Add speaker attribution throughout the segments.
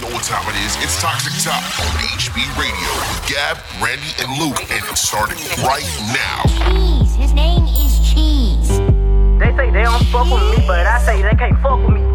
Speaker 1: knows how it is. It's Toxic Top on HB Radio with Gab, Randy, and Luke, and it's starting right now.
Speaker 2: Cheese. His name is Cheese.
Speaker 3: They say they don't fuck with me, but I say they can't fuck with me.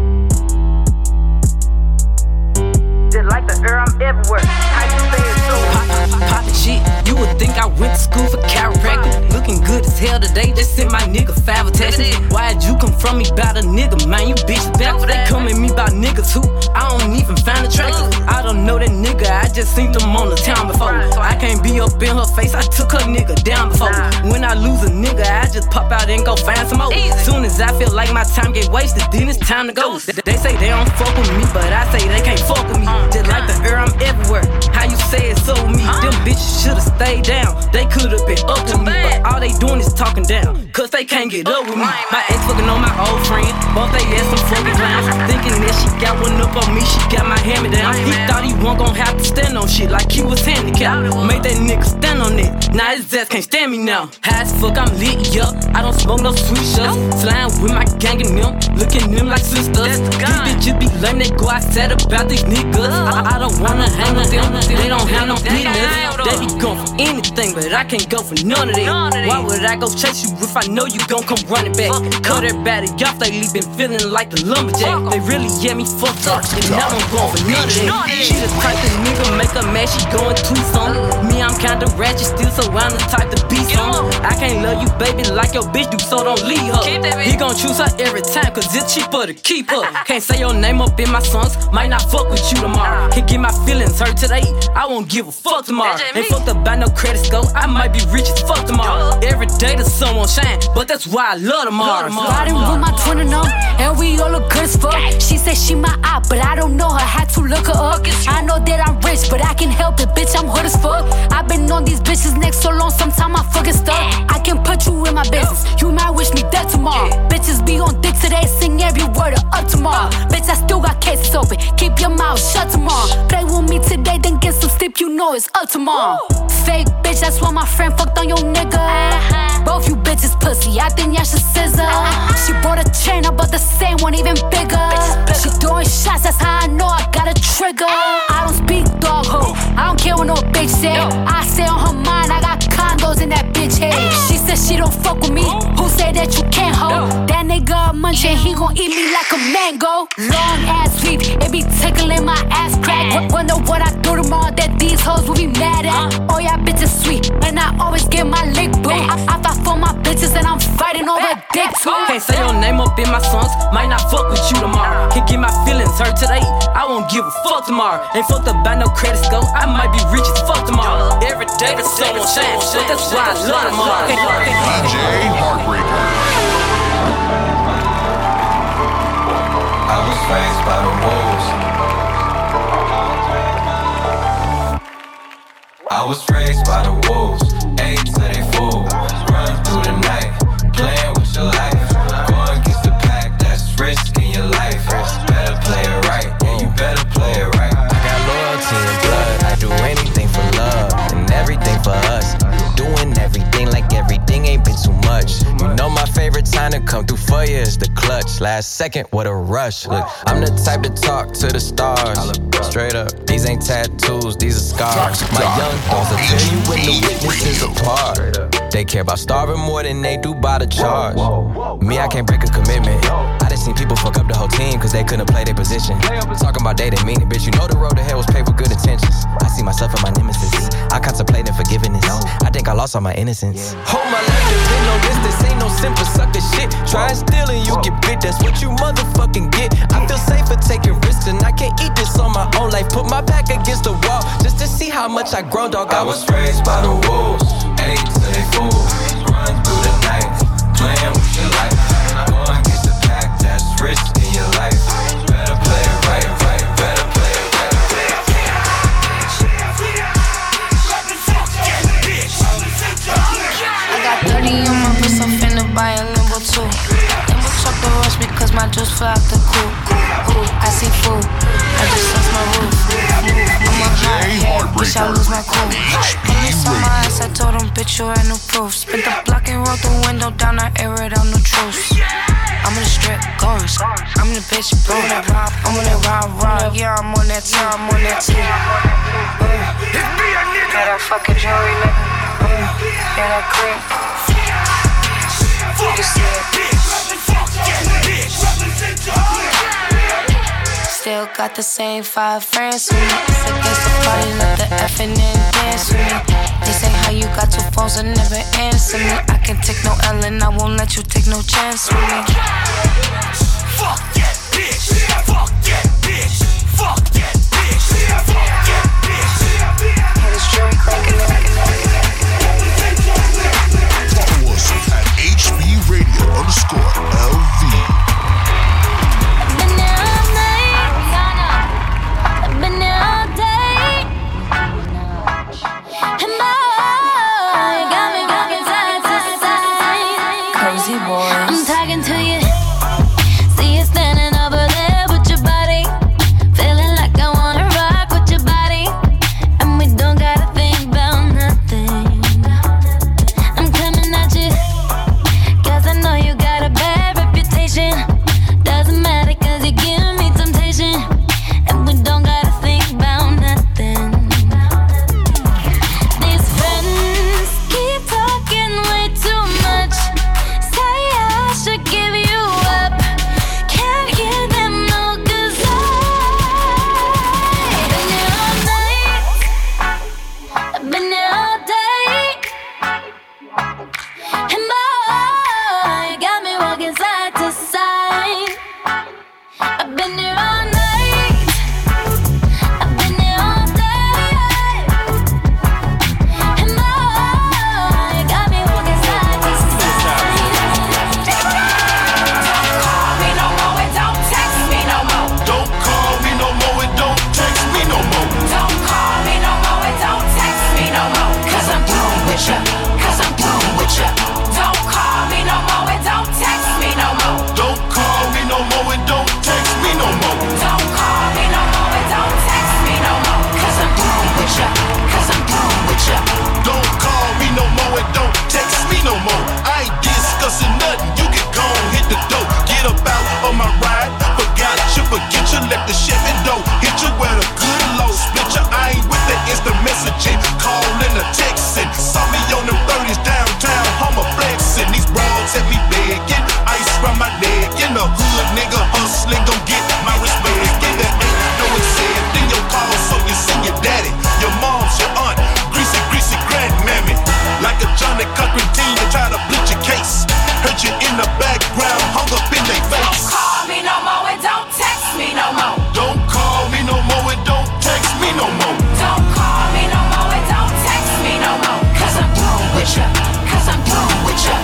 Speaker 3: Just like the air, I'm everywhere. How you say it too?
Speaker 4: Pop, pop the shit. You would think I went to school for chiropractic. Looking good as hell today. Just sent my nigga five a text. Why'd you come from me about a nigga, man? You bitches back. They come at me about niggas who I don't even find attractive. I don't know that nigga. I just seen them on the town before. I can't be up in her face. I took her nigga down before. When I lose a nigga, I just pop out and go find some more. Soon as I feel like my time get wasted, then it's time to go. They they say they don't fuck with me, but I say they can't fuck with me. Just like the air, I'm everywhere. How you say it so me? Them bitches should've stayed down. They could've been up to me, but all they doing is talking down. Cause they can't get up with me. My ex fucking on my old friend. Both they ass some fucking clowns. Thinking that she got one up on me, she got my hand me down. He thought he wasn't gonna have to stand on shit like he was handicapped. Made that nigga stand on it. Now his ass can't stand me now. High as fuck, I'm lit up. I don't smoke no sweet shots. Flying with my gang and them, looking them like sisters. These bitches be lame, they go outside about these niggas. I, I don't wanna hang with them, they don't have no business. They be going for anything, but I can't go for none of that. Why would I go chase you if I know you gon' come running back? Cut everybody off, they been feeling like the lumberjack. They really get me fucked up, and now I'm going for none of that. She the type of nigga make her mad, she going too some. Me, I'm kinda ratchet still, so I'm the type to be some. I can't love you, baby, like your bitch do, so don't leave her. He gon' choose her every time, cause it's cheaper to keep her. Can't say your name up in my songs, might not fuck with you tomorrow. Can't get my feelings hurt today, I won't give a Uh-uh. fuck tomorrow. Ain't fucked up by no credit score, I might be rich as fuck tomorrow. Every day the sun won't shine, but that's why I love tomorrow.
Speaker 5: Riding with my twin and them, and we all look good as fuck. She said she my op, but I don't know her. Had to look her up. I know that I'm rich, but I can't help it, bitch. I'm hood as fuck. I've been on these bitches' necks so long, sometime I fucking stuck. I can put you in my business. You might wish me dead tomorrow. Bitches be on dick today, sing every word of up tomorrow. Bitch, I still got cases open. Keep your mouth shut tomorrow. Play with me today, then get some sleep. You know it's up tomorrow. Fake bitch, that's why my friend fucked on your nigga. Both you bitches pussy, I think y'all should scissor. She bought a chain, I bought the same one, even bigger. She throwing shots, that's how I know I got a trigger. I don't speak dog ho, I don't care what no bitch say. I say on her mind, I got condos in that bitch head. She said she don't fuck with me, who say that you can't hold? That nigga a munching, he gon' eat me like a mango. Long ass sweep, it be tickling my ass crack. W- Wonder what I do tomorrow that these hoes will be mad at. Oh, y'all bitches sweet, and I always get my lick boo. I, I fight for my bitches, and I'm fighting over dick too.
Speaker 4: Can't say your name up in my songs, might not fuck with you tomorrow. Can't get my feelings hurt today, I won't give a fuck tomorrow. Ain't fucked up by no credit score, I might be rich as fuck tomorrow. Every day the sun won't shine, but that's why I love tomorrow. Can't- can't-
Speaker 1: DJ Heartbreaker.
Speaker 6: I was raised by the wolves. I was raised by the wolves. Apes that they fool. Run through the night, playing with your life. Going against the pack, that's risk in your life. Better play it right, yeah, you better play it right. I got loyalty and blood. I do anything for love and everything for us. Doing everything like everything ain't been too much. You know my favorite time to come through for you is the clutch. Last second, what a rush. Look, I'm the type to talk to the stars. Straight up, these ain't tattoos, these are scars.
Speaker 1: Toxic
Speaker 6: My
Speaker 1: Doc
Speaker 6: young thorns will tear you when the witnesses apart. They care about starving more than they do by the charge. Me, I can't break a commitment. I just seen people fuck up the whole team because they couldn't play their position. Talking about they didn't mean it, bitch. You know the road to hell was paved with good intentions. I see myself in my nemesis. I contemplate in forgiveness. I think I lost all my innocence. Hold my life, depend on this. This ain't no simple sucker shit. Try and steal and you get bit. That's what you motherfucking get. I feel safer taking risks and I can't eat this on my own life. Put my back against the wall just to see how much I grown, dog. I was raised by the wolves. Ain't till they fool. Run through the night, playing with your life. Going against the pack, that's risk in your life. Better play it right, right. Better play it right.
Speaker 7: I got 30 on my wrist, I'm finna buy a Lambo too. Lambo truck the rush because my juice fell out the coop. Ooh, I see food. I just lost my roof. Ooh, I'm on high, yeah, bitch, I lose my cool. When they saw my ass, I told them, bitch, you ain't no proof. Spit the block and roll the window down, I air it out, no truth. I'm in the strip, chorus. I'm in the
Speaker 8: the bitch, boom. I'm on that rah rah, yeah, I'm on that time, I'm on that team. Uh,
Speaker 9: It be a nigga.
Speaker 8: yeah, that fucking jewelry, nigga. Uh, yeah, that cream.
Speaker 9: Fuck that bitch. Fuck that bitch. Represent your
Speaker 8: Still got the same five friends with me. It's against the party, let the F and then dance with me. They say how you got two phones and never answer me. I can take no L and I won't let you take no chance with me.
Speaker 9: Fuck that bitch. Fuck that bitch. Fuck that bitch. Fuck that bitch.
Speaker 8: Hear this jewelry clanking,
Speaker 1: Follow us at HB Radio underscore LV.
Speaker 10: I've been there all night. I've been there all day. And my heart got me walking side to side.
Speaker 8: Cozy boys.
Speaker 10: I'm talking to you. See you standing over there with your body. Feeling like I wanna rock with your body. And we don't gotta think about nothing. I'm coming at you. Cause I know you got a bad reputation. Doesn't matter cause you give me temptation. And we don't gotta think about nothing. These friends keep talking way too much. Say I should give you up. Can't give them no cause I've been there all night. I've been there all day. And my heart got me walking side to side. I've been there all night. I've been there all day. And my heart got me walking side to side.
Speaker 9: Don't call me no more and don't text me no more. Don't call me no more and don't text me no more. Cause I'm through with ya. Cause I'm through with ya. Don't call me no more and don't text me no more. Don't call me no more and don't text me no more. Don't call me no more and don't text me no more. Cause I'm through with ya. Cause I'm through with ya. Don't call me no more and don't text me no more. I ain't discussing nothing. You can go and hit the dope. Get up out on my ride. Forgot you, forget you. Let the Chevy dough hit you with a good low. Split you. I ain't with the instant messaging. Calling or texting. Saw me on them 30s downtown. Homer flexing. These broads at me begging. Ice round my neck. In the hood, nigga hustling. Gon' get my respect. And there ain't no accepting your call. So you send your daddy, your mom's, your aunt. Greasy, greasy grandmammy. Like a Johnny Cochran teen. You try to bleach your case. Hurt you in the background. Hung up in their face. Don't call me no more and don't text me no more. Don't call me no more and don't text me no more. Cause I'm through with ya. Cause I'm through with ya.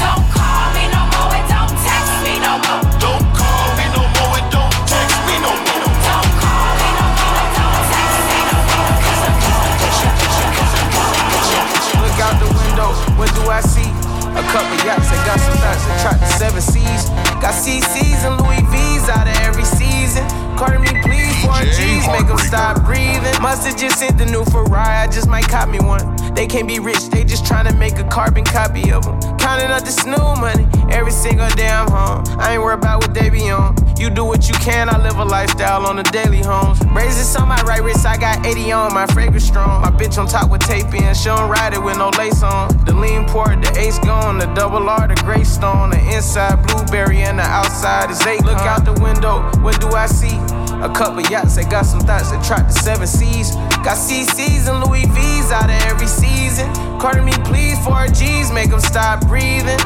Speaker 9: Don't call me no more and don't text me no more. Don't call me no more and don't text me no more. Don't call me no more and don't text me no more. Cause I'm through with ya. Cause I'm through with ya.
Speaker 11: Look out the window, what do I see? A couple yachts, I got some thoughts, I tried the seven seas. Got CCs and Louis V's out of every season. Carter me please, four
Speaker 1: DJ
Speaker 11: G's, make them
Speaker 1: Heartbreaker.
Speaker 11: stop breathing. Must've just sent the new Ferrari, I just might cop me one. They can't be rich, they just tryna make a carbon copy of them. Counting up this new money every single day I'm home. I ain't worried about what they be on. You do what you can, I live a lifestyle on the daily, homes. Raises on my right wrist, I got 80 on, my fragrance strong. My bitch on top with tape in, she don't ride it with no lace on. The lean port, the ace gone, the double R, the gray stone. The inside blueberry and the outside is eight. Look out the window, what do I see? A couple yachts, that got some thoughts that trapped the seven seas. Got CCs and Louis V's out of every season. Carter me please, four G's, make them stop breathing.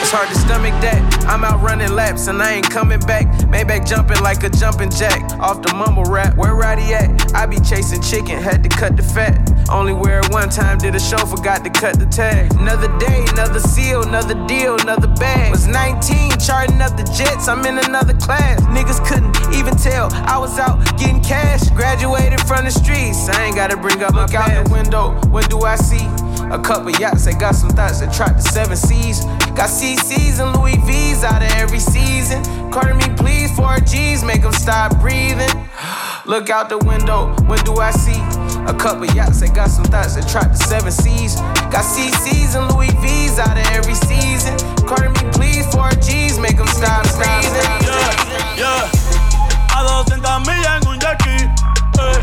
Speaker 11: It's hard to stomach that. I'm out running laps and I ain't coming back. Maybach jumping like a jumping jack. Off the mumble rap, where Roddy at? I be chasing chicken, had to cut the fat. Only wear it one time, did a show, forgot to cut the tag. Another day, another seal, another deal, another bag. Was 19, charting up the jets, I'm in another class. Niggas couldn't even tell I was out getting cash. Graduated from the streets, I ain't gotta bring up Look my out the window, what do I see? A couple yachts, I got some thoughts that trapped the seven seas. Got CCs and Louis V's out of every season. Carter me, please, four G's, make them stop breathing. Look out the window, what do I see? A couple yachts, I got some thoughts that trapped the seven seas. Got CCs and Louis V's out of every season. Carter me, please, four G's, make them stop breathing.
Speaker 12: Yeah. A 200 millas en un yaqui. eh.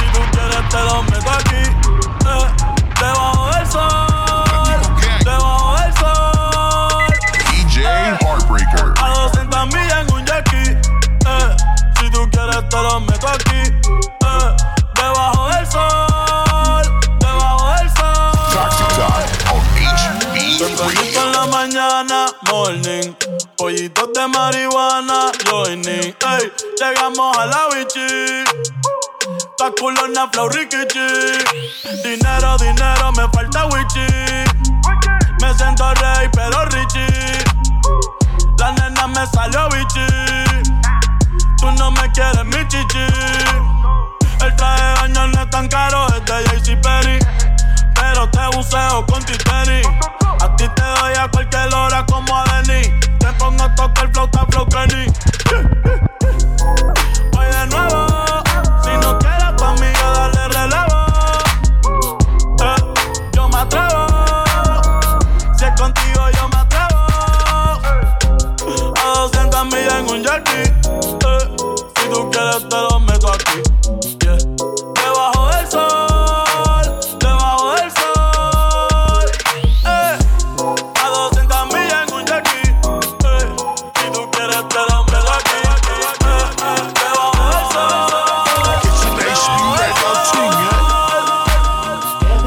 Speaker 12: Si tú quieres, te lo meto aquí. eh. Debajo del sol. Debajo del sol. Eh,
Speaker 1: DJ Heartbreaker.
Speaker 12: A 200 millas en un yaqui. eh. Si tú quieres, te lo meto aquí. eh. Debajo del sol. Debajo del sol.
Speaker 1: Toxic Talk on HB
Speaker 12: Tempranito
Speaker 1: Radio.
Speaker 12: en la mañana, morning. Pollitos de marihuana, joining. Ey, llegamos a la bichi. Pa' culona, flow, rikichi. Dinero, dinero, me falta wichi. Me siento rey, pero richie. La nena me salió bichi. Tú no me quieres, mi chichi. El traje de baño no es tan caro, es de JC Perry. Pero te buceo con Titeri. A ti te doy a cualquier hora como a Denis. Te pongo a tocar flauta, flow Kenny. Voy de nuevo. Si no quieres a tu amiga, dale relevo. Eh, yo me atrevo. Si es contigo, yo me atrevo. A 200 millas en un jerky. eh. Si tú quieres, te lo meto aquí. yeah. Debajo del sol, debajo del sol. eh. A 200 millas en un jerky. eh. Si tú quieres, te lo meto aquí. eh, eh. Debajo del sol,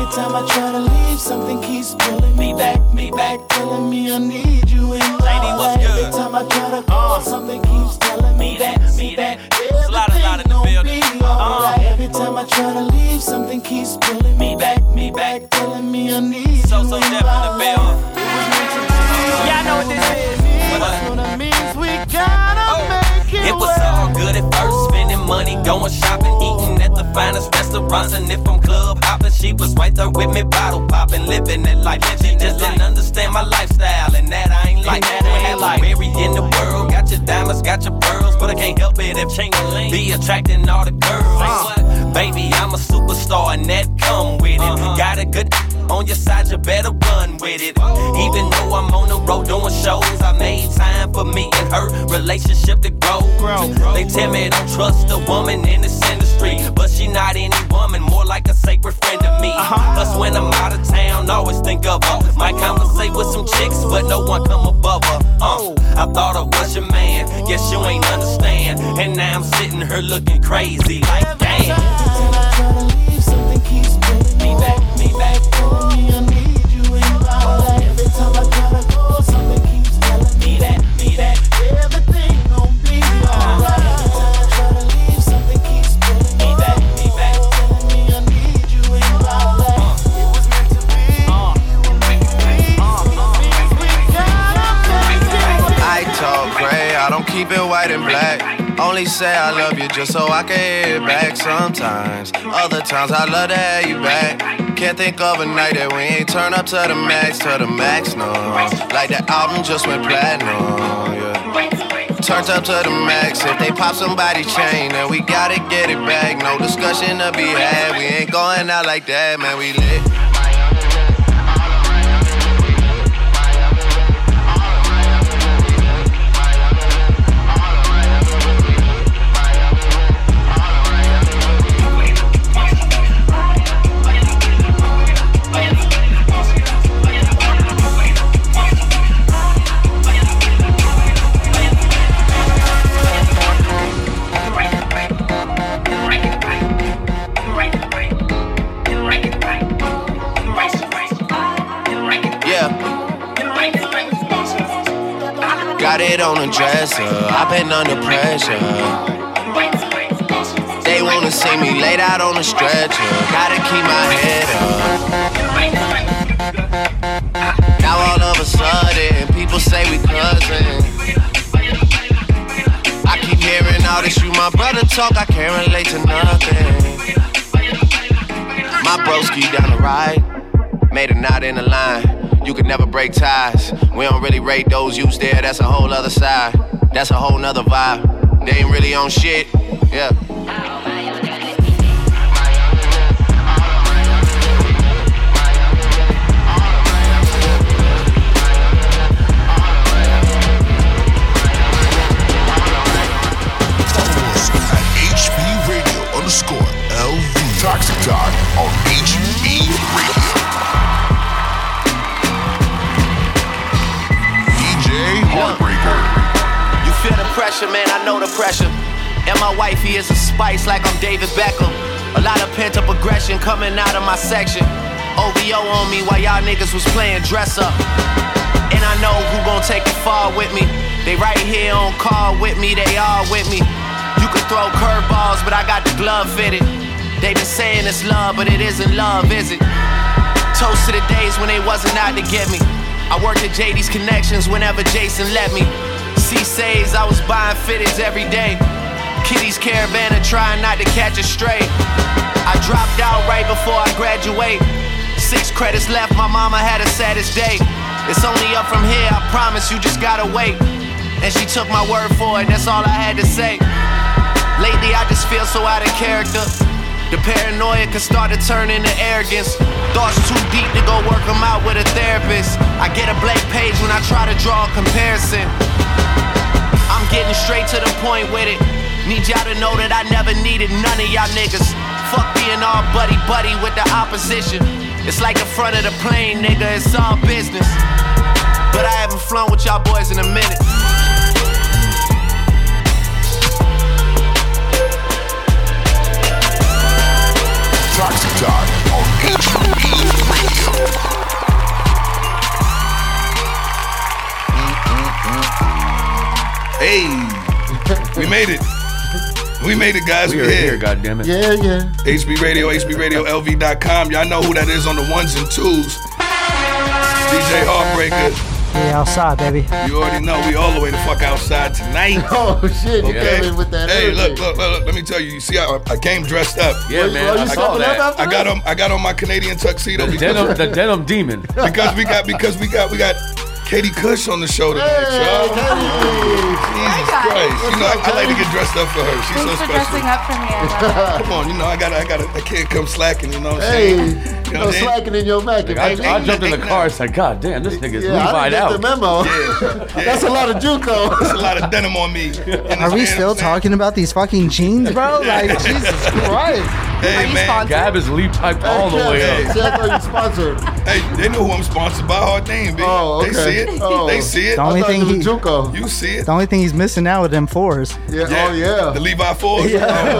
Speaker 1: It's an HB Radio
Speaker 8: Every time
Speaker 1: team.
Speaker 8: I try to leave, something keeps pulling me back, me back, telling me I need you in my
Speaker 13: Lady, what's
Speaker 8: life. Every
Speaker 13: good?
Speaker 8: time I try to call, something keeps telling me
Speaker 13: Me
Speaker 8: that,
Speaker 13: that,
Speaker 8: me
Speaker 13: me
Speaker 8: that.
Speaker 13: that. It's a lot of lot in the
Speaker 8: Everything
Speaker 13: building. Uh.
Speaker 8: gon' be alright. Every time I try to leave, something keeps pulling me back, me back, telling me I need
Speaker 13: So,
Speaker 8: you
Speaker 13: so
Speaker 8: in
Speaker 13: deaf
Speaker 8: my
Speaker 13: in the
Speaker 8: life.
Speaker 13: bill.
Speaker 8: Y'all know what this is. That's what it means. We gotta
Speaker 13: Oh.
Speaker 8: make it
Speaker 14: It was
Speaker 8: work.
Speaker 14: all good at first, spending money, going shopping, eating at the finest restaurants. And if I'm club hopping, she was right there with me, bottle popping, living that life. And she just didn't understand my lifestyle, and that I ain't like that. I ain't like married in the world, got your diamonds, got your pearls, but I can't help it if she be attracting all the girls. Baby, I'm a superstar, and that come with it. Got a good on your side, you better run with it. Even though I'm on the road doing shows, I made time for me and her relationship to grow. They tell me don't trust a woman in this industry, but she not any woman, more like a sacred friend to me. Plus, when I'm out of town, always think of her. Might conversate with some chicks, but no one come above her. Uh, I thought I was your man, guess you ain't understand. And now I'm sitting here looking crazy, like damn.
Speaker 8: Me back, me back, telling me I need you in my life. Every time I try to go, something keeps telling me that, me that everything gon' be alright. Every time I try to leave, something keeps pulling me back, me back, telling me I need you in my life. It was meant to be.
Speaker 15: I talk gray, I don't keep it white and black. Only say I love you just so I can hear it back sometimes. Other times I love to have you back. Can't think of a night that we ain't turn up to the max, to the max, no. Like the album just went platinum, yeah. Turned up to the max. If they pop somebody chain, then we gotta get it back. No discussion to be had. We ain't going out like that, man. We lit. Yeah. Got it on the dresser. I've been under pressure. They wanna see me laid out on a stretcher. Gotta keep my head up. Now all of a sudden, people say we cousins. I keep hearing all this you my brother talk. I can't relate to nothing. My broski down the ride, made a knot in the line. You could never break ties. We don't really rate those used there. That's a whole other side. That's a whole nother vibe. They ain't really on shit. Yeah.
Speaker 1: Toxic Talk on HB Radio. DJ Heartbreaker.
Speaker 15: You feel the pressure, man, I know the pressure. And my wifey is a spice like I'm David Beckham. A lot of pent up aggression coming out of my section. OVO on me while y'all niggas was playing dress up. And I know who gon' take it far with me. They right here on call with me, they all with me. You can throw curveballs, but I got the glove fitted. They been saying it's love, but it isn't love, is it? Toast to the days when they wasn't out to get me. I worked at JD's Connections whenever Jason let me. C says I was buying fitteds every day. Kitty's caravan and trying not to catch a stray. I dropped out right before I graduate. Six credits left, my mama had a saddest day. It's only up from here, I promise you just gotta wait. And she took my word for it, that's all I had to say. Lately I just feel so out of character. The paranoia can start to turn into arrogance. Thoughts too deep to go work them out with a therapist. I get a blank page when I try to draw a comparison. I'm getting straight to the point with it. Need y'all to know that I never needed none of y'all niggas. Fuck being all buddy buddy with the opposition. It's like the front of the plane, nigga, it's all business. But I haven't flown with y'all boys in a minute.
Speaker 1: Toxic Talk on HB Radio.
Speaker 16: Hey, we made it. We made it, guys.
Speaker 17: We
Speaker 16: We're
Speaker 17: are
Speaker 16: here.
Speaker 17: here, goddammit.
Speaker 18: Yeah, yeah.
Speaker 16: HB Radio, HB Radio, LV.com. Y'all know who that is on the ones and twos. DJ Heartbreaker.
Speaker 18: Yeah, outside, baby.
Speaker 16: You already know we all the way the fuck outside tonight.
Speaker 18: Oh shit! you came in with that
Speaker 16: Hey,
Speaker 18: energy.
Speaker 16: look, look, look, look, Let me tell you. You see, I, I came dressed up.
Speaker 17: Yeah, Were you- man, were you I saw stepping up that. after
Speaker 16: I got on. I got on my Canadian tuxedo.
Speaker 17: The
Speaker 16: because-
Speaker 17: denim, the denim demon.
Speaker 16: because we got because we got we got Katie Cush on the show tonight, y'all. Jesus Christ! You know, I, I like to get dressed up for her. She's so
Speaker 7: Thanks for
Speaker 16: special.
Speaker 7: dressing up for me. I love it.
Speaker 16: Come on, you know I got I got I can't come slacking. You know what I'm
Speaker 18: Hey,
Speaker 16: saying? You know
Speaker 18: no
Speaker 16: what I'm
Speaker 18: slacking in your Mac.
Speaker 16: Like,
Speaker 18: man.
Speaker 16: I- I jumped in the
Speaker 17: Car said, God damn, this nigga's
Speaker 18: Yeah, I
Speaker 17: Levi'd
Speaker 18: didn't get the
Speaker 17: out.
Speaker 18: memo. That's a lot of juke though. That's
Speaker 16: a lot of denim on me.
Speaker 19: Are we still talking about these fucking jeans, bro? Like, Jesus Christ.
Speaker 16: Hey, man.
Speaker 17: Gab is leap piped all the way up.
Speaker 18: sponsored.
Speaker 16: Hey, they know who I'm sponsored by. Hard thing, B.
Speaker 18: Oh,
Speaker 16: They see it. They see it.
Speaker 19: The only thing he,
Speaker 16: You see it. Oh,
Speaker 19: The only thing he's missing out are them fours.
Speaker 16: The Levi Oh, Ford.
Speaker 19: Yeah.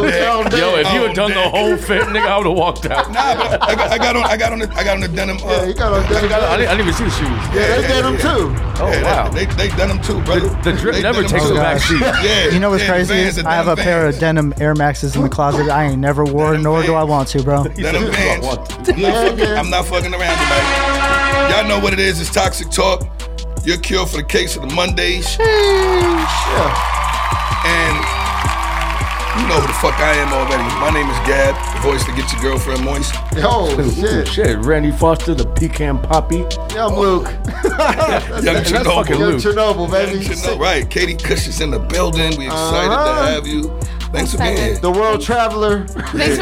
Speaker 17: Yo, if you had done the whole fit, nigga, I would have walked out.
Speaker 16: Nah, but I got, I got on. I got on. The, I got on the denim. Uh, yeah,
Speaker 18: got on
Speaker 17: I, got, I, didn't, I didn't even see the shoes. Oh, wow.
Speaker 16: They, they denim too, brother.
Speaker 17: The drip
Speaker 16: They
Speaker 17: never
Speaker 16: denim
Speaker 17: takes
Speaker 16: too.
Speaker 17: a back seat.
Speaker 16: Yeah.
Speaker 19: Oh, you know what's
Speaker 16: yeah,
Speaker 19: crazy?
Speaker 16: Vans
Speaker 19: Is
Speaker 16: are
Speaker 19: I have a
Speaker 16: denim
Speaker 19: pair of denim Air Maxes in the closet. I ain't never wore, nor do I want to, bro.
Speaker 16: Denim Vans. I'm not fucking around tonight. Y'all know what it is. It's toxic talk. Your cure for the case of the Mondays. And you know who the fuck I am already. My name is Gab, the voice to get your girlfriend moist.
Speaker 18: Oh,
Speaker 17: Ooh, shit. Randy Foster, the pecan poppy.
Speaker 18: Yeah, I'm Luke.
Speaker 16: Oh. Young
Speaker 17: That's
Speaker 16: Chernobyl.
Speaker 17: fucking Young Luke.
Speaker 18: Chernobyl,
Speaker 16: baby. Right. Katie Cush is in the building. We excited
Speaker 18: Uh-huh.
Speaker 16: to have you. Thanks for being
Speaker 18: Excited.
Speaker 16: here.
Speaker 18: The world traveler.
Speaker 7: Thanks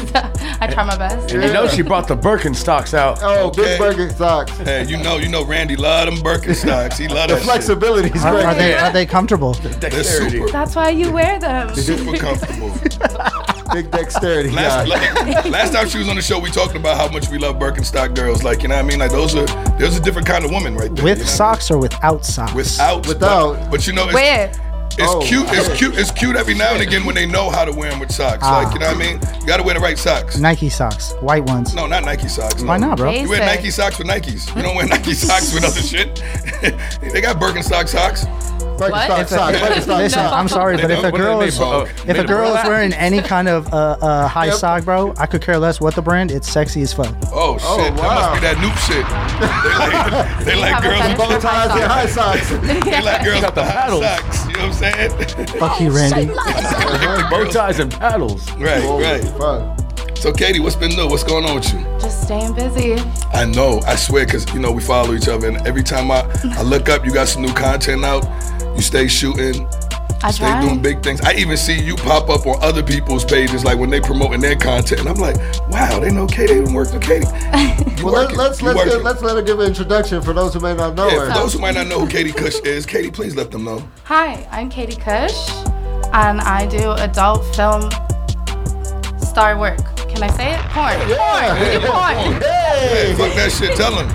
Speaker 7: for I try my best.
Speaker 17: And you know she brought the Birkenstocks out.
Speaker 18: Oh, big Birkenstocks.
Speaker 16: Hey, you know, you know, Randy love them Birkenstocks. He love that
Speaker 18: flexibility
Speaker 16: is
Speaker 19: Are,
Speaker 16: great.
Speaker 19: are they are they comfortable?
Speaker 16: They're super,
Speaker 7: That's why you wear them.
Speaker 16: super comfortable.
Speaker 18: Big dexterity.
Speaker 16: Last,
Speaker 18: guy.
Speaker 16: la- last time she was on the show, we talked about how much we love Birkenstock girls. Like, you know what I mean? Like, those are, there's a different kind of woman right there.
Speaker 19: With socks or without socks?
Speaker 16: Without, But, but you know, it's, It's
Speaker 19: Oh,
Speaker 16: cute. It's
Speaker 19: shit.
Speaker 16: cute. It's cute every now and again when they know how to wear them with socks.
Speaker 19: Ah.
Speaker 16: Like you know what I mean? You gotta wear the right socks.
Speaker 19: Nike socks, white ones.
Speaker 16: No, not Nike socks.
Speaker 19: Why
Speaker 16: no.
Speaker 19: not, bro?
Speaker 16: You wear
Speaker 19: Basic.
Speaker 16: Nike socks with Nikes. You don't wear Nike socks with other shit. they got Birkenstock socks.
Speaker 18: Birkenstock What? socks, Birkenstock
Speaker 19: Listen,
Speaker 18: socks.
Speaker 19: I'm sorry,
Speaker 16: They
Speaker 19: but
Speaker 16: don't-
Speaker 19: if a
Speaker 16: what are
Speaker 19: girl
Speaker 16: they
Speaker 19: is oh,
Speaker 16: made of?
Speaker 19: if
Speaker 16: Made
Speaker 19: a
Speaker 16: of
Speaker 19: girl is
Speaker 16: burlap?
Speaker 19: wearing any kind of uh, uh, high sock, bro, I could care less what the brand. It's sexy as fuck.
Speaker 16: Oh, shit! That must be that noob shit. They like, they like girls with
Speaker 18: bow ties and high socks.
Speaker 16: they like girls with the high socks. You know what I'm saying?
Speaker 19: Fuck you, Randy.
Speaker 16: Bow ties and paddles. Right, right. So, Katie, what's been new? What's going on with you?
Speaker 7: Just staying busy.
Speaker 16: I know, I swear, because you know we follow each other, and every time I, I look up, you got some new content out. You stay shooting,
Speaker 7: I
Speaker 16: stay
Speaker 7: try.
Speaker 16: doing big things. I even see you pop up on other people's pages, like when they promoting their content, and I'm like, wow, they know Katie even worked with Katie.
Speaker 18: Well, let, let's
Speaker 16: You
Speaker 18: let's
Speaker 16: working.
Speaker 18: give, let's let her give an introduction for those who may not know
Speaker 16: Yeah,
Speaker 18: her.
Speaker 16: for those who might not know who Katie Cush is, Katie, please let them know.
Speaker 7: Hi, I'm Katie Cush, and I do adult film star work. Can I say it? Porn. Porn. We do porn.
Speaker 16: Hey, fuck that shit. Tell him.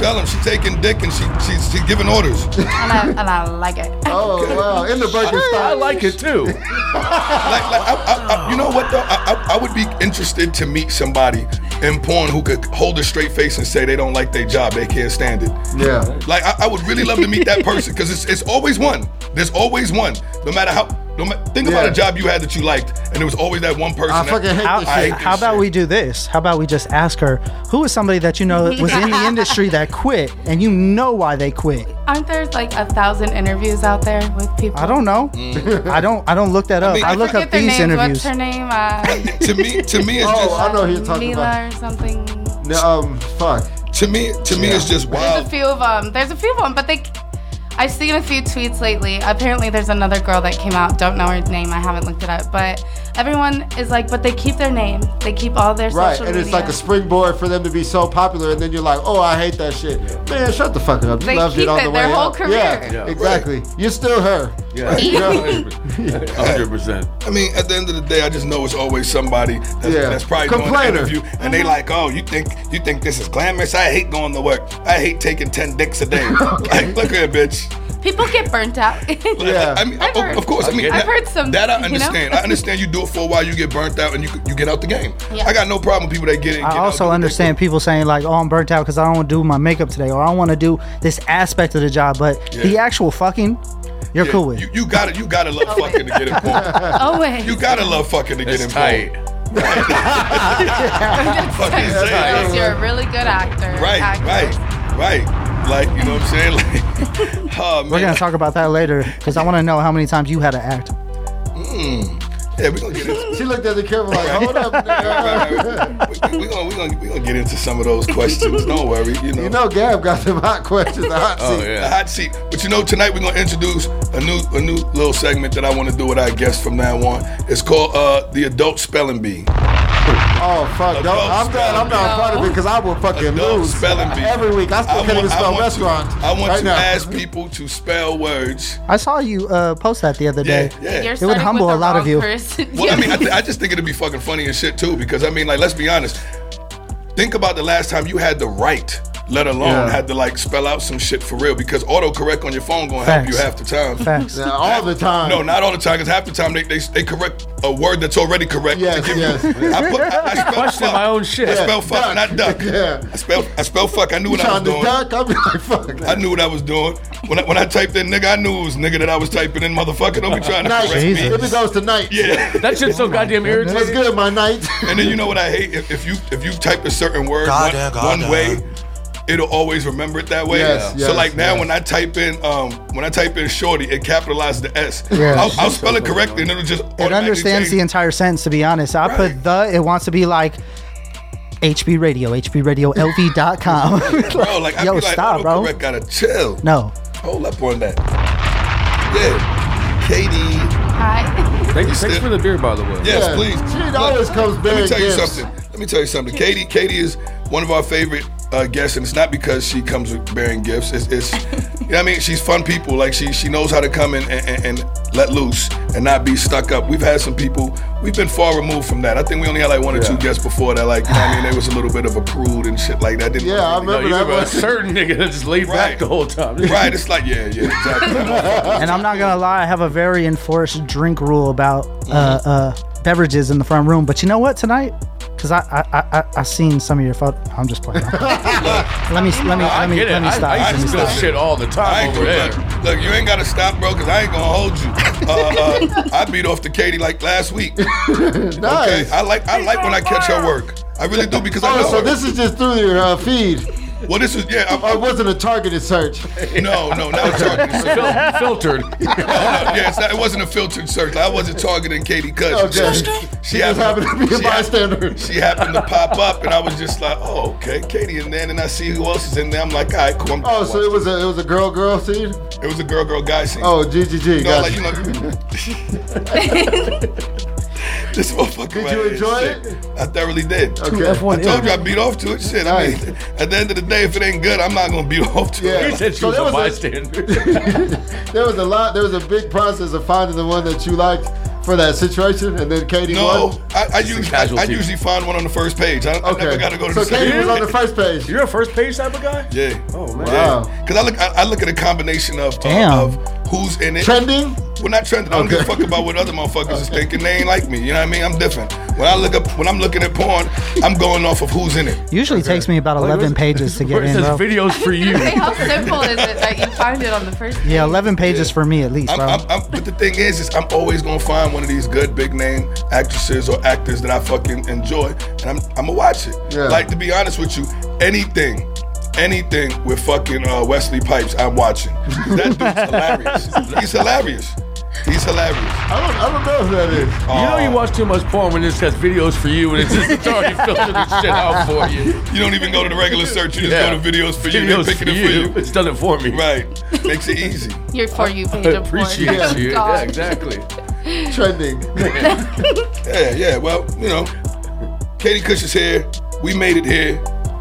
Speaker 16: Tell him she taking dick and she she's, she's giving orders.
Speaker 7: And I, and I like it.
Speaker 18: Oh wow! In the Birkenstocks.
Speaker 16: I like it too. like, like, I, I, I, you know what though? I, I, I would be interested to meet somebody in porn who could hold a straight face and say they don't like their job, they can't stand it.
Speaker 18: Yeah.
Speaker 16: Like I, I would really love to meet that person because it's, it's always one. There's always one, no matter how. No ma- think about
Speaker 18: Yeah.
Speaker 16: a job you had that you liked, and there was always that one person. that-
Speaker 19: how,
Speaker 16: I hate this
Speaker 19: how about we do this? How about we just ask her who is somebody that you know was in the industry that quit and you know why they quit?
Speaker 7: Aren't there like a thousand interviews out there with people?
Speaker 19: I don't know.
Speaker 16: Mm.
Speaker 19: I don't. I don't look that up. I,
Speaker 7: mean,
Speaker 19: look
Speaker 7: forget
Speaker 19: up
Speaker 7: their
Speaker 19: these
Speaker 7: names.
Speaker 19: interviews.
Speaker 7: What's her name? Uh,
Speaker 16: to me, to me, it's
Speaker 18: Oh,
Speaker 16: just.
Speaker 18: I know who you're talking
Speaker 7: Mila
Speaker 18: about.
Speaker 7: or something.
Speaker 18: No, um, fuck.
Speaker 16: To me, to me, it's just
Speaker 7: There's a few of them. There's a few of them, but they. I've seen a few tweets lately. Apparently, there's another girl that came out. Don't know her name. I haven't looked it up, but everyone is like, but they keep their name. They keep all their
Speaker 18: Right,
Speaker 7: social
Speaker 18: and it's
Speaker 7: media.
Speaker 18: like a springboard for them to be so popular, and then you're like, "Oh, I hate that shit." Man, shut the fuck up. You
Speaker 7: They
Speaker 18: loved
Speaker 7: keep
Speaker 18: it on
Speaker 7: it
Speaker 18: the
Speaker 7: their
Speaker 18: way
Speaker 7: whole
Speaker 18: up.
Speaker 7: career.
Speaker 18: Yeah,
Speaker 16: Yeah.
Speaker 18: exactly. You're still her.
Speaker 16: Yeah.
Speaker 18: You know?
Speaker 16: Hundred percent. I mean, at the end of the day, I just know it's always somebody that's,
Speaker 18: Yeah.
Speaker 16: that's probably doing an
Speaker 18: Complainer.
Speaker 16: interview, and
Speaker 19: Mm-hmm.
Speaker 16: they like, oh, you think you think this is glamorous? I hate going to work. I hate taking ten dicks a day. like, look here, bitch.
Speaker 7: People get burnt out.
Speaker 16: Yeah. I mean,
Speaker 7: I've
Speaker 16: of-
Speaker 7: heard-
Speaker 16: of course. I mean,
Speaker 7: I've
Speaker 16: that,
Speaker 7: heard some.
Speaker 16: that I
Speaker 7: you know?
Speaker 16: understand. I understand you do it for a while, you get burnt out, and you you get out the game.
Speaker 7: Yeah.
Speaker 16: I got no problem with people that get in.
Speaker 19: I also understand people saying like, "Oh, I'm burnt out because I don't want to do my makeup today, or I want to do this aspect of the job." But the actual fucking, you're cool with.
Speaker 16: You got to You got to love fucking to get in porn.
Speaker 7: Always.
Speaker 16: You got to love fucking to get in tight. porn. Fucking say it.
Speaker 7: Because you're a really good actor.
Speaker 16: Right,
Speaker 7: actor.
Speaker 16: right, right. Like, you know what I'm saying? Like, oh, man.
Speaker 19: We're gonna talk about that later because I want to know how many times you had to act.
Speaker 16: Mm. Yeah, we're gonna get into
Speaker 18: She looked at the camera like, "Hold up."
Speaker 16: We're gonna, we gonna, we gonna get into some of those questions. Don't worry, you know.
Speaker 18: You know, Gab got some hot questions. The hot seat.
Speaker 16: The hot seat. But you know, tonight we're gonna introduce a new a new little segment that I want to do with our guests from now on. It's called uh, the Adult Spelling Bee.
Speaker 18: Oh fuck! No, I'm glad I'm not a part of it because I will fucking lose
Speaker 16: spelling bee.
Speaker 18: every week. I still
Speaker 16: I
Speaker 18: can't even
Speaker 16: want- I
Speaker 18: spell
Speaker 16: want to-
Speaker 18: restaurant.
Speaker 16: I want
Speaker 18: right
Speaker 16: to
Speaker 18: now.
Speaker 16: ask people to spell words.
Speaker 19: I saw you uh, post that the other day.
Speaker 16: yeah. You're
Speaker 19: It would
Speaker 16: starting
Speaker 19: humble
Speaker 16: with
Speaker 19: a
Speaker 16: the
Speaker 19: lot of
Speaker 16: wrong
Speaker 19: you.
Speaker 16: Well, I mean, I, th- I just think it'd be fucking funny and shit too, because I mean, like, let's be honest. Think about the last time you had to write, let alone
Speaker 18: Yeah.
Speaker 16: had to like spell out some shit for real, because autocorrect on your phone gonna help you
Speaker 18: Facts.
Speaker 16: half the time.
Speaker 18: Facts. Yeah, all the time.
Speaker 16: No, not all the time, because half the time they, they, they correct a word that's already correct. to give
Speaker 18: yes.
Speaker 16: You. I, put, I, I spelled
Speaker 18: Question
Speaker 16: fuck.
Speaker 18: my own shit.
Speaker 16: I
Speaker 18: Yeah,
Speaker 16: spelled fuck,
Speaker 18: duck.
Speaker 16: not duck.
Speaker 18: Yeah.
Speaker 16: I spelled I spelled fuck. I knew what I was
Speaker 18: Trying to
Speaker 16: doing.
Speaker 18: duck? I'm like, fuck.
Speaker 16: I knew what I was doing. When I, when I typed in nigga, I knew it was nigga that I was typing in. Motherfucker, don't be trying to
Speaker 18: Night.
Speaker 16: correct me.
Speaker 18: If it goes to night.
Speaker 16: Yeah. That shit's so goddamn irritating.
Speaker 18: What's good, my night?
Speaker 16: And then you know what I hate? If, if you if you type a certain word
Speaker 18: God
Speaker 16: one,
Speaker 18: damn, God
Speaker 16: one
Speaker 18: damn.
Speaker 16: way, it'll always remember it that way.
Speaker 18: Yes,
Speaker 16: so
Speaker 18: yes,
Speaker 16: like now
Speaker 18: yes.
Speaker 16: when I type in um when I type in shorty, it capitalizes the S.
Speaker 19: Yeah.
Speaker 16: I'll, I'll spell it correctly and it'll just
Speaker 19: It understands the entire sentence. To be honest, I put the. It wants to be like. HB Radio, HBRadioLV.com.
Speaker 16: bro. Like I
Speaker 19: Yo,
Speaker 16: feel like oh.
Speaker 19: stop, bro.
Speaker 16: autocorrect gotta chill.
Speaker 19: No.
Speaker 16: Hold up on that. Yeah, Katie.
Speaker 7: Hi.
Speaker 16: Thanks, for the beer, by the way. Yes,
Speaker 18: Yeah.
Speaker 16: please.
Speaker 18: She always comes
Speaker 16: Let me
Speaker 18: bearing
Speaker 16: tell you
Speaker 18: gifts.
Speaker 16: something. Let me tell you something. Katie, Katie is one of our favorite uh, guests, and it's not because she comes with bearing gifts. It's, it's you know what I mean. She's fun people. Like she she knows how to come in and, and, and let loose and not be stuck up. We've had some people. We've been far removed from that. I think we only had like one or two guests before that. Like you know what I mean, there was a little bit of a prude and shit like that. Didn't
Speaker 18: Yeah, I
Speaker 16: really-
Speaker 18: remember No, you that remember a one. certain
Speaker 16: nigga that just laid back the whole time. Right. It's like yeah, yeah, exactly.
Speaker 19: and I'm not gonna lie, I have a very enforced drink rule about
Speaker 16: Mm-hmm.
Speaker 19: uh, uh, beverages in the front room. But you know what tonight? Because I I, I- I I seen some of your photos. I'm just playing. let me let me
Speaker 16: I
Speaker 19: let me
Speaker 16: get it.
Speaker 19: let me
Speaker 16: I-
Speaker 19: stop.
Speaker 16: I
Speaker 19: let me
Speaker 16: spill
Speaker 19: stop.
Speaker 16: shit all the time I ain't
Speaker 14: over
Speaker 16: gonna- Look, look, you ain't gotta stop, bro, because I ain't gonna hold you. Uh, uh, I beat off to Katie like last week. Okay, I like I like when I catch her work. I really do because I
Speaker 18: Oh,
Speaker 16: know.
Speaker 18: so
Speaker 16: her.
Speaker 18: this is just through your uh, feed.
Speaker 16: Well, this is yeah.
Speaker 18: I, wasn't a targeted search.
Speaker 16: No, no, not targeted. filtered. yes, it wasn't a filtered search. I wasn't targeting Katie Cousins.
Speaker 18: Okay.
Speaker 16: She,
Speaker 18: She just happened to be a
Speaker 16: she hap-
Speaker 18: bystander.
Speaker 16: She happened to pop up, and I was just like, "Oh, okay, Katie." And then, and I see who else is in there. I'm like, "All right, cool." I'm
Speaker 18: Oh, so it was a it was a girl girl scene.
Speaker 16: It was a girl girl guy scene.
Speaker 18: Oh, GGG.
Speaker 16: You know,
Speaker 18: gotcha.
Speaker 16: like, you know, this motherfucker. Did you enjoy it? I thoroughly did.
Speaker 18: Okay.
Speaker 16: I
Speaker 18: F1
Speaker 16: told you I beat off to it. Shit, I mean, at the end of the day, if it ain't good, I'm not gonna beat off to
Speaker 18: Yeah.
Speaker 16: it.
Speaker 18: He said she So was there a was a- bystander. there was a lot. There was a big process of finding the one that you liked. for that situation, and then Katie
Speaker 16: No,
Speaker 18: won.
Speaker 16: I, I, usually, I, I usually find one on the first page. I, I never got to go to
Speaker 18: so
Speaker 16: the second.
Speaker 18: Katie was on the first page.
Speaker 17: You're a first page type of guy.
Speaker 16: Yeah.
Speaker 17: Oh
Speaker 18: man.
Speaker 16: Yeah. Because I look, I, I look at a combination of uh,
Speaker 17: Damn.
Speaker 16: of who's in it.
Speaker 18: Trending.
Speaker 16: We're not trending. I don't give a fuck about what other motherfuckers is thinking. They ain't like me. You know what I mean? I'm different. When I look up, when I'm looking at porn, I'm going off of who's in it.
Speaker 19: Usually takes me about 11 pages to get in, bro.
Speaker 17: videos for you.
Speaker 7: Say, how simple is it that you find it on the first?
Speaker 19: Yeah, 11 pages for me at least,
Speaker 16: I'm,
Speaker 19: bro.
Speaker 16: I'm, I'm, but the thing is, is I'm always gonna find one of these good big name actresses or actors that I fucking enjoy, and I'm I'm gonna watch it.
Speaker 18: Yeah.
Speaker 16: Like to be honest with you, anything, anything with fucking uh, Wesley Pipes, I'm watching. That dude's hilarious. He's hilarious. He's hilarious. Oh.
Speaker 18: I don't, I don't know who that is.
Speaker 17: You know you watch too much porn when this has videos for you and it's just it's already filtered this shit out for you.
Speaker 16: You don't even go to the regular search. You just
Speaker 17: Yeah.
Speaker 16: go to videos for you. They're
Speaker 17: Videos
Speaker 16: picking
Speaker 17: for
Speaker 16: it for
Speaker 17: you.
Speaker 16: you.
Speaker 17: It's done it for me.
Speaker 16: Right. Makes it easy.
Speaker 7: Your for you page.
Speaker 17: I
Speaker 7: of porn.
Speaker 17: appreciate
Speaker 7: Oh,
Speaker 17: you.
Speaker 7: God.
Speaker 17: Yeah, exactly.
Speaker 18: Trending.
Speaker 16: Yeah, yeah. Well, you know, Katie Cush's here. We made it here.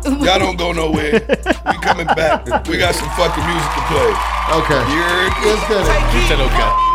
Speaker 16: Y'all don't go nowhere. We coming back. We got some fucking music to play.
Speaker 18: Okay.
Speaker 16: You're
Speaker 18: Let's get
Speaker 16: it.
Speaker 17: He said okay.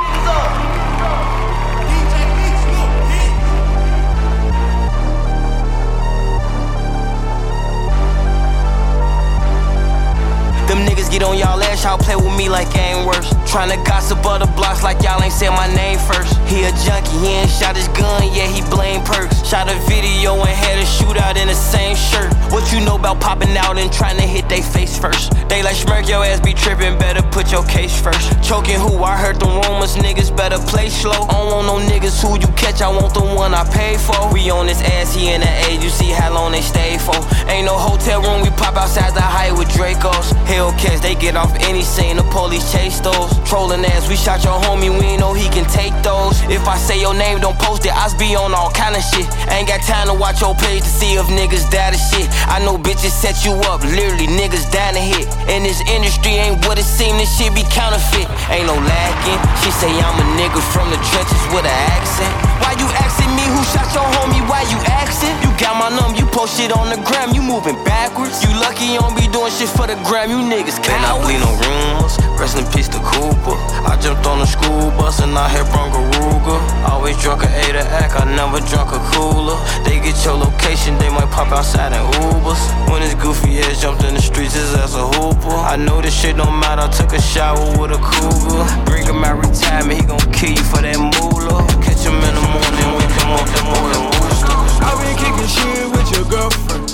Speaker 14: Them niggas get on y'all ass, y'all play with me like I ain't worse. Tryna gossip other blocks like y'all ain't said my name first. He a junkie, he ain't shot his gun, yeah, he blame perks. Shot a video and had a shootout in the same shirt. What you know about popping out and tryna hit they face first? They like smirk your ass be trippin', better put your case first. Choking who? I heard the rumors, niggas better play slow. I don't want no niggas who you catch, I want the one I pay for. We on this ass, he in the A, you see how long they stay for. Ain't no hotel room, we pop outside the high with Dracos. Hellcats, they get off any scene, the police chase those. Trolling ass, we shot your homie, we ain't know he can take those. If I say your name, don't post it, I be on all kind of shit. Ain't got time to watch your page to see if niggas die to shit. I know bitches set you up, literally niggas dying to hit. And this industry ain't what it seem, this shit be counterfeit. Ain't no lacking, she say I'm a nigga from the trenches with an accent. Why you asking me who shot your homie? Why you asking? You got my number, you post shit on the gram, you moving backwards. You lucky you don't be doing shit for the gram, you niggas cowards. Man, I bleed no rumors, rest in peace to Cooper. I jumped on the school bus and I had brung a Ruger. Always drunk a A to act, I never drunk a cooler. They get your location, they might pop outside in Ubers. When his goofy ass jumped in the streets, his ass a hooper. I know this shit don't matter, I took a shower with a cougar. Bring him out retirement, he gon' kill you for that moolah. Catch him in the morning, wake him up, that morning booster.
Speaker 20: I been kicking shit with your girlfriend.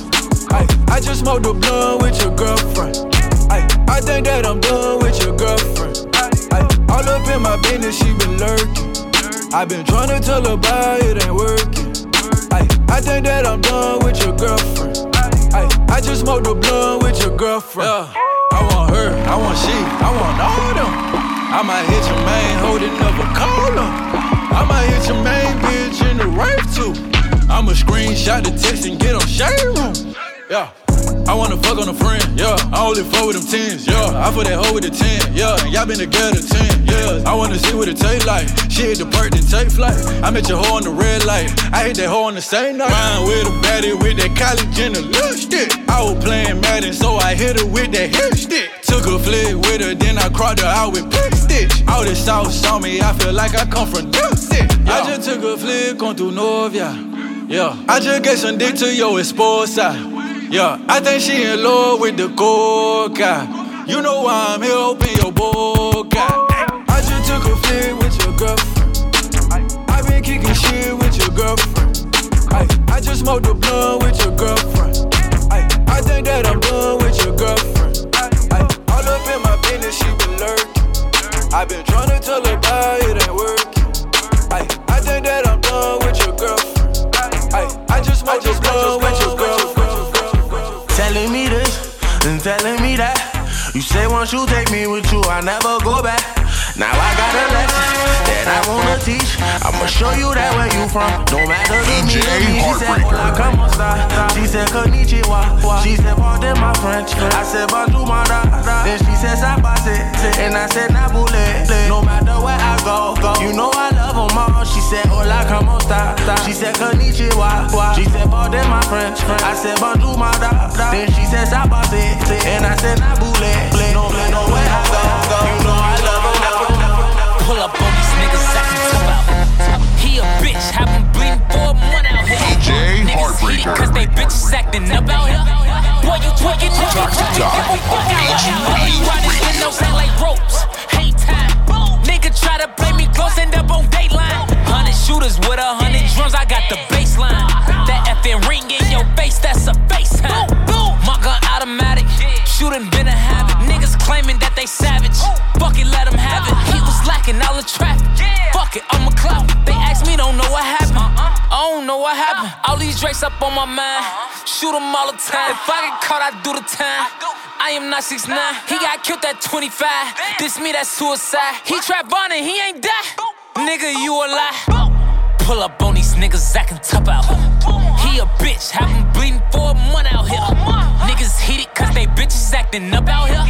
Speaker 20: Ay, I just smoked a blunt with your girlfriend. Ay, I think that I'm done with your girlfriend. Ay, all up in my business, she been lurking. I been tryna tell her why it ain't working. Ay, I think that I'm done with your girlfriend. Ay, I just smoked a blunt with your girlfriend. Yeah. I want her, I want she, I want all them. I might hit your main, hold it up, a call him. I might hit your main bitch in the rave too. I'ma screenshot the text and get on shade room. Yeah. I wanna fuck on a friend, yeah. I only fuck with them tens, yeah. I put that hoe with the ten, yeah. And y'all been together ten, yeah. I wanna see what it taste like. She hit the perk then take flight. I met your hoe on the red light. I hit that hoe on the same night. Mine with a baddie with that college and a lipstick. I was playing Madden, so I hit her with that hip stick. Took a flick with her, then I crawled her out with pick stitch. All this south saw me, I feel like I come from Dipstick. I just took a flick on through Novia. Yeah, I just gave some dick to your esposa. Yeah, I think she in love with the coca. You know why I'm here, open your boca. I just took a flick with your girlfriend. I, I been kicking shit with your girlfriend. I, I just smoked a blunt with your girlfriend. I, I think that I'm done with your girlfriend. I, I, all up in my business, she been lurking. I been tryna tell her why it ain't working. I, I think that I'm done with your girlfriend. I, I, I just smoked a blunt with your girlfriend.
Speaker 21: Telling me this and telling me that. You say once you take me with you, I never go back. Now I got a lesson that I wanna teach. I'ma show you that where you from, no matter the me. the me. She said, Hola, come on, star. She said, Konnichiwa. She said, pardon my French. I said, bonjour, my da, da. Then she said, sabase. And I said, nabule. No matter where I go, go. You know I love 'em all. She said, hola, come on, star. She said, konnichiwa. She said, pardon my French. I said, bonjour, my da, da. Then she said, sabase. And I said, nabule. No matter where I go, go. You know I love 'em all.
Speaker 22: pull up on these niggas, I can tell out. He a bitch, i been bleeding for a month out here.
Speaker 1: DJ Heartbreaker.
Speaker 22: Cause they bitches acting up out here. Boy, you tweaking, boy, you
Speaker 1: Talk to
Speaker 22: tweaking.
Speaker 1: Doc
Speaker 22: Give a fuck
Speaker 1: on
Speaker 22: out here.
Speaker 1: HB
Speaker 22: Why you riding in those sound like ropes? Hate time. Nigga try to play me close, end up on Dateline. Hundred shooters with a hundred drums, I got the baseline. That effing ring in your face, that's a FaceTime. My gun automatic, shooting been a habit. Niggas claiming that they savage, fuck it, let 'em have it. He was lacking all the traffic, fuck it, I'm a clout. They ask me, don't know what happened. I don't know what happened. All these drakes up on my mind, shoot 'em all the time. If I get caught, I do the time. I am not 6'9. He got killed at 25. This me, that's suicide. He trapped on and he ain't die. Nigga, you a lie. Pull up on these niggas, I can top out. He a bitch, have him bleeding for a month out here. Niggas hit it cause they bitches acting up out here.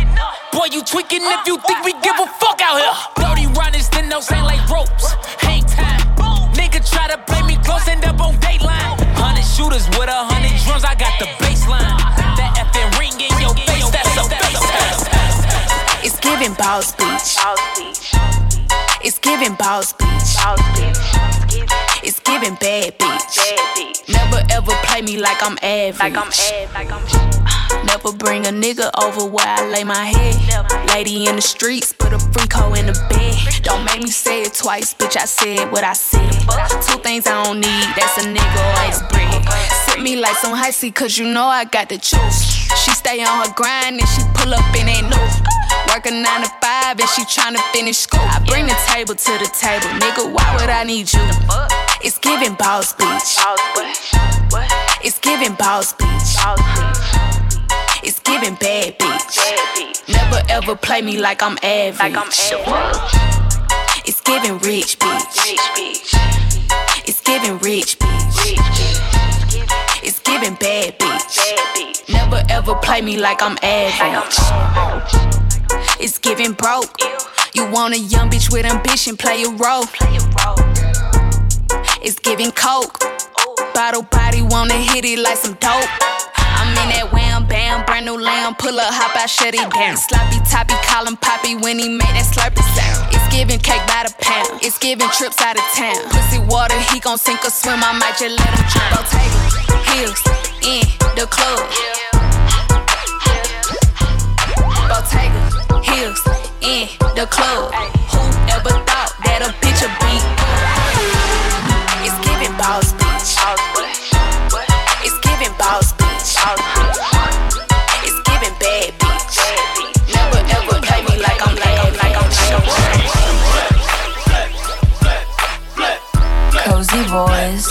Speaker 22: Boy, you tweaking if you think we give a fuck out here. Dirty runners, then those ain't like ropes. Hang time. Nigga try to play me close, end up on Dateline. Hundred shooters with a hundred drums, I got the baseline. That effing ring in your face, that's a FaceTime.
Speaker 23: It's giving boss speech. It's giving boss speech. It's giving bad bitch. Never ever play me like I'm average. Like I'm Like I'm Never bring a nigga over where I lay my head. Lady in the streets, put a freak hoe in the bed. Don't make me say it twice, bitch. I said what I said. Two things I don't need, that's a nigga or his bread. Sip me like some high C, cause you know I got the juice. She stay on her grind and she pull up and ain't new. Work a nine to five and she tryna finish school. I bring the table to the table, nigga. Why would I need you? It's giving boss bitch. It's giving boss bitch. It's giving bad bitch. Never ever play me like I'm average. It's giving rich bitch. It's giving rich bitch. It's giving bad bitch. Never ever play me like I'm average. It's giving broke. You want a young bitch with ambition, play a role. It's giving coke. Bottle body wanna hit it like some dope. I'm in that wham bam, brand new lamb, pull up, hop out, shut it down. Sloppy toppy, call him poppy when he make that slurpy sound. It's giving cake by the pound, it's giving trips out of town. Pussy water, he gon' sink or swim, I might just let him drown. Rotate heels in the club. Bottega, heels in the club. Who ever thought that a bitch would be? It's giving boss bitch. It's giving boss bitch. It's giving bad bitch. Never ever play me like I'm lame, like I'm like I'm. Cozy boys.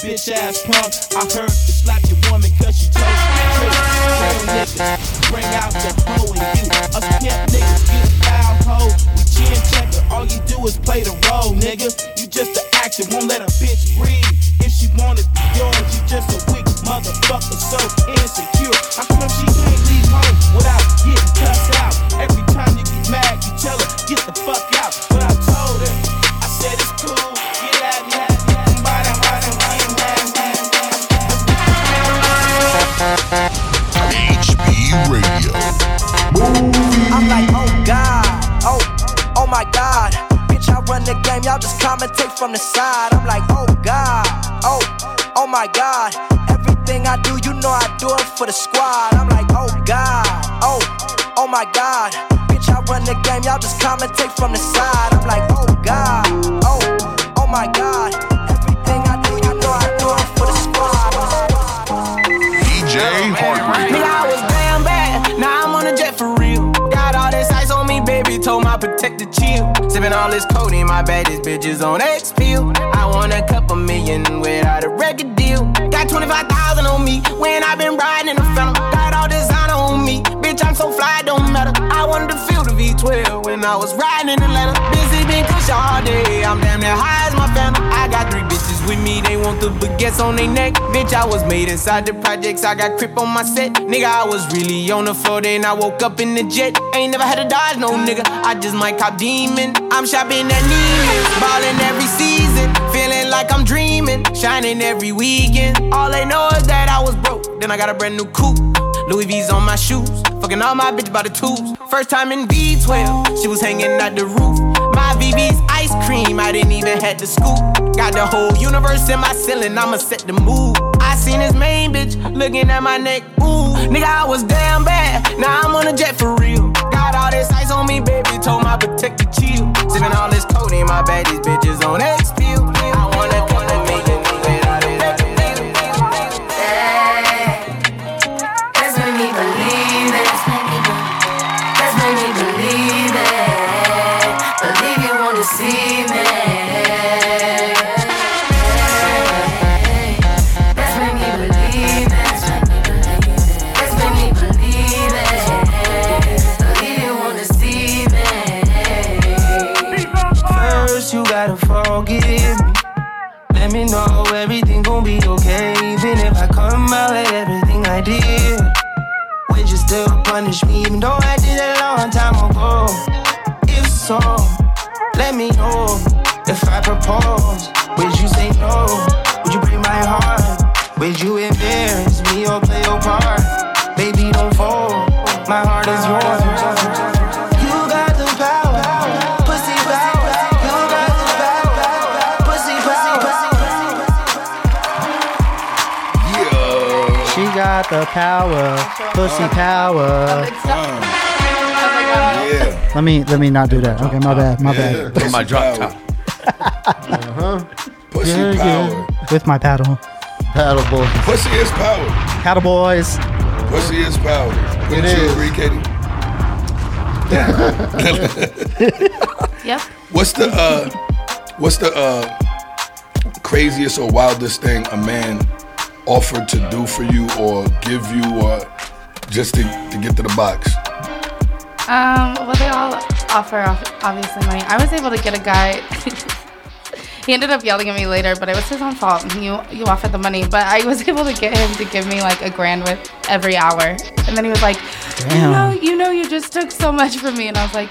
Speaker 8: bitch ass punk. I heard to slap your woman cause she toast. Trick, real niggas.
Speaker 24: Bring out the hoe in you. A pimp nigga get a foul hoe. We chin checker. All you do is play the role, nigga. You just an actor. Won't let a bitch breathe. If she wanna be yours, you just a weak motherfucker. So insecure. How come she can't leave home without getting cussed out? Every time you get mad, you tell her get the fuck out. But I told her, I said it's cool. Get out, get out, get out. Bye, bye, bye, bye, bye, bye.
Speaker 1: HB Radio.
Speaker 25: I'm like, oh god, oh, oh my god. Bitch, I run the game, y'all just commentate from the side. I'm like, oh god, oh, oh my god. Everything I do, you know I do it for the squad. I'm like, oh god, oh, oh my god. Bitch, I run the game, y'all just commentate from the side. I'm like, oh god, oh, oh my god. Everything I do, you know I do it for the squad.
Speaker 1: DJ Heartbreak.
Speaker 25: Nigga, I was
Speaker 11: damn bad. Now I'm on a jet for real. Got all this ice on me, baby. Told my protector chill. Sipping all this codeine, my baddest bitches on X pill. I want a couple million without a record deal. Got 25,000 on me when i been riding in the phantom. Got all designer on me, bitch. I'm so fly, don't matter. I wanted to feel the V12 when I was riding in Atlanta. Busy been cush all day. I'm damn near high as my family. I got three bitches with me, they want the baguettes on their neck. Bitch, I was made inside the projects. I got crip on my set. Nigga, I was really on the floor, then I woke up in the jet. Ain't never had a dodge, no nigga. I just might cop demon. I'm shopping at Neiman's, ballin' every season. Feeling like I'm dreaming, shining every weekend. All they know is that I was broke, then I got a brand new coupe. Louis V's on my shoes, fucking all my bitch by the tubes. First time in V12, she was hanging out the roof. My VV's ice cream, I didn't even had to scoop. Got the whole universe in my ceiling, I'ma set the mood. I seen his main bitch looking at my neck, ooh. Nigga, I was damn bad, now I'm on a jet for real. Got all this ice on me, baby, told my protector chill. Sipping all this codeine, my bad, these bitches on X pill. I wanna come to me and do it all
Speaker 8: Let's make me believe it. Let's make me believe it. Believe you won't deceive me. Let's make me believe it. Let's make me believe it. Believe you won't deceive me.
Speaker 11: First, you gotta forgive me. Let me know everything gon' be okay. Even if I come out with everything I did, would you still punish me? Even though I did it a long time ago. If so, let me know. If I propose, would you say no? Would you break my heart? Would you embarrass me or play your part? Baby, don't fold. My heart is yours. You got the power, pussy power. You got the power, pussy power.
Speaker 19: She got the power, pussy
Speaker 16: Uh,
Speaker 19: power.
Speaker 16: Yeah.
Speaker 19: Let me let me not do that. Okay, my bad, my
Speaker 17: Yeah.
Speaker 19: bad.
Speaker 17: My drop top.
Speaker 18: Uh-huh.
Speaker 16: Pussy
Speaker 19: Yeah, yeah.
Speaker 16: power.
Speaker 19: With my paddle,
Speaker 18: paddle boy,
Speaker 16: Pussy is power.
Speaker 19: paddle boys.
Speaker 16: Pussy is power. Wouldn't
Speaker 18: It
Speaker 16: you
Speaker 18: is.
Speaker 16: agree, Katie?
Speaker 7: Yep.
Speaker 16: What's the uh, what's the uh, craziest or wildest thing a man offered to do for you or give you or just to, to get to the box?
Speaker 7: Um, well, they all offer off- obviously money. I was able to get a guy. he ended up yelling at me later, but it was his own fault. You you offered the money, but I was able to get him to give me like a grand with every hour, and then he was like,
Speaker 19: Damn.
Speaker 7: "You know, you know, you just took so much from me," and I was like,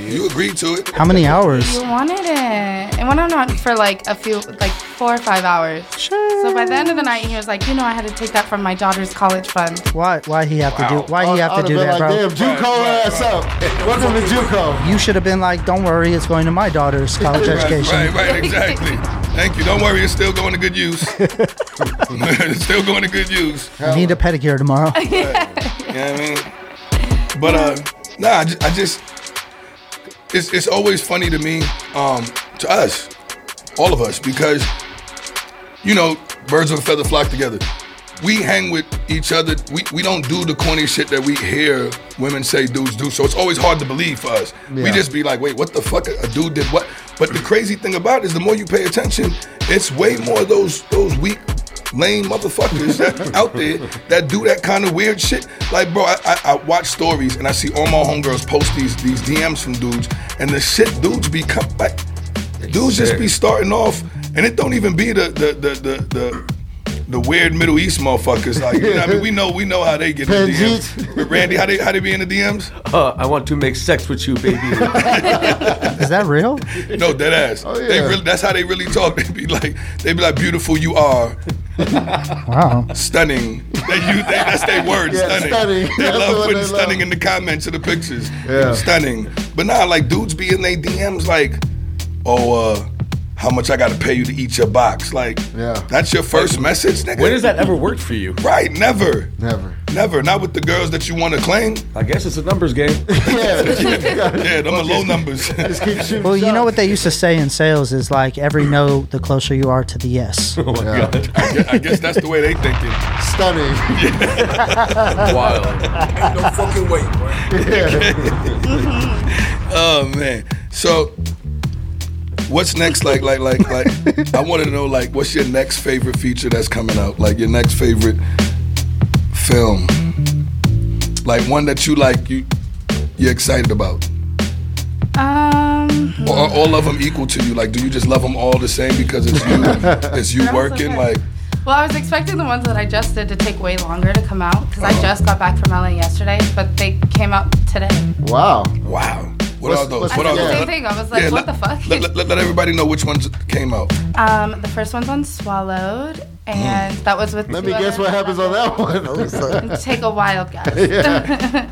Speaker 16: You agreed to it.
Speaker 19: How many hours?
Speaker 7: "You wanted it." It went on for like a few, like four or five hours. Sure. So by the end of the night, he was like, "You know, I had to take that from my daughter's college fund."
Speaker 19: Why why he have to do why he have
Speaker 18: I'd
Speaker 19: to do
Speaker 18: have
Speaker 19: that,
Speaker 18: been
Speaker 19: bro?
Speaker 18: like, "Damn, JUCO ass up. Welcome to JUCO."
Speaker 19: You should have been like, don't worry, it's going to my daughter's college
Speaker 16: Right,
Speaker 19: education.
Speaker 16: Right, right, exactly. Thank you. Don't worry, it's still going to good use. it's still going to good use.
Speaker 19: I need a pedicure tomorrow.
Speaker 16: You know what I mean? But uh, nah, I ju- I just, it's it's always funny to me, um, to us, all of us, because you know, birds of a feather flock together. We hang with each other. We, we don't do the corny shit that we hear women say dudes do. So it's always hard to believe for us. We
Speaker 26: Yeah.
Speaker 16: just be like, wait, what the fuck? A dude did what? But the crazy thing about it is the more you pay attention, it's way more those those weak lame motherfuckers that out there that do that kind of weird shit. Like, bro, I, I, I watch stories and I see all my homegirls post these these DMs from dudes, and the shit dudes be come like, dudes just be starting off, and it don't even be the the the the. the the weird Middle East motherfuckers, like you know, what I mean, we know we know how they get in the DMs. Randy, how they how they be in the DMs?
Speaker 17: Uh, I want to make sex with you, baby.
Speaker 19: Is that real?
Speaker 16: No, dead ass.
Speaker 18: Oh,
Speaker 16: They
Speaker 19: yeah.
Speaker 16: really, that's how they really talk. They be like, they be like, beautiful you are,
Speaker 19: Wow.
Speaker 16: stunning. They use they, that's their word,
Speaker 18: Yeah,
Speaker 16: stunning.
Speaker 18: stunning.
Speaker 16: They
Speaker 18: That's the
Speaker 16: love
Speaker 18: one
Speaker 16: putting
Speaker 18: they love.
Speaker 16: stunning in the comments of the pictures.
Speaker 18: Yeah.
Speaker 16: stunning. But nah, like dudes be in their DMs like, oh, uh, how much I got to pay you to eat your box? Like, yeah, that's your first message, nigga.
Speaker 17: When has that ever worked for you?
Speaker 16: Right, never.
Speaker 18: Never.
Speaker 16: Never. Not with the girls that you want to claim.
Speaker 17: I guess it's a numbers game.
Speaker 16: yeah, yeah, them are low numbers.
Speaker 19: Well, you know what they used to say in sales is like every no, the closer you are to the yes.
Speaker 17: Oh my
Speaker 16: God. I guess, I guess that's the way they think it.
Speaker 18: Stunning.
Speaker 16: Wild.
Speaker 18: Ain't no fucking way, boy.
Speaker 16: oh man. So what's next? Like, like, like, like I wanna know like what's your next favorite feature that's coming out? Like your next favorite film. Like one that you like you you're excited about.
Speaker 7: Um,
Speaker 16: Or are all of them equal to you? Like, do you just love them all the same because it's you, it's you working? Like,
Speaker 7: well, I was expecting the ones that I just did to take way longer to come out because I just got back from LA yesterday, but they came out today.
Speaker 18: Wow.
Speaker 16: Wow. What are those?
Speaker 7: I
Speaker 16: What
Speaker 7: said
Speaker 16: are
Speaker 7: the
Speaker 16: those?
Speaker 7: same
Speaker 16: Let-
Speaker 7: thing. I was like, what
Speaker 16: let,
Speaker 7: the fuck?
Speaker 16: Let, let- let everybody know which ones came out.
Speaker 7: Um, the first one's on Swallowed, and that was with.
Speaker 18: Let
Speaker 7: two
Speaker 18: me guess
Speaker 7: other-
Speaker 18: what happens on that one.
Speaker 7: Take a wild guess.
Speaker 18: Yeah.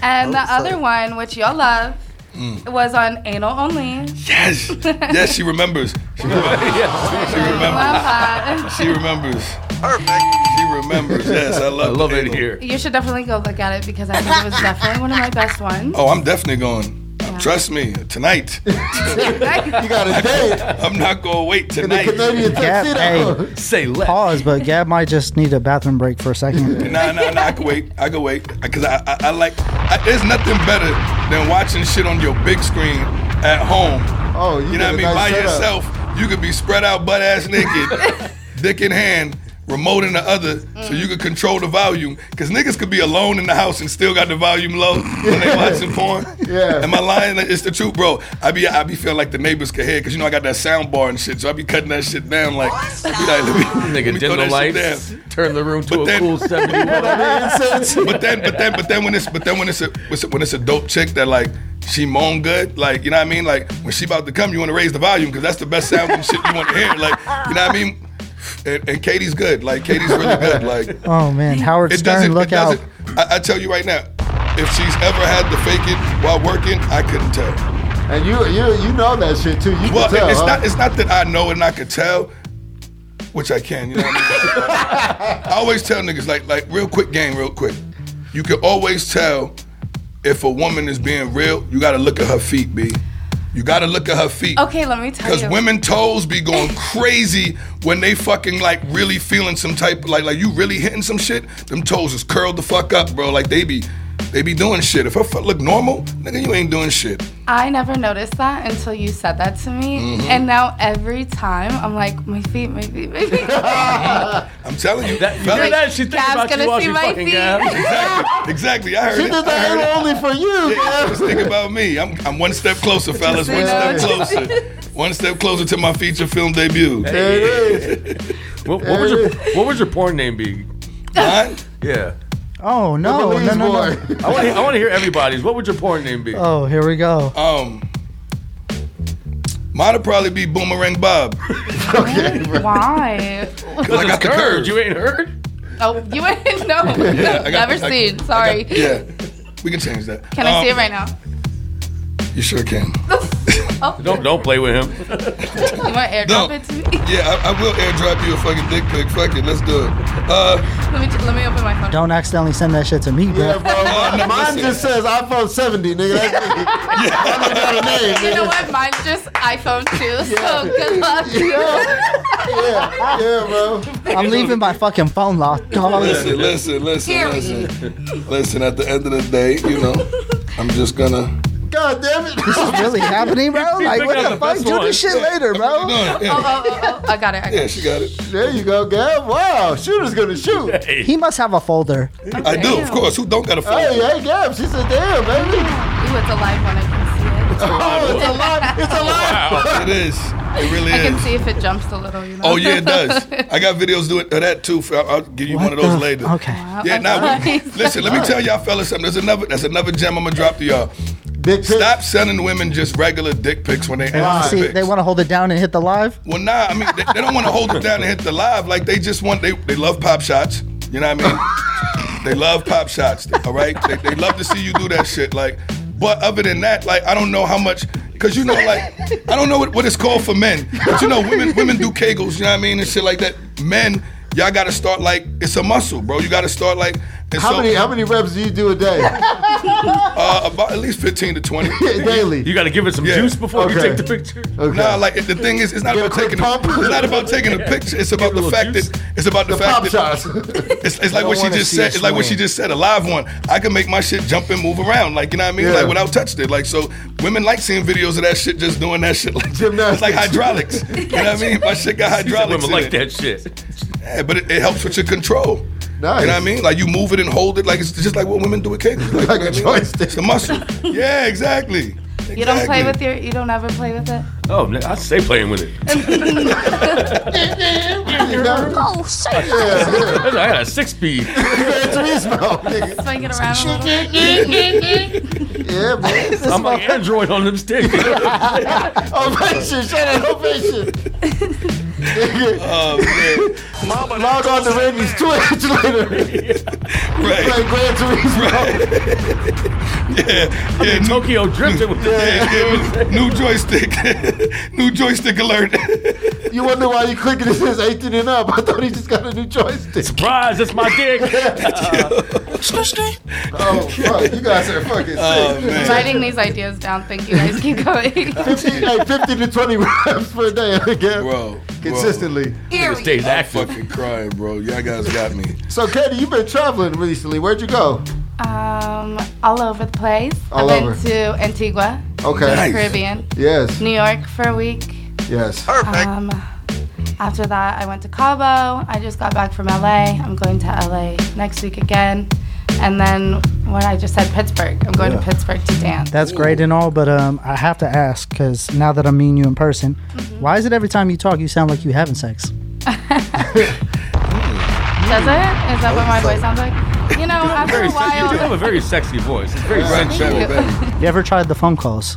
Speaker 7: and the other one, which y'all love,
Speaker 16: Oh, Mm.
Speaker 7: was on Anal Only.
Speaker 16: Yes. Yes, she remembers. She remembers. She
Speaker 7: Love that.
Speaker 16: remembers. She remembers. Perfect. She remembers. Yes, I love. I love it here.
Speaker 7: You should definitely go look at it because I think it was definitely one of my best ones.
Speaker 16: Oh, I'm definitely going. Trust me, tonight.
Speaker 7: you
Speaker 18: got a date.
Speaker 16: I'm not gonna wait tonight.
Speaker 19: hey,
Speaker 17: Say less.
Speaker 19: Pause, but Gab might just need a bathroom break for a second.
Speaker 16: Nah, nah, nah. I can wait. I can wait because I, I, I like. I, there's nothing better than watching shit on your big screen at home.
Speaker 18: Oh, you, got
Speaker 16: know what I
Speaker 18: a
Speaker 16: mean?
Speaker 18: nice
Speaker 16: By
Speaker 18: setup.
Speaker 16: yourself, you could be spread out, butt ass naked, dick in hand, remote in the other, so you could control the volume. Because niggas could be alone in the house and still got the volume low when they watching porn. Yeah. Am I lying? It's the truth, bro. I be I be feeling like the neighbors could hear because you know I got that sound bar and shit, so I be cutting that shit down like. be like, let me- let
Speaker 17: Nigga,
Speaker 16: me
Speaker 17: dim
Speaker 16: throw
Speaker 17: the
Speaker 16: that shit
Speaker 17: lights, turn the room to a
Speaker 16: then-
Speaker 17: cool 71.
Speaker 16: but then, but then, but then when it's, but then when it's a, when it's a- when it's a dope chick that like she moan good, like you know what I mean. Like when she about to come, you want to raise the volume because that's the best sound and shit you want to hear. Like you know what I mean. And, and Katie's good. Like Katie's really good. Like
Speaker 19: Oh man, Howard
Speaker 16: It doesn't-
Speaker 19: Stern,
Speaker 16: it
Speaker 19: look out!
Speaker 16: doesn't- I, I tell you right now, if she's ever had to fake it while working, I couldn't tell.
Speaker 18: And you, you, you know that shit too. You can
Speaker 16: Well,
Speaker 18: tell,
Speaker 16: it's
Speaker 18: huh?
Speaker 16: not it's not that I know and I could tell, which I can. You know what I mean? I always tell niggas like like real quick game, real quick. You can always tell if a woman is being real. You got to look at her feet, b. You got to look at her feet.
Speaker 7: Okay, let me tell
Speaker 16: Cause
Speaker 7: you.
Speaker 16: women toes be going crazy when they fucking like really feeling some type like like you really hitting some shit. Them toes is curled the fuck up, bro. Like they be they be doing shit. If her foot look normal, nigga, you ain't doing shit.
Speaker 7: I never noticed that until you said that to me,
Speaker 16: Mhm.
Speaker 7: and now every time I'm like, my feet, my feet, my feet.
Speaker 16: I'm telling you.
Speaker 17: That, you
Speaker 16: fellas-
Speaker 17: hear that? She thinking
Speaker 7: Gab's
Speaker 17: about
Speaker 7: gonna
Speaker 17: you while
Speaker 7: see
Speaker 17: she
Speaker 7: my
Speaker 17: fucking
Speaker 7: feet.
Speaker 17: Gab.
Speaker 16: Exactly, I heard
Speaker 18: She
Speaker 16: it.
Speaker 18: did
Speaker 16: I heard it.
Speaker 18: that only for you,
Speaker 16: Yeah,
Speaker 18: man.
Speaker 16: just think about me. I'm, I'm one step closer, fellas. One step closer. One step closer to my feature film debut.
Speaker 17: There it What, what was your What was your porn name be?
Speaker 16: Mine?
Speaker 17: Yeah.
Speaker 19: Oh no, no, no, no!
Speaker 17: I want to. I want to hear everybody's. What would your porn name be?
Speaker 19: Oh, here we go.
Speaker 16: Um, mine'll probably be Boomerang Bob.
Speaker 7: Why?
Speaker 16: Cause I got the curve.
Speaker 17: You ain't heard?
Speaker 7: Oh, you wouldn't know.
Speaker 16: Yeah, I got-
Speaker 7: never
Speaker 16: I-
Speaker 7: seen. Sorry.
Speaker 16: Yeah, we can change that.
Speaker 7: Can I see it
Speaker 16: Um,
Speaker 7: right now?
Speaker 16: You sure can.
Speaker 17: Don't don't play with him.
Speaker 7: Oh. You want to airdrop
Speaker 16: don't.
Speaker 7: it to me?
Speaker 16: Yeah, I, I will airdrop you a fucking dick pic. Fuck it, let's do it. Uh,
Speaker 7: Let me let me open my phone.
Speaker 19: Don't accidentally send that shit to me, bro.
Speaker 18: Yeah,
Speaker 16: Oh,
Speaker 18: bro. Mine just says iPhone 70, nigga. That's me. I don't got a name.
Speaker 7: You know
Speaker 18: nigga.
Speaker 7: what? Mine's just iPhone 2, so good luck.
Speaker 18: Yeah, yeah, bro.
Speaker 19: I'm leaving my fucking phone locked. dog.
Speaker 16: listen, listen, listen,
Speaker 7: Period.
Speaker 16: listen. Listen, at the end of the day, you know, I'm just gonna
Speaker 18: God damn it. This
Speaker 19: is really happening, bro? Like, what the fuck? Do this shit later, bro.
Speaker 7: Oh, oh, oh, oh, I got it. I got it.
Speaker 16: got it.
Speaker 18: There you go, Gab. Wow, shooter's gonna shoot. Oh,
Speaker 19: He must have a folder.
Speaker 16: I do, of course. Who don't got a phone?
Speaker 18: Hey, hey, Gab. She said, damn, baby.
Speaker 7: Ooh, it's a live one. I can see it.
Speaker 16: Oh, it's a
Speaker 18: live. It's a live.
Speaker 16: It is. It really
Speaker 7: I can
Speaker 16: is.
Speaker 7: see if it jumps a little. You know.
Speaker 16: Oh yeah, it does. I got videos doing of that too. I'll, I'll give you one of those later.
Speaker 19: Okay.
Speaker 16: Yeah, now we, listen. Let me tell y'all fellas something. There's another. That's another gem I'm gonna drop to y'all. Stop sending women just regular dick pics when they ask for
Speaker 19: See,
Speaker 16: pics.
Speaker 19: they want to hold it down and hit the live.
Speaker 16: Well, nah, I mean, they, they don't want to hold it down and hit the live. Like, they just want, they, they love pop shots. You know what I mean? they love pop shots, all right? They, they love to see you do that shit. Like, but other than that, like, I don't know how much, because you know, like, I don't know what, what it's called for men. But you know, women women do kegels, you know what I mean? And shit like that. Men, y'all got to start, like, it's a muscle, bro. You got to start, like, and
Speaker 18: How
Speaker 16: so-
Speaker 18: many how many reps do you do a day?
Speaker 16: uh, about at least 15 to 20
Speaker 18: daily.
Speaker 16: You got to give it some
Speaker 17: juice before you take the picture.
Speaker 16: Nah, like the thing is, it's not about taking. The, it's not about taking the picture. It's about the fact that it's about the,
Speaker 18: The
Speaker 16: fact
Speaker 18: pop
Speaker 16: that
Speaker 18: shots.
Speaker 16: it's, it's
Speaker 18: I
Speaker 16: like
Speaker 18: don't
Speaker 16: what she
Speaker 18: wanna
Speaker 16: just
Speaker 18: see
Speaker 16: said.
Speaker 18: us
Speaker 16: It's like what she
Speaker 18: win.
Speaker 16: just said. A live one. I can make my shit jump and move around. Like you know what I mean?
Speaker 18: Yeah.
Speaker 16: Like without touching it. Like so, women like seeing videos of that shit. Just doing that shit like It's like hydraulics. you know what I mean? My shit got
Speaker 17: She said
Speaker 16: hydraulics.
Speaker 17: Women
Speaker 16: in
Speaker 17: like
Speaker 16: it.
Speaker 17: that shit.
Speaker 16: Yeah, but it, it helps with your control.
Speaker 17: Nice.
Speaker 16: You know what I mean? Like you move it and hold it, like it's just like what women do with cables, like, a joystick. It's a muscle. Yeah, exactly.
Speaker 7: You don't play
Speaker 16: Exactly.
Speaker 7: with your. You don't ever play with it.
Speaker 17: Oh, man, I stay playing with it.
Speaker 7: oh shit!
Speaker 17: I got a six speed.
Speaker 7: Swing it around a little.
Speaker 18: yeah, man.
Speaker 17: I'm like Android on them sticks.
Speaker 18: oh, patient, shut up, patient.
Speaker 16: oh
Speaker 18: man. Log on to Randy's Twitch later.
Speaker 16: Right.
Speaker 18: Play Gran Turismo.
Speaker 16: Yeah, yeah.
Speaker 17: Tokyo drifting with
Speaker 16: yeah, yeah, New joystick. new joystick alert.
Speaker 18: You wonder why you clicking it says 18 and up. I thought he just got a new joystick.
Speaker 17: Surprise, it's Ah, my dick.
Speaker 18: oh, fuck. You guys are fucking
Speaker 16: Oh,
Speaker 18: sick.
Speaker 7: Writing these ideas down. Thank you guys. Keep going.
Speaker 18: 50, hey, 50 to 20 reps per day again.
Speaker 16: Bro.
Speaker 18: Consistently.
Speaker 16: Nigga
Speaker 17: stays active.
Speaker 16: I'm fucking crying, bro. Y'all guys got me.
Speaker 18: So, Katie, you've been traveling recently. Where'd you go?
Speaker 7: Um, all over the place.
Speaker 18: All
Speaker 7: I've
Speaker 18: over.
Speaker 7: been to Antigua,
Speaker 18: Okay.
Speaker 7: the
Speaker 18: Nice.
Speaker 7: Caribbean,
Speaker 18: Yes.
Speaker 7: New York for a week.
Speaker 18: Yes.
Speaker 7: Um, after that, I went to Cabo. I just got back from LA. I'm going to LA next week again. And then what I just said, Pittsburgh. I'm going to
Speaker 19: Yeah.
Speaker 7: Pittsburgh to dance.
Speaker 19: That's great and all, but um, I have to ask because now that I'm meeting you in person,
Speaker 7: Mm-hmm.
Speaker 19: why is it every time you talk you sound like you having sex?
Speaker 7: Does it? Is that what my voice sounds like? You know, after
Speaker 17: very
Speaker 7: a
Speaker 17: se- you do have a
Speaker 7: while.
Speaker 17: very sexy voice. It's very
Speaker 7: Thank
Speaker 17: sensual.
Speaker 7: you.
Speaker 19: You ever tried the phone calls?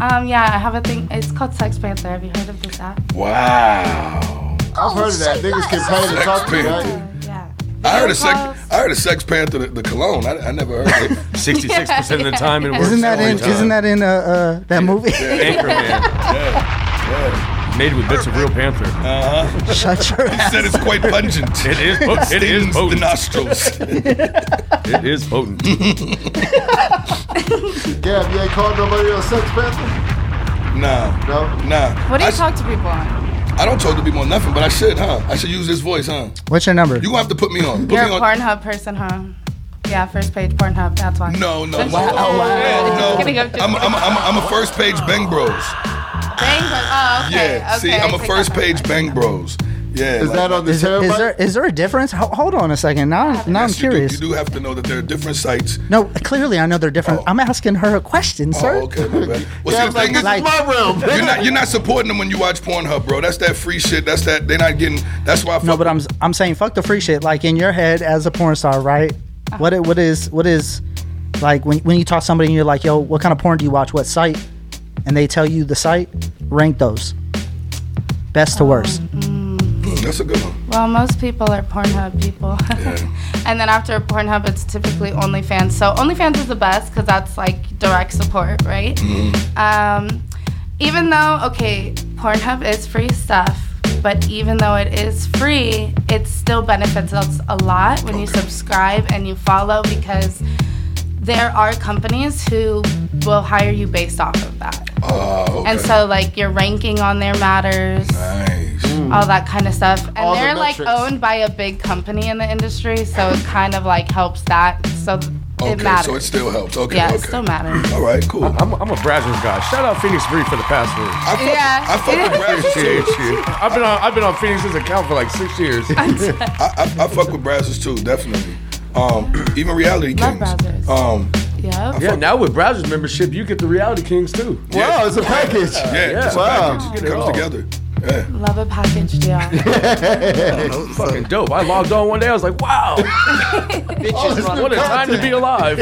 Speaker 7: Um, yeah, I have a thing. It's called Sex Panther. Have you heard of this app?
Speaker 16: Wow.
Speaker 18: I've heard of that. Niggas can pay to
Speaker 16: Sex
Speaker 18: talk to you,
Speaker 16: Panther.
Speaker 18: right?
Speaker 16: I heard a sex. I heard a sex panther. The, the cologne. I, I never heard it.
Speaker 17: 66% of the time it works.
Speaker 19: Isn't that
Speaker 17: all the
Speaker 19: in?
Speaker 17: time.
Speaker 19: Isn't that in uh, uh, that movie?
Speaker 17: Made with bits of real panther. Uh-huh.
Speaker 19: Shut your
Speaker 16: He said it's quite pungent.
Speaker 17: It is. po- It is
Speaker 16: Stings
Speaker 17: potent.
Speaker 16: the nostrils.
Speaker 17: It is potent.
Speaker 7: Oh,
Speaker 18: Gab, you ain't called nobody on Sex Panther?
Speaker 16: Nah.
Speaker 18: No.
Speaker 16: Nah.
Speaker 7: What do you
Speaker 16: I,
Speaker 7: talk to people on?
Speaker 16: I don't talk to people on nothing, but I should, huh? I should use this voice, huh?
Speaker 19: What's your number?
Speaker 16: You gonna have to put me on. Put
Speaker 7: You're a
Speaker 16: me on.
Speaker 7: Pornhub person, huh? Yeah, first page Pornhub. That's why.
Speaker 16: No, no.
Speaker 7: Just-
Speaker 16: Wow.
Speaker 7: Oh,
Speaker 16: Yeah,
Speaker 7: wow.
Speaker 16: no.
Speaker 7: Kidding, I'm just-
Speaker 16: I'm, I'm, I'm, I'm a first page Bang Bros.
Speaker 7: Dang, but- oh, okay.
Speaker 16: yeah. See,
Speaker 7: okay,
Speaker 16: I'm a
Speaker 7: I picked
Speaker 16: first
Speaker 7: up on
Speaker 16: page Bang Bros. Yeah. like-
Speaker 19: is, is there is there a difference? Ho- hold on a second. Now, I'm- now I'm
Speaker 16: Yes, you do-
Speaker 19: curious.
Speaker 16: You do have to know that there are different sites.
Speaker 19: No, clearly I know they're different. I'm asking her a question, sir.
Speaker 16: Oh, okay, my bad. Well,
Speaker 19: Yeah,
Speaker 16: see, the
Speaker 19: like,
Speaker 16: thing is,
Speaker 19: this is my realm.
Speaker 16: You're not, you're not supporting them when you watch Pornhub, bro. That's that free shit. That's that. They're not getting. That's why I
Speaker 19: No, but I'm I'm saying fuck the free shit. Like in your head as a porn star, right? What it, what is what is like when when you talk to somebody and you're like, yo, what kind of porn do you watch? What site? And they tell you the site. Rank those, best to worst.
Speaker 16: That's a good one.
Speaker 7: Well, most people are Pornhub people. and then after Pornhub, it's typically OnlyFans. So OnlyFans is the best because that's like direct support, right?
Speaker 16: Mm-hmm.
Speaker 5: Mm-hmm.
Speaker 7: Um, even though, okay, Pornhub is free stuff, but even though it is free, it still benefits us a lot when you subscribe and you follow because there are companies who will hire you based off of that.
Speaker 16: Oh,
Speaker 7: And so, like, your ranking on there matters. All that kind of stuff. And
Speaker 27: All the
Speaker 7: they're like
Speaker 27: metrics.
Speaker 7: owned by a big company in the industry, so it kind of like helps that. So
Speaker 16: Okay,
Speaker 7: it matters.
Speaker 16: so it still helps. Okay,
Speaker 7: yeah, it
Speaker 16: okay.
Speaker 7: still matters.
Speaker 16: All right, cool.
Speaker 17: I'm, I'm a Brazzers guy. Shout out Phoenix Free for the password.
Speaker 16: I fuck,
Speaker 7: Yeah.
Speaker 16: I fuck with Brazzers
Speaker 17: Appreciate
Speaker 16: too.
Speaker 17: you. I've been on I've been on Phoenix's account for like six years.
Speaker 16: I, I, I fuck with Brazzers too, definitely. Um, even Reality Kings. Um,
Speaker 7: Yeah.
Speaker 17: Yeah. Now with Brazzers membership, you get the Reality Kings too.
Speaker 16: Wow, it's a package.
Speaker 17: Yeah.
Speaker 16: Yeah, it's a
Speaker 17: Wow.
Speaker 16: package. It
Speaker 17: You get
Speaker 16: comes
Speaker 17: all.
Speaker 16: together. Yeah.
Speaker 7: Love a package deal.
Speaker 17: Yeah, fucking dope. I logged on one day. I was like, wow. what a time to be alive.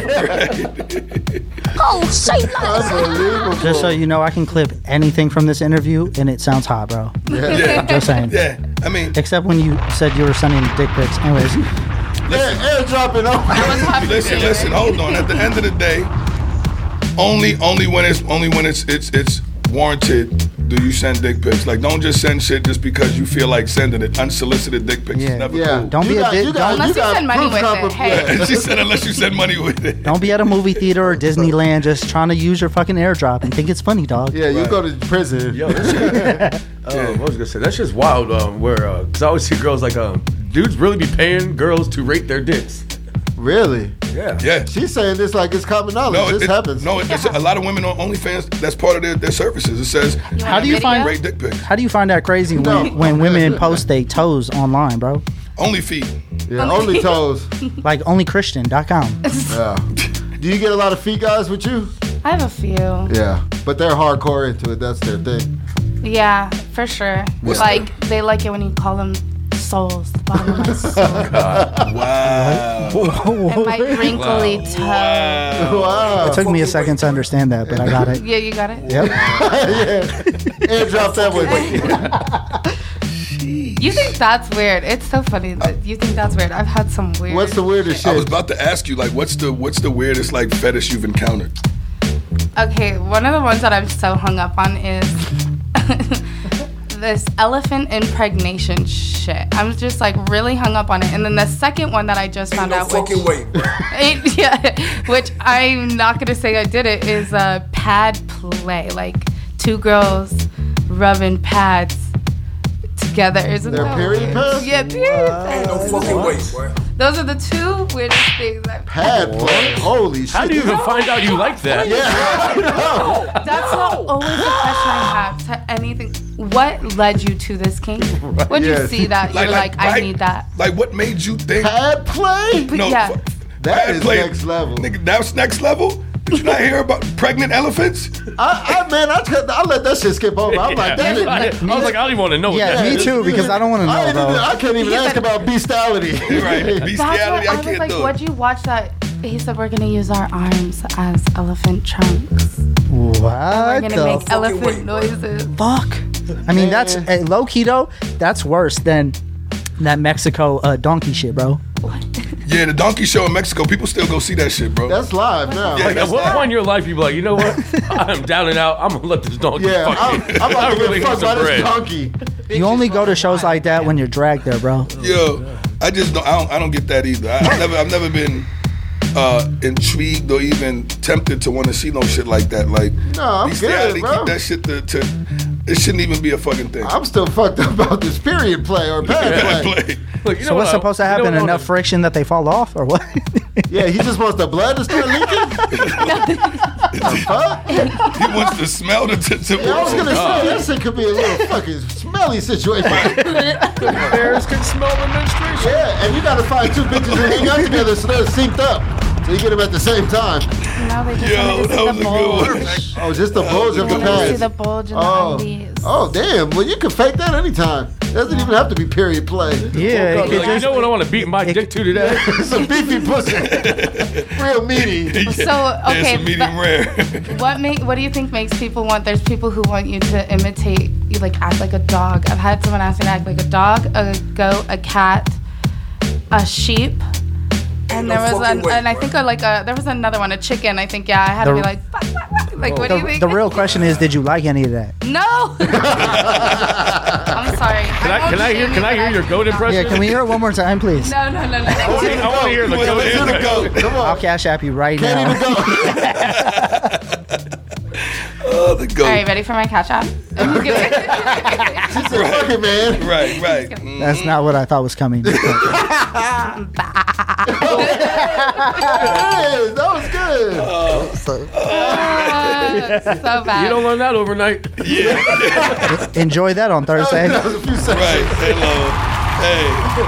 Speaker 8: Oh, shit.
Speaker 19: Just so you know, I can clip anything from this interview, and it sounds hot, bro.
Speaker 16: Yeah. Yeah.
Speaker 19: Just saying.
Speaker 16: Yeah, I mean,
Speaker 19: Except when you said you were sending dick pics. Anyways,
Speaker 16: Listen, oh. listen, listen, hold on. At the end of the day, only only when it's only when it's it's it's warranted do you send dick pics. Like don't just send shit just because you feel like sending it. Unsolicited dick pics is never cool.
Speaker 19: Don't You be a got- dick- you got-
Speaker 7: Unless you, send money with it. Hey.
Speaker 16: she said unless you send money with it.
Speaker 19: don't be at a movie theater or Disneyland just trying to use your fucking airdrop and think it's funny, dog.
Speaker 18: Yeah, you go to prison.
Speaker 17: Yo, this shit, Oh, I was gonna say that's just wild. Um, where uh 'cause I always see girls like um, dudes really be paying girls to rate their dicks.
Speaker 18: Really?
Speaker 17: Yeah.
Speaker 16: Yeah.
Speaker 18: She's saying this like it's common knowledge.
Speaker 16: No,
Speaker 18: this
Speaker 16: it-
Speaker 18: happens.
Speaker 16: No, it's a lot of women on OnlyFans. That's part of their, their services. It says
Speaker 19: How do you find
Speaker 16: great dick pics?
Speaker 19: How do you find that crazy when,
Speaker 16: No.
Speaker 19: when women post they toes online, bro?
Speaker 16: Only feet.
Speaker 18: Yeah, only toes.
Speaker 19: Like onlychristian.com.
Speaker 18: Yeah. Do you get a lot of feet guys with you?
Speaker 7: I have a few.
Speaker 18: Yeah, but they're hardcore into it. That's their thing.
Speaker 7: Yeah, for sure.
Speaker 18: What's
Speaker 7: like they like it when you call them souls. The bottom of my soul.
Speaker 16: Wow.
Speaker 7: and my wrinkly toe.
Speaker 19: It took me a second to understand that, but I got it.
Speaker 7: Yeah, you got it.
Speaker 19: Yep.
Speaker 18: yeah. Airdrop that one.
Speaker 7: You think that's weird? It's so funny that you think that's weird. I've had some weird.
Speaker 18: What's the weirdest
Speaker 16: I was about to ask you, like, what's the what's the weirdest like fetish you've encountered?
Speaker 7: Okay, one of the ones that I'm so hung up on is this elephant impregnation shit. I'm just like really hung up on it. And then the second one that I just found out, which, Ain't- yeah, which I'm not gonna say I did it, is uh, pad play. Like two girls rubbing pads together. Isn't
Speaker 18: They're
Speaker 7: that
Speaker 18: period
Speaker 7: weird?
Speaker 18: pads?
Speaker 7: Yeah, period pads. Those are the two weirdest things I've
Speaker 18: Pad play. Holy shit.
Speaker 17: How do you even find out you like that?
Speaker 18: Yeah.
Speaker 7: That's not always the question I have to anything. What led you to this kink? When you
Speaker 16: Yes.
Speaker 7: see that,
Speaker 16: Like-
Speaker 7: you're like,
Speaker 16: like,
Speaker 7: I
Speaker 16: right?
Speaker 7: need that.
Speaker 16: Like, what made you think?
Speaker 18: Pad play?
Speaker 16: No,
Speaker 7: yeah.
Speaker 16: fu- pad
Speaker 18: is
Speaker 16: play-
Speaker 18: next level.
Speaker 16: Nigga, that's next level. Did you not hear about pregnant elephants?
Speaker 18: I, I man, I, could- I let that shit skip over. I'm like, that
Speaker 17: Yeah. I,
Speaker 18: is-
Speaker 17: I was like, I don't even want to know. what
Speaker 19: Yeah,
Speaker 17: that
Speaker 19: me
Speaker 17: is.
Speaker 19: too, because I don't want to
Speaker 18: I,
Speaker 19: know,
Speaker 18: ain't even-
Speaker 19: bro.
Speaker 18: I can't even ask about bestiality.
Speaker 16: right.
Speaker 7: That's what I, was like, what'd you watch that? He said, we're gonna use our arms as elephant trunks.
Speaker 19: What
Speaker 7: we're gonna
Speaker 19: the
Speaker 7: make elephant noises.
Speaker 19: fuck? I mean, that's hey, low key though. That's worse than that Mexico uh, donkey shit, bro.
Speaker 16: Yeah, the donkey show in Mexico. People still go see that shit, bro.
Speaker 18: That's live now.
Speaker 17: Like, at what point in your life you be like, you know what? I'm down and out. I'm gonna let this donkey
Speaker 18: Yeah,
Speaker 17: fuck
Speaker 18: I'm,
Speaker 17: me.
Speaker 18: I'm about
Speaker 17: I
Speaker 18: to
Speaker 17: really
Speaker 18: get
Speaker 17: need
Speaker 18: fucked by
Speaker 17: some
Speaker 18: this
Speaker 17: bread.
Speaker 18: donkey.
Speaker 19: You only go to shows like that when you're dragged there, bro.
Speaker 18: Oh,
Speaker 16: Yo, I just don't. I don't, I don't get that either. I, I've never. I've never been uh, intrigued or even tempted to want to see no shit like that. Like,
Speaker 18: No, I'm
Speaker 16: these
Speaker 18: good,
Speaker 16: guys, they
Speaker 18: bro.
Speaker 16: Keep that shit to, to. It shouldn't even be a fucking thing.
Speaker 18: I'm still fucked up about this period play or pad play.
Speaker 17: Look, you
Speaker 19: so
Speaker 17: know what
Speaker 19: what's
Speaker 17: I-
Speaker 19: supposed to
Speaker 17: you know
Speaker 19: happen?
Speaker 17: what I
Speaker 19: Enough friction that they fall off, or what?
Speaker 18: Yeah, he just wants the blood to start leaking. The fuck?
Speaker 16: he wants to smell the tip.
Speaker 18: Yeah, I was
Speaker 16: oh,
Speaker 18: gonna say this it could be a little fucking smelly situation.
Speaker 17: Bears can smell the menstruation.
Speaker 18: Yeah, and you gotta find two bitches that hang out together so they're synced up. So you get them at the same time.
Speaker 7: Now they just
Speaker 16: Yo,
Speaker 7: wanted to
Speaker 16: that was a
Speaker 7: see the bulge.
Speaker 16: good one.
Speaker 18: Oh, just the bulge of the
Speaker 7: They wanted to see the
Speaker 18: pants.
Speaker 7: bulge and
Speaker 18: Oh.
Speaker 7: the undies.
Speaker 18: Oh damn! Well, you can fake that anytime. Doesn't even have to be period play.
Speaker 19: yeah,
Speaker 17: Like, you know what I want to beat my dick to today?
Speaker 18: it's a beefy pussy, real meaty.
Speaker 7: So
Speaker 16: Yeah, it's
Speaker 7: okay,
Speaker 16: a medium
Speaker 7: but
Speaker 16: rare.
Speaker 7: what make what do you think makes people want? There's people who want you to imitate, you like act like a dog. I've had someone ask me to act like a dog, a goat, a cat, a sheep, and there was an, and I think a, like a there was another one, a chicken. I think yeah, I had to
Speaker 19: The- Oh,
Speaker 7: be like, "Fuck, fuck, fuck." like what do you
Speaker 19: the,
Speaker 7: think?
Speaker 19: the real question is, did you like any of that?
Speaker 7: No. I'm sorry.
Speaker 17: Can I, can I hear? Can I hear your goat
Speaker 19: Yeah,
Speaker 17: impression?
Speaker 19: can we hear it one more time, please?
Speaker 7: No, no, no, no.
Speaker 17: I
Speaker 7: no.
Speaker 17: want to hear the
Speaker 16: Well,
Speaker 17: goat.
Speaker 16: here we
Speaker 17: impression.
Speaker 16: go. Come on.
Speaker 19: I'll cash app you right
Speaker 18: Can't even
Speaker 19: now.
Speaker 18: go.
Speaker 16: Oh, the goat.
Speaker 7: All right, ready for my catch up?
Speaker 18: She said, "Fuck it, man."
Speaker 16: Right, right.
Speaker 19: That's not what I thought was coming.
Speaker 18: it is. That was good.
Speaker 7: so bad.
Speaker 17: You don't learn that overnight. Yeah.
Speaker 19: Enjoy that on Thursday.
Speaker 16: Right. Hello. Hey.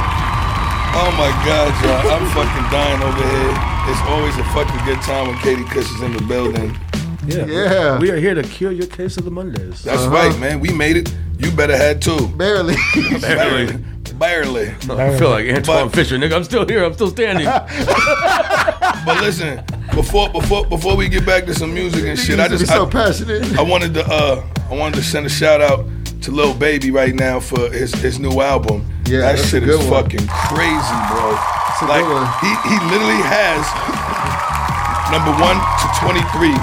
Speaker 16: Oh my God, y'all. I'm fucking dying over here. It's always a fucking good time when Katie Cush is in the building.
Speaker 17: Yeah.
Speaker 16: Yeah.
Speaker 17: We are here to cure your case of the Mondays.
Speaker 16: That's right, man. We made it. You better had two.
Speaker 18: Uh-huh. Barely.
Speaker 16: Barely. Barely.
Speaker 17: I feel like Antoine Fisher, nigga. I'm still here. I'm still standing.
Speaker 16: But listen, before before before we get back to some music and shit, I
Speaker 18: used to
Speaker 16: just
Speaker 18: be so
Speaker 16: I,
Speaker 18: passionate.
Speaker 16: I wanted to uh I wanted to send a shout out to Lil Baby right now for his his new album.
Speaker 18: Yeah,
Speaker 16: that
Speaker 18: that's a
Speaker 16: shit
Speaker 18: good
Speaker 16: is
Speaker 18: one.
Speaker 16: fucking crazy, bro. like he he literally has number one to twenty three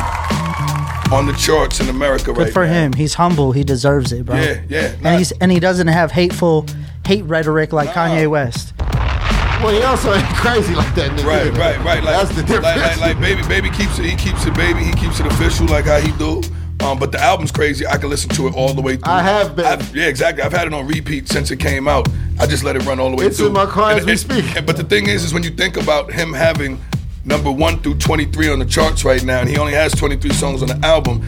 Speaker 16: on the charts in America
Speaker 19: Good
Speaker 16: right
Speaker 19: for
Speaker 16: now.
Speaker 19: him. He's humble. He deserves it, bro.
Speaker 16: Yeah, yeah,
Speaker 19: And he's and he doesn't have hateful hate rhetoric like Kanye West.
Speaker 18: Well, he also ain't crazy like that nigga.
Speaker 16: Right, right, right. Like,
Speaker 18: That's the difference.
Speaker 16: Like, like, like baby, baby keeps it. He keeps it, baby. He keeps it official, like how he do. Um, but the album's crazy. I can listen to it all the way through. I have been. yeah, exactly. I've had it on repeat since it came out. I just let it run all the way
Speaker 18: It's
Speaker 16: through.
Speaker 18: in my car as we
Speaker 16: speak. but the thing is, is when you think about him having number one through twenty-three on the charts right now, and he only has twenty-three songs on the album.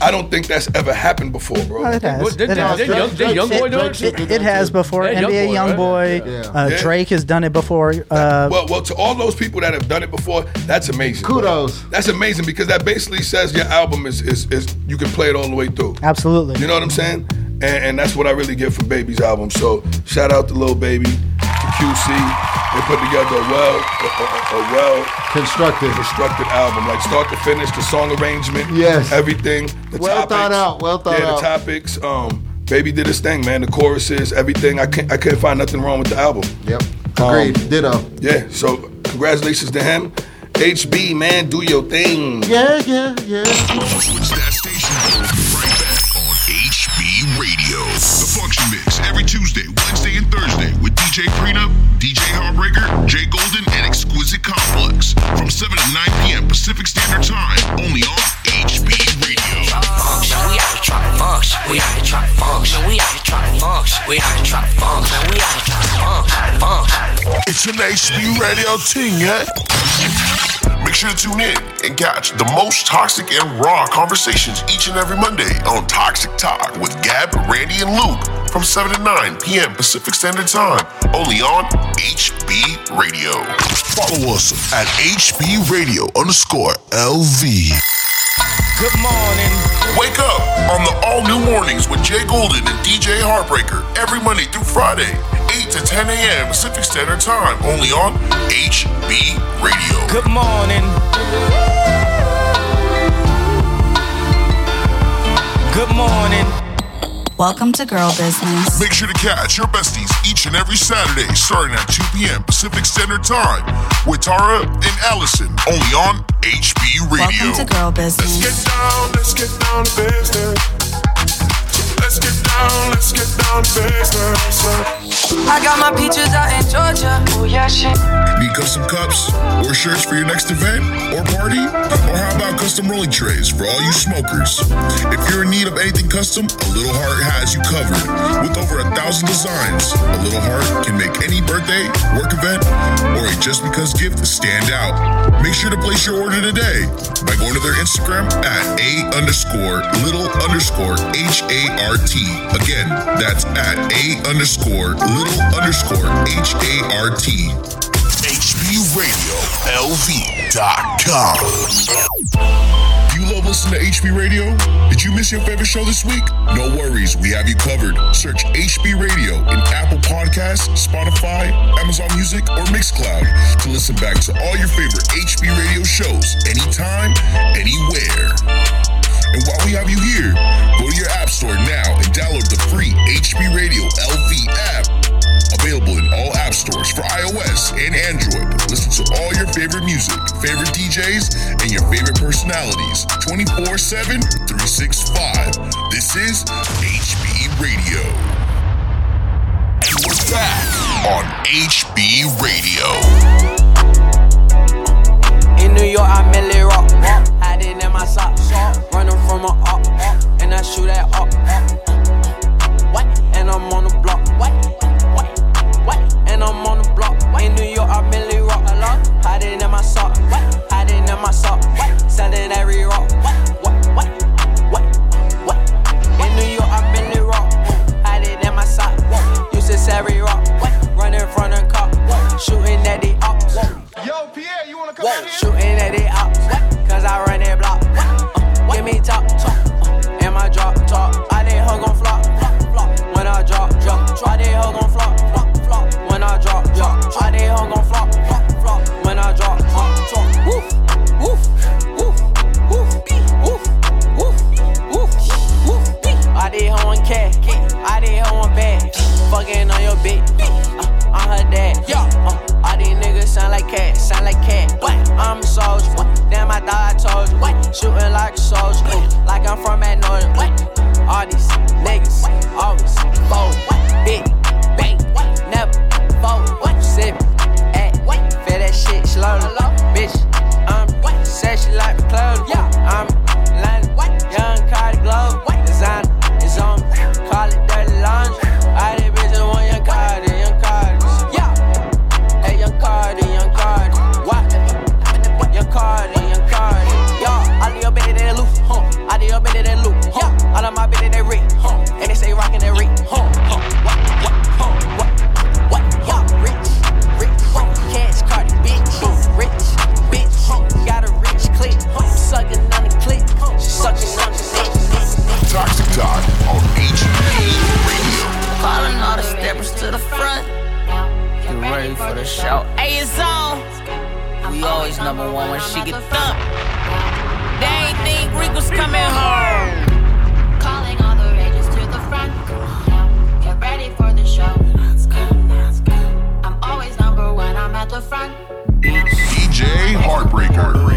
Speaker 16: I don't think that's ever happened before, bro.
Speaker 19: Oh, it has.
Speaker 16: What, did-
Speaker 19: It
Speaker 16: did-
Speaker 19: has.
Speaker 16: did Young- did
Speaker 19: It-
Speaker 16: Youngboy do it?
Speaker 19: It, it has before.
Speaker 16: Yeah,
Speaker 19: NBA
Speaker 16: Youngboy,
Speaker 19: YoungBoy.
Speaker 16: right? Yeah.
Speaker 19: Uh,
Speaker 16: Yeah.
Speaker 19: Drake has done it before. Uh,
Speaker 16: well, well, to all those people that have done it before, that's amazing. Kudos. That's amazing because that basically says your album is is, is you can play it all the way through.
Speaker 19: absolutely.
Speaker 16: You know what I'm saying? And, and that's what I really get from Baby's album. So shout out to Lil Baby, to QC. They put together a well, a, a- a well
Speaker 18: constructed,
Speaker 16: constructed album. Like start to finish, the song arrangement,
Speaker 18: Yes.
Speaker 16: everything. The
Speaker 18: Well thought
Speaker 16: topics.
Speaker 18: out, well thought
Speaker 16: yeah,
Speaker 18: out.
Speaker 16: the topics. Um, Baby did his thing, man. The choruses, everything. I can't, I couldn't find nothing wrong with the album. Um,
Speaker 18: Yep. Agreed. Ditto.
Speaker 16: Yeah. So congratulations to him. HB, man, do your thing.
Speaker 18: Yeah, yeah, yeah.
Speaker 1: Switch that station. Right back on HB Radio. The Function Mix every Tuesday, Wednesday, and Thursday with DJ Prenup, DJ Heartbreaker, Jay Golden, and Exquisite Complex from 7 to 9 p.m. Pacific Standard Time. Only on HB Radio.
Speaker 27: function. We out here trying to function. We out here trying to function. We out here trying to function. We out here trying to function. We out here trying to function. function.
Speaker 1: It's an HB Radio ting, yeah? Make sure to tune in and catch the most toxic and raw conversations each and every Monday on Toxic Talk with Gab, Randy, and Luke from 7 to 9 p.m. Pacific Standard Time, only on HB Radio. Follow us at HB Radio underscore LV. Good morning. Wake up on the all new mornings with Jay Golden and DJ Heartbreaker every Monday through Friday, 8 to 10 a.m. Pacific Standard Time, only on HB Radio. Good morning.
Speaker 27: Good morning. Welcome to Girl Business.
Speaker 1: Make sure to catch your besties each and every Saturday starting at 2 p.m. Pacific Standard Time with Tara and Allison, only on HB Radio.
Speaker 27: Welcome to Girl Business.
Speaker 1: Let's get down, let's get down to business.
Speaker 28: Let's get down, let's get down to business. I got my peaches out in Georgia. Oh yeah, shit.
Speaker 1: Need custom cups or shirts for your next event or party? Or how about custom rolling trays for all you smokers? If you're in need of anything custom, A Little Heart has you covered. With over a thousand designs, A Little Heart can make any birthday, work event, or a just because gift stand out. Make sure to place your order today by going to their Instagram at A underscore little underscore H A R T. Again, that's at A underscore little underscore H A R T. HBRadioLV.com. You love listening to HB Radio? Did you miss your favorite show this week? No worries, we have you covered. Search HB Radio in Apple Podcasts, Spotify, Amazon Music, or Mixcloud to listen back to all your favorite HB Radio shows anytime, anywhere. And while we have you here, go to your app store now and download the free HB Radio LV app. Available in all app stores for iOS and Android. Listen to all your favorite music, favorite DJs, and your favorite personalities 24 7, 365. This is HB Radio. And we're back on HB Radio.
Speaker 28: In New York, I mainly rock. Hiding in my socks. Running from a up. And I shoot that up. What? And I'm on the block. What? What? What? And I'm on the block. In New York, I mainly rock. a lot. Uh, hoe gon' flop, flop, flop when I drop, drop. All they hoe gon' flop, flop, flop when I drop, drop, drop. Woof, woof, woof, woof, woof, woof, woof, woof. I did hoe in cat, I did hoe in bag, fucking on your bitch. Uh, I'm her dad. Yeah. Uh, all these niggas sound like cat, sound like cat. What? I'm a soldier. What? Damn, I thought I told you. What? Shooting like a soldier. Ooh, like I'm from Magnolia. What? All these niggas always fold. Big, bang, never fold. Sip, at, feel that shit slowly. Bitch, I'm said she like the club. Yeah, I'm London. Young Cardi Globe. Design is on. Call it dirty laundry. All these bitches want young Cardi, young Cardi. Yeah, hey young Cardi, young Cardi. What? Young Cardi, young Cardi. Y'all, I live better than Luke, huh? I live better than Luke, huh? All of my better than Rick, huh? And they say rockin' that Rick, huh? Huh? What? What? Huh? What? What? Y'all rich, rich, huh? Cash Cardi, bitch, rich, bitch, huh? Got a rich click, huh? Suckin' on the click, huh? Suckin' on the dick.
Speaker 1: Toxic Talk on HB Radio.
Speaker 23: Calling all the steppers to the front.
Speaker 5: You ready for the show?
Speaker 23: Hey, it's on.
Speaker 5: We always number one when she get thumped.
Speaker 23: They ain't think Rick was coming home.
Speaker 5: Calling all the rages to the front. Get ready for the show. I'm always number one. I'm at the front.
Speaker 1: DJ Heartbreaker.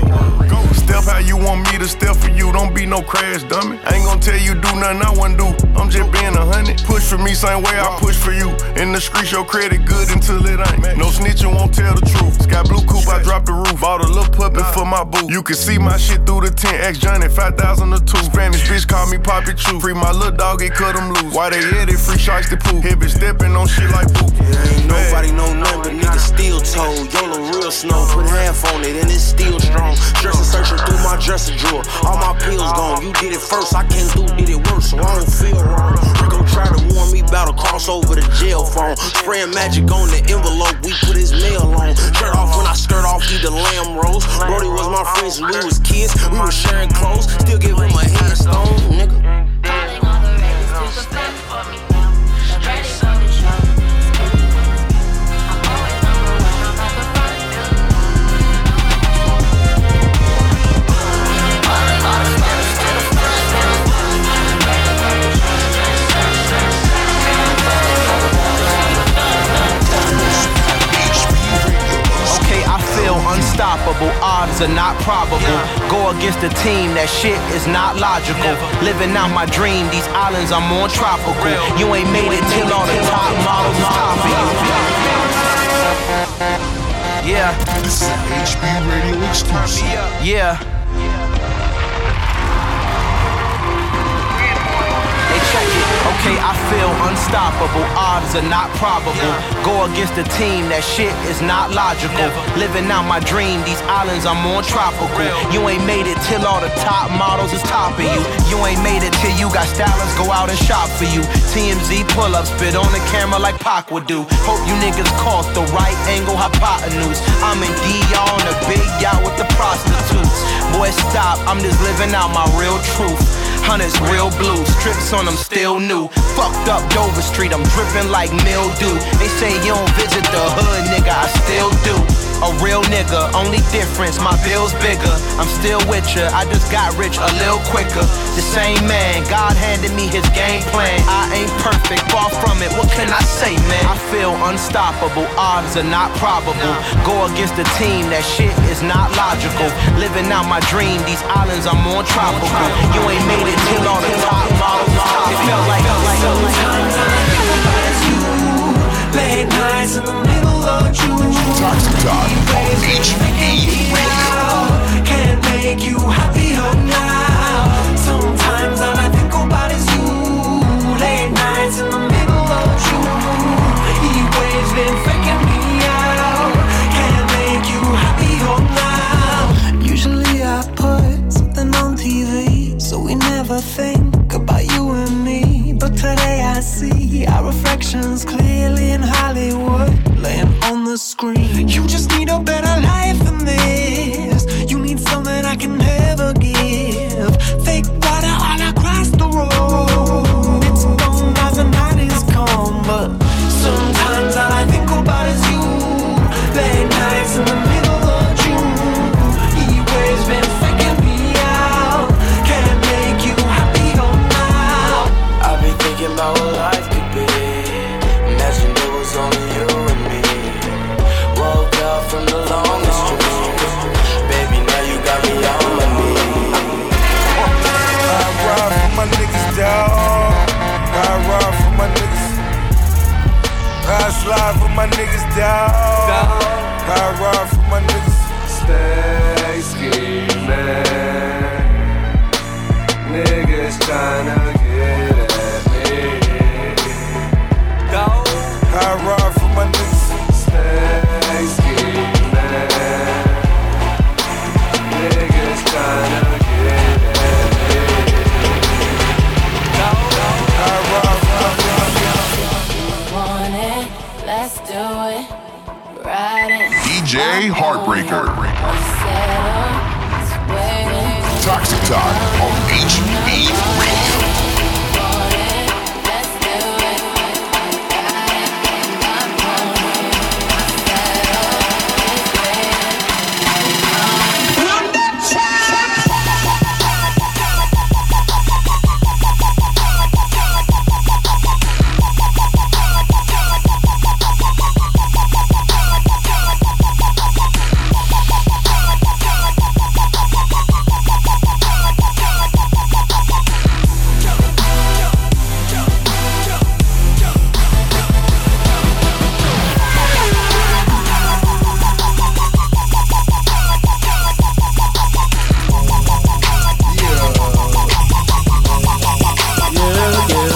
Speaker 9: E Go step how you want me to step for you. Don't be no crash dummy. I ain't gonna tell you do nothing I wanna do. I'm just being a hundred. Push for me same way I push for you. In the streets, your credit good until it ain't. No snitching won't tell the truth. Sky blue coupe, I dropped the roof. Bought a little puppet for my boo. You can see my shit through the tent. Ask Johnny, five thousand or two. Spanish bitch call me Poppy Chew. Free my little dog, it cut him loose. Why they at it? Free shots to poo. Heavy stepping on shit like boo.
Speaker 5: Ain't nobody know nothing, but niggas still told. YOLO real snow, put half on it and it's still strong. Dresser searching through my dresser drawer, all my pills gone. You did it first, I came through, did it worse, so I don't feel wrong. Rico try to warn me about a crossover the jail phone. Spraying magic on the envelope, we put his mail on. Shirt off when I skirt off, eat the lamb roast. Brody was my friends when we was kids, we were sharing clothes. Still give him a head stone, nigga.
Speaker 26: Okay, I feel unstoppable. Odds are not probable. Go against the team, that shit is not logical. Living out my dream, these islands are more tropical. You ain't made it till all the top models top of you. Yeah. This is HB Radio exclusive. Yeah. Hey, check it. Okay, I feel unstoppable. Odds are not probable. Go against the team, that shit is not logical. Living out my dream, these islands are more tropical. You ain't made it till all the top models is topping you. You ain't made it till you got stylers go out and shop for you. TMZ pull up, spit on the camera like Pac would do. Hope you niggas caught the right angle hypotenuse. I'm in DR on a big yacht with the prostitutes. Boy, stop, I'm just living out my real truth. Hunters real blue, strips on them still new. Fucked up Dover Street, I'm dripping like mildew. They say you don't visit the hood, nigga, I still do. A real nigga, only difference, my bill's bigger. I'm still with ya, I just got rich a little quicker. The same man, God handed me his game plan. I ain't perfect, far from it, what can I say, man? I feel unstoppable, odds are not probable. Go against the team, that shit is not logical. Living out my dream, these islands are more tropical. You ain't made it till all the top models. top. It felt like, felt like, felt like.
Speaker 5: Late nights in the middle of June. Toxic Talk on
Speaker 9: Radio.
Speaker 5: Can't make you happier now. Sometimes all I think about is you. Late nights in the middle of June. Heat waves been faking me out. Can't make you happier now.
Speaker 8: Usually I put something on TV, so we never think about you and me. But today I see our reflections clearly in Hollywood, laying on the screen. You just need a better life than this. You need something I can never give. Fake water all across the road. It's gone as the night is gone, but. oh,
Speaker 6: I slide for my niggas down. I ride for my niggas. Stay scheming. Niggas tryna get at me. Go. I ride for my niggas. Stay scheming. Niggas tryna get at me. Go. I ride for my
Speaker 8: Want it? Let's do it. Ride it.
Speaker 1: DJ Heartbreaker. Toxic Talk on HB Radio.
Speaker 16: It's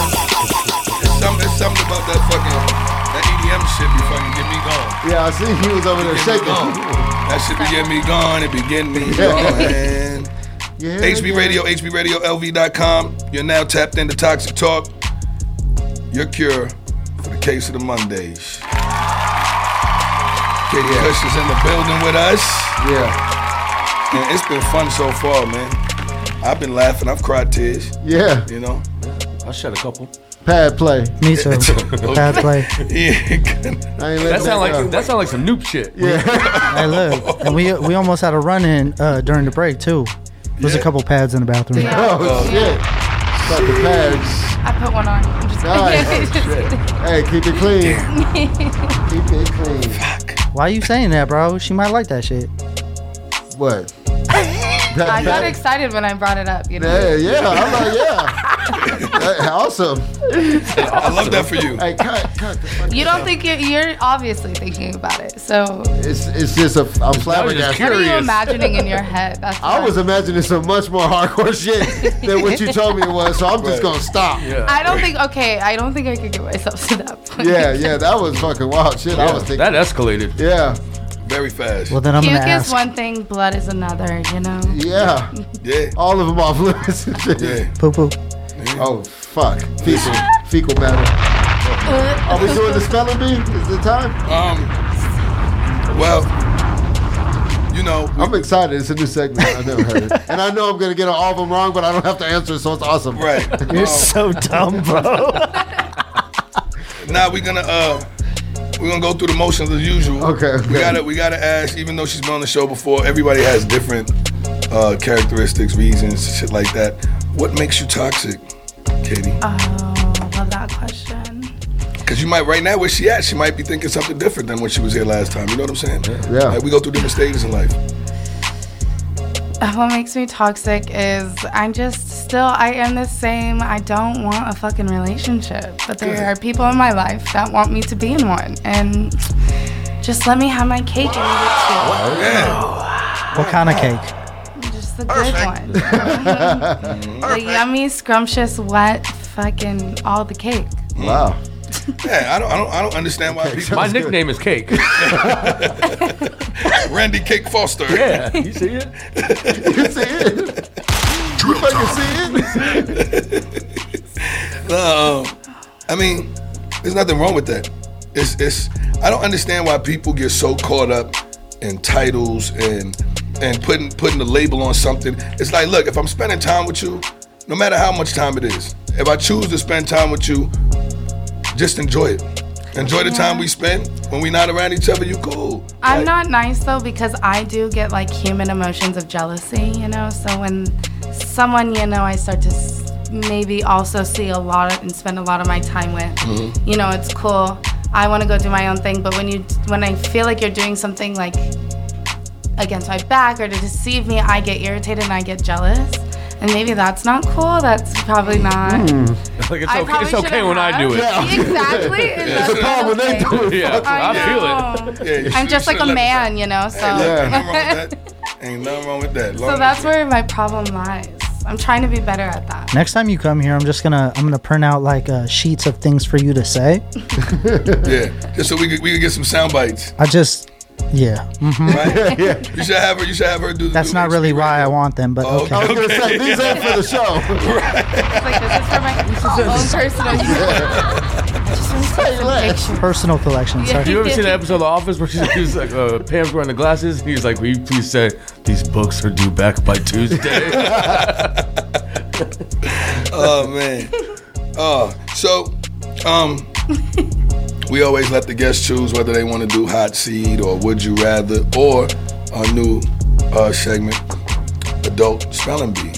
Speaker 16: something, it's something about that fucking that EDM shit be fucking get me gone.
Speaker 18: Yeah, I see he was over there
Speaker 16: Get me
Speaker 18: shaking.
Speaker 16: gone. That shit be getting me gone. It be getting me
Speaker 18: Yeah.
Speaker 16: gone, man.
Speaker 18: Yeah,
Speaker 16: HB
Speaker 18: yeah.
Speaker 16: Radio, HB Radio, LV.com. You're now tapped into Toxic Talk. Your cure for the case of the Mondays. Katie Hush is in the building with us. Yeah. And it's been fun so far, man. I've been laughing. I've cried tears.
Speaker 18: Yeah.
Speaker 16: You know? I shed a couple.
Speaker 18: Pad play.
Speaker 19: Me too. Bad play.
Speaker 17: that sound like that sound like some noob shit.
Speaker 19: I look, and we we almost had a run in uh, during the break too. There's a couple pads in the bathroom.
Speaker 18: Oh shit. Got the pads.
Speaker 7: I put one on. I'm just
Speaker 18: Nice. Hey, keep it clean. Keep it clean.
Speaker 19: Why you saying that, bro? She might like that shit.
Speaker 18: What?
Speaker 7: I got excited when I brought it up. You know.
Speaker 18: Yeah, yeah. I'm like, yeah. Hey, awesome.
Speaker 16: I love that for you.
Speaker 18: Hey, cut, cut.
Speaker 7: You don't think you're, you're obviously thinking about it. So
Speaker 18: It's it's just a I'm flabbergasted.
Speaker 7: what are you imagining in your head? That's
Speaker 18: I
Speaker 7: what-
Speaker 18: was imagining some much more hardcore shit than what you told me it was, so I'm just gonna stop. Yeah.
Speaker 7: I don't think. Okay, I don't think I could get myself to that point.
Speaker 18: Yeah, yeah, that was fucking wild shit. I was thinking.
Speaker 17: that escalated.
Speaker 18: Yeah.
Speaker 16: Very fast.
Speaker 19: Well, then I'm
Speaker 7: Puke
Speaker 19: gonna
Speaker 7: is
Speaker 19: ask.
Speaker 7: one thing, blood is another. You know.
Speaker 18: Yeah.
Speaker 16: Yeah.
Speaker 18: All of them off limits. and shit.
Speaker 19: Poo poo.
Speaker 18: Oh fuck. Fecal. Fecal matter. Are we doing the spelling bee? Is it time?
Speaker 16: Um. Well, you know,
Speaker 18: I'm excited. It's a new segment. I never heard it, and I know I'm gonna get all of them wrong, but I don't have to answer, so it's awesome.
Speaker 16: Right.
Speaker 18: You're
Speaker 19: so dumb, bro.
Speaker 16: Now we're gonna uh we're gonna go through the motions as usual.
Speaker 18: Okay,
Speaker 16: We
Speaker 18: okay.
Speaker 16: gotta we gotta ask, even though she's been on the show before, everybody has different uh characteristics, reasons, shit like that. What makes you toxic, Katie?
Speaker 7: Oh, love that question.
Speaker 16: Because you might right now where she at, she might be thinking something different than when she was here last time. You know what I'm saying?
Speaker 18: Yeah.
Speaker 16: Like we go through different stages in life.
Speaker 7: Uh, What makes me toxic is I'm just still I am the same. I don't want a fucking relationship, but there
Speaker 8: Good.
Speaker 7: are people in my life that want me to be in one, and just let me have my cake and eat it too.
Speaker 18: Oh,
Speaker 19: What kind of cake?
Speaker 7: Just the good one. the yummy, scrumptious, wet, fucking all the cake.
Speaker 18: Wow.
Speaker 16: Mm. Yeah, I don't I don't I don't understand why people
Speaker 17: My nickname is Cake.
Speaker 16: Randy Cake Foster.
Speaker 17: Yeah, you see it?
Speaker 18: You fucking see it?
Speaker 16: No, I mean, there's nothing wrong with that. It's it's. I don't understand why people get so caught up in titles and and putting putting a label on something. It's like, look, if I'm spending time with you, no matter how much time it is, if I choose to spend time with you, just enjoy it. Enjoy the time we spend. When we not around each other, you cool.
Speaker 7: I'm not nice though because I do get like human emotions of jealousy, you know. So when someone you know, I start to s- maybe also see a lot of, and spend a lot of my time with. You know, it's cool. I want to go do my own thing, but when you when I feel like you're doing something like against my back or to deceive me,
Speaker 17: Hmm.
Speaker 7: I get irritated and I get jealous. And maybe that's not cool. That's probably not.
Speaker 17: Like it's
Speaker 7: I
Speaker 17: okay. It's
Speaker 7: probably
Speaker 17: okay when I do it.
Speaker 7: shouldn't have. Exactly.
Speaker 17: Yeah.
Speaker 7: It's a problem when they do it.
Speaker 17: Yeah,
Speaker 7: I
Speaker 17: I, feel it.
Speaker 7: I'm just like a man, you know. So,
Speaker 16: Ain't nothing wrong with that.
Speaker 7: so that's where my problem lies. I'm trying to be better at that.
Speaker 19: Next time you come here, I'm just gonna I'm gonna print out like uh, sheets of things for you to say.
Speaker 16: yeah, just so we could, we could get some sound bites.
Speaker 19: I just, yeah. hmm
Speaker 18: Mm-hmm.
Speaker 16: Right? You should have her. You should have her do.
Speaker 19: That's not really why I want them, but
Speaker 18: Oh,
Speaker 19: okay.
Speaker 16: I was gonna say, these ain't for
Speaker 18: the show.
Speaker 7: own personal.
Speaker 19: Personal collection. Sorry.
Speaker 17: Do you ever see the episode of The Office where she's, she's like, uh, Pam's wearing the glasses? And he's like, Will you please say, These books are due back by Tuesday?
Speaker 16: oh man. Oh, so um, we always let the guests choose whether they want to do hot seat or would you rather or our new uh, segment, adult spelling bee.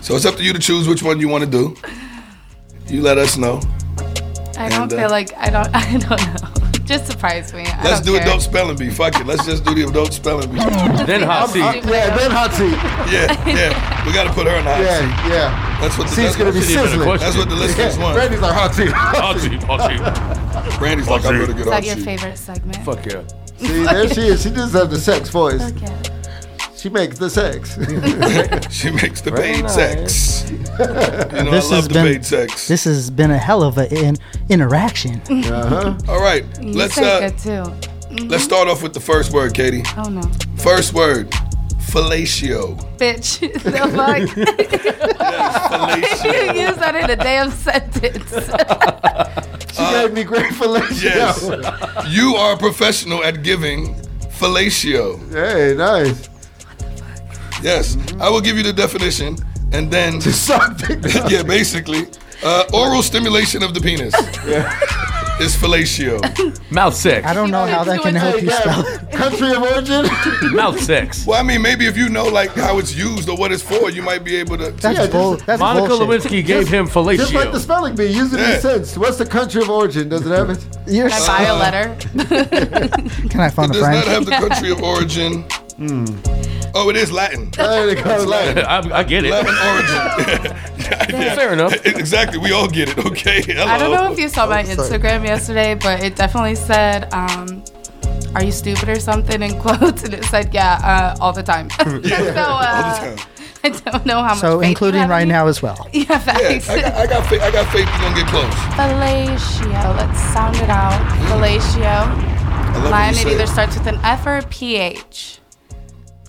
Speaker 16: So it's up to you to choose which one you want to do. You let us know.
Speaker 7: I don't
Speaker 16: And, uh,
Speaker 7: feel like I don't. I don't know. Just surprise me. I
Speaker 16: Let's
Speaker 7: don't
Speaker 16: do
Speaker 7: care.
Speaker 16: adult spelling bee. Fuck it. Let's just do the adult spelling bee.
Speaker 17: Then hot
Speaker 18: seat. yeah, then hot seat.
Speaker 16: Yeah, yeah. We gotta put her in the hot
Speaker 18: Yeah,
Speaker 16: seat.
Speaker 18: yeah.
Speaker 16: That's what the
Speaker 18: Seat's
Speaker 16: that's
Speaker 18: gonna be
Speaker 16: what-
Speaker 18: sizzling.
Speaker 16: That's what the listeners
Speaker 18: Yeah,
Speaker 16: want.
Speaker 18: Brandy's like, hot seat, hot
Speaker 16: seat, hot seat. Brandy's like, I'm gonna
Speaker 7: Is
Speaker 16: get
Speaker 7: that
Speaker 16: hot
Speaker 7: your
Speaker 16: seat.
Speaker 7: favorite segment?
Speaker 17: Fuck yeah.
Speaker 18: See, there she is. She does have the sex voice.
Speaker 7: Fuck yeah.
Speaker 18: She makes the sex.
Speaker 16: she makes the paid sex. You know, I love the paid sex.
Speaker 19: this has been a hell of an in, interaction.
Speaker 16: Uh-huh. All right,
Speaker 7: You
Speaker 16: let's
Speaker 7: say
Speaker 16: uh,
Speaker 7: good too. Mhm.
Speaker 16: let's start off with the first word, Katie.
Speaker 7: Oh no,
Speaker 16: First word, fellatio.
Speaker 7: bitch! The fuck? you use that in a damn sentence.
Speaker 18: She gave me great fellatio.
Speaker 16: Uh, Yes, you are a professional at giving fellatio.
Speaker 18: Hey, nice.
Speaker 16: Yes, I will give you the definition, and then yeah, basically, uh, oral stimulation of the penis is fellatio.
Speaker 17: Mouth sex.
Speaker 19: I don't know how that can help you spell it.
Speaker 18: Country of origin?
Speaker 17: Mouth sex.
Speaker 16: Well, I mean, maybe if you know like how it's used or what it's for, you might be able to.
Speaker 18: That's Yeah, bull- just- that's
Speaker 17: Monica
Speaker 18: bullshit.
Speaker 17: Lewinsky gave him fellatio.
Speaker 18: Just like the spelling bee, use it
Speaker 17: Yeah.
Speaker 18: in sense. What's the country of origin? Does it have it?
Speaker 19: Can
Speaker 7: I buy a letter?
Speaker 19: Can I find
Speaker 16: It
Speaker 19: a
Speaker 16: does
Speaker 19: friend?
Speaker 16: not have the country of origin.
Speaker 18: Hmm.
Speaker 16: Oh, it is Latin. It's Latin.
Speaker 17: I, I get it. Fair enough.
Speaker 16: exactly. We all get it. Okay. Hello.
Speaker 7: I don't know if you saw my
Speaker 16: Oh, sorry.
Speaker 7: Instagram yesterday, but it definitely said, um, "Are you stupid or something?" in quotes, and it said, "Yeah, uh, all the time." so uh, I don't know how
Speaker 19: So
Speaker 7: much. faith you
Speaker 19: including
Speaker 7: have in
Speaker 19: right
Speaker 7: me.
Speaker 19: now as well.
Speaker 7: Yeah, facts.
Speaker 16: I got, I got faith. I got faith. We're gonna get close.
Speaker 7: Fellatio. Let's sound it out. Fellatio.
Speaker 16: love when
Speaker 7: Lion,
Speaker 16: you
Speaker 7: it
Speaker 16: say
Speaker 7: either
Speaker 16: it.
Speaker 7: starts with an F or a PH.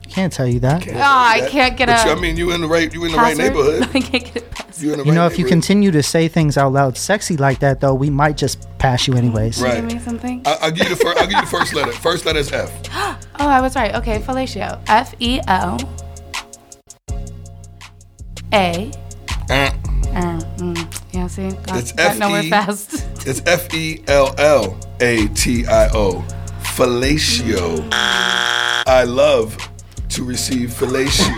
Speaker 19: Can't tell you that.
Speaker 7: Oh, I can't get
Speaker 16: But
Speaker 7: a
Speaker 16: you- I mean, you in the right. You in the right
Speaker 7: password.
Speaker 16: neighborhood.
Speaker 7: I can't get
Speaker 16: You in the
Speaker 19: You
Speaker 16: right
Speaker 19: know, if you
Speaker 16: neighborhood.
Speaker 19: continue to say things out loud sexy like that, though, we might just pass you anyways.
Speaker 16: Right.
Speaker 7: me something.
Speaker 16: I, I'll give you the first. I'll give you the first letter. First letter is F.
Speaker 7: oh, I was right. Okay, fellatio. F E L A.
Speaker 16: Eh.
Speaker 7: Uh, mm, Yeah, see, got,
Speaker 16: It's
Speaker 7: got
Speaker 16: F
Speaker 7: nowhere
Speaker 16: E.
Speaker 7: fast.
Speaker 16: It's F E L L A T I O. Fellatio. I love to receive fellatio.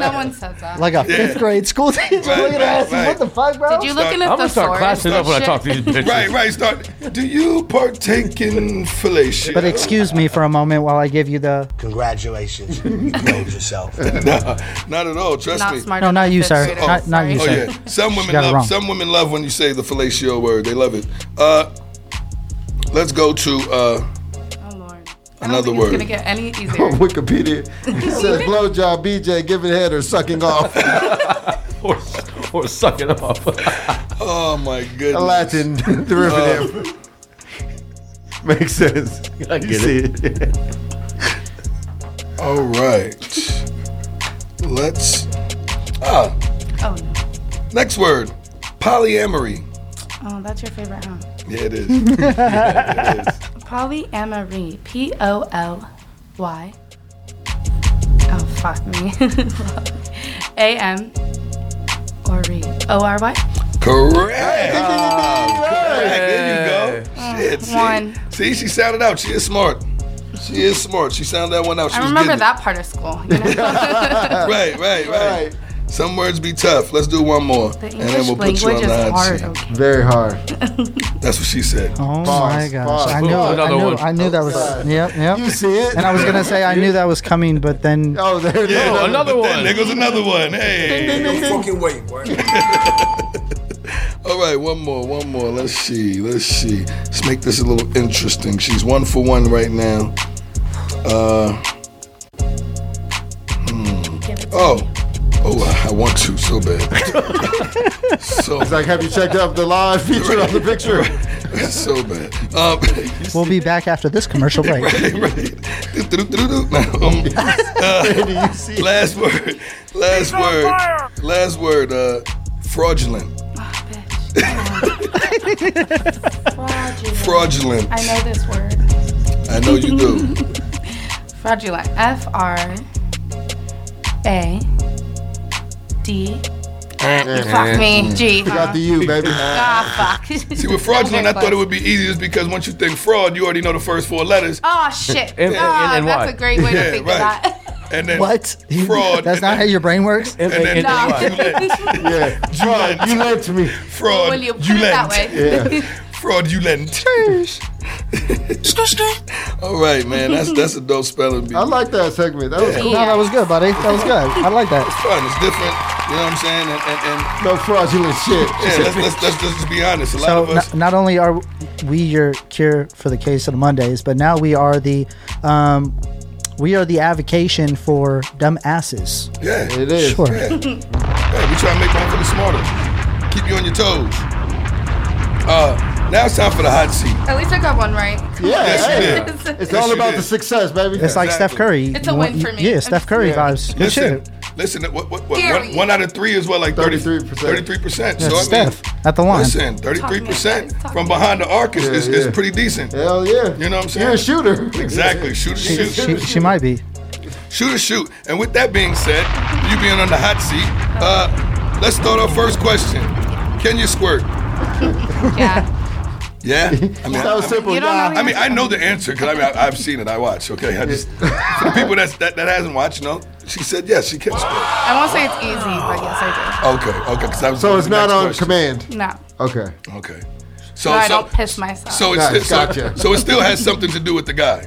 Speaker 7: no one says that.
Speaker 19: Like a fifth grade school teacher looking at us. What the fuck, bro?
Speaker 7: Did you look in a
Speaker 17: I'm gonna start
Speaker 7: thesaurus?
Speaker 17: classing up when I talk to these bitches.
Speaker 16: Right, right. Start. Do you partake in fellatio?
Speaker 19: But excuse me for a moment while I give you the.
Speaker 16: Congratulations, you made yourself. no, not at all. Trust
Speaker 19: Not
Speaker 16: me.
Speaker 19: smart No, enough not you, to sir. figure it Not- out. not you,
Speaker 16: oh,
Speaker 19: sir.
Speaker 16: yeah. Some
Speaker 19: She
Speaker 16: women
Speaker 19: got it
Speaker 16: love.
Speaker 19: wrong.
Speaker 16: Some women love when you say the fellatio word. They love it. Uh, let's go to. Uh, Another
Speaker 7: It's
Speaker 16: word.
Speaker 7: gonna get any easier.
Speaker 16: Oh,
Speaker 18: On Wikipedia, it says blowjob, BJ, giving head, or sucking off.
Speaker 17: or sucking off.
Speaker 16: oh my
Speaker 18: A
Speaker 16: goodness. Oh.
Speaker 18: Latin derivative. Makes sense.
Speaker 17: I get
Speaker 18: you see it.
Speaker 16: All right. Let's. Ah.
Speaker 7: Oh no.
Speaker 16: Next word. Polyamory.
Speaker 7: Oh, that's your favorite, huh?
Speaker 16: Yeah, it is. Yeah, it is.
Speaker 7: Polyamory. P O L Y. Oh, fuck me. A M. Or re. O R Y.
Speaker 16: Correct. Correct. There you go.
Speaker 7: Mm,
Speaker 16: Shit, see?
Speaker 7: one.
Speaker 16: See, she sounded out. She is smart. She is smart. She sounded that one out. She
Speaker 7: I
Speaker 16: was
Speaker 7: remember
Speaker 16: Oh, getting it.
Speaker 7: that part of school. You know?
Speaker 16: right, right, right, Some words be tough. Let's do one more.
Speaker 7: The English language is
Speaker 16: the hot
Speaker 7: hard,
Speaker 16: seat.
Speaker 7: okay.
Speaker 18: Very hard.
Speaker 16: That's what she said.
Speaker 19: Oh my gosh! I knew, it. I knew, I knew that was. Yep, yep.
Speaker 18: You see it?
Speaker 19: And I was gonna say I knew that was coming, but then.
Speaker 18: Oh, there
Speaker 16: Yeah,
Speaker 18: no,
Speaker 16: but then There goes another one. Hey.
Speaker 18: Ding, ding, ding, ding.
Speaker 16: fucking wait, boy. All right, one more, one more. Let's see, let's see. Let's make this a little interesting. She's one for one right now. Uh, hmm. Oh, oh, I- I want to so bad. so
Speaker 18: It's like, have you checked out the live feature on the picture?
Speaker 16: so bad. Um,
Speaker 19: We'll be back after this commercial break.
Speaker 16: um, uh, last word, last word, last word. Uh, fraudulent. Fraudulent.
Speaker 7: I know this word.
Speaker 16: I know you do.
Speaker 7: Fraudulent. F R A D. Fuck me, G.
Speaker 16: You got the U, baby.
Speaker 7: Ah, fuck.
Speaker 16: See, with fraudulent, I thought it would be easy just because once you think fraud, you already know the first four letters.
Speaker 7: Oh shit! Ah, that's a great way to think
Speaker 16: right.
Speaker 7: of that.
Speaker 16: And then
Speaker 19: What?
Speaker 16: Fraud.
Speaker 19: That's not how your brain works.
Speaker 16: And, then
Speaker 18: yeah.
Speaker 16: Fraud, you lent me. Fraud,
Speaker 7: Well, you
Speaker 16: you,
Speaker 7: put it that
Speaker 16: lent.
Speaker 7: way. Yeah.
Speaker 16: Fraud, you lent. All right, man. That's that's a dope spelling bee.
Speaker 18: I like that segment. That was
Speaker 16: Yeah.
Speaker 18: cool.
Speaker 16: No, that
Speaker 18: was good, buddy. That was good. I like that.
Speaker 16: It's fun. It's different. You know what I'm saying? And, and, and
Speaker 18: no fraudulent shit.
Speaker 16: Yeah, let's, let's, let's, let's just be honest. A lot
Speaker 19: So
Speaker 16: of us.
Speaker 19: not, not only are we your cure for the case of the Mondays, but now we are the um, we are the avocation for dumb asses.
Speaker 16: Yeah, it
Speaker 19: is. Sure.
Speaker 16: Yeah. Hey, we try to make motherfuckers smarter. Keep you on your toes. Uh, now it's time for the hot seat.
Speaker 7: At least I got one right.
Speaker 16: Yeah, Yes, you hey. did.
Speaker 7: It's
Speaker 18: It's all about the success, baby.
Speaker 19: It's like Steph Curry.
Speaker 7: It's a
Speaker 19: You
Speaker 7: win
Speaker 19: want-
Speaker 7: for me.
Speaker 19: Yeah, Steph Curry
Speaker 18: Yeah.
Speaker 19: vibes. Good
Speaker 16: Listen,
Speaker 19: shit.
Speaker 16: listen. What, what, what,
Speaker 7: Dare
Speaker 16: one, one out of three is what, like 33 percent. 33%.
Speaker 19: That's
Speaker 16: So I mean,
Speaker 19: Steph at the line.
Speaker 16: listen, 33% from behind the arc is, is, is pretty decent. Hell yeah. You know what I'm saying? You're a shooter. Exactly. Shoot,
Speaker 19: She,
Speaker 16: shoot,
Speaker 19: she,
Speaker 16: shoot.
Speaker 19: she might be.
Speaker 16: Shoot or shoot. And with that being said, you being on the hot seat, uh, let's start our first question. Can you squirt?
Speaker 7: Yeah.
Speaker 16: Yeah, I mean,
Speaker 18: That was
Speaker 16: I,
Speaker 18: simple, You don't nah. know the
Speaker 16: I mean, I know the answer because I mean, I, I've seen it. I watch. Okay, I just for the people that's, that that hasn't watched, no, she said yes, she can squirt.
Speaker 7: I won't say it's easy, but yes, I
Speaker 16: Okay, okay, because I was.
Speaker 18: So it's
Speaker 16: the
Speaker 18: not
Speaker 16: next
Speaker 18: on
Speaker 16: question.
Speaker 18: command.
Speaker 7: do. No.
Speaker 18: Okay.
Speaker 16: Okay.
Speaker 7: So,
Speaker 16: So
Speaker 7: I
Speaker 16: so
Speaker 7: don't piss myself.
Speaker 16: so, it's,
Speaker 18: Nice,
Speaker 16: so,
Speaker 18: gotcha.
Speaker 16: so it still has something to do with the guy.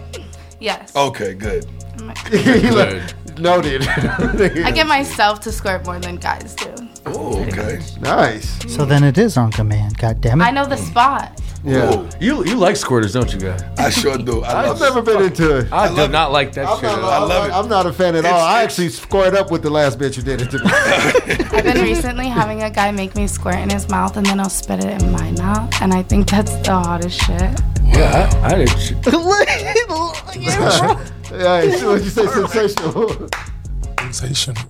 Speaker 7: yes.
Speaker 16: Okay, good.
Speaker 18: He like, noted.
Speaker 7: I get myself to squirt more than guys do.
Speaker 16: Oh, okay.
Speaker 18: Nice.
Speaker 19: So then it is on command. God damn
Speaker 7: I
Speaker 19: it.
Speaker 7: know the spot.
Speaker 18: Yeah.
Speaker 17: You you like squirters, don't you, guy?
Speaker 16: I sure do. I
Speaker 18: I've never been into it.
Speaker 17: I, do not like that shit.
Speaker 18: I love it. I'm not a fan at all. I actually squared up with the last bitch who did it to me.
Speaker 7: I've been recently having a guy make me squirt in his mouth and then I'll spit it in my mouth. And I think that's the hottest shit.
Speaker 17: Yeah, I, I didn't. shit.
Speaker 18: yeah, so what you say? Sensational. Sensational.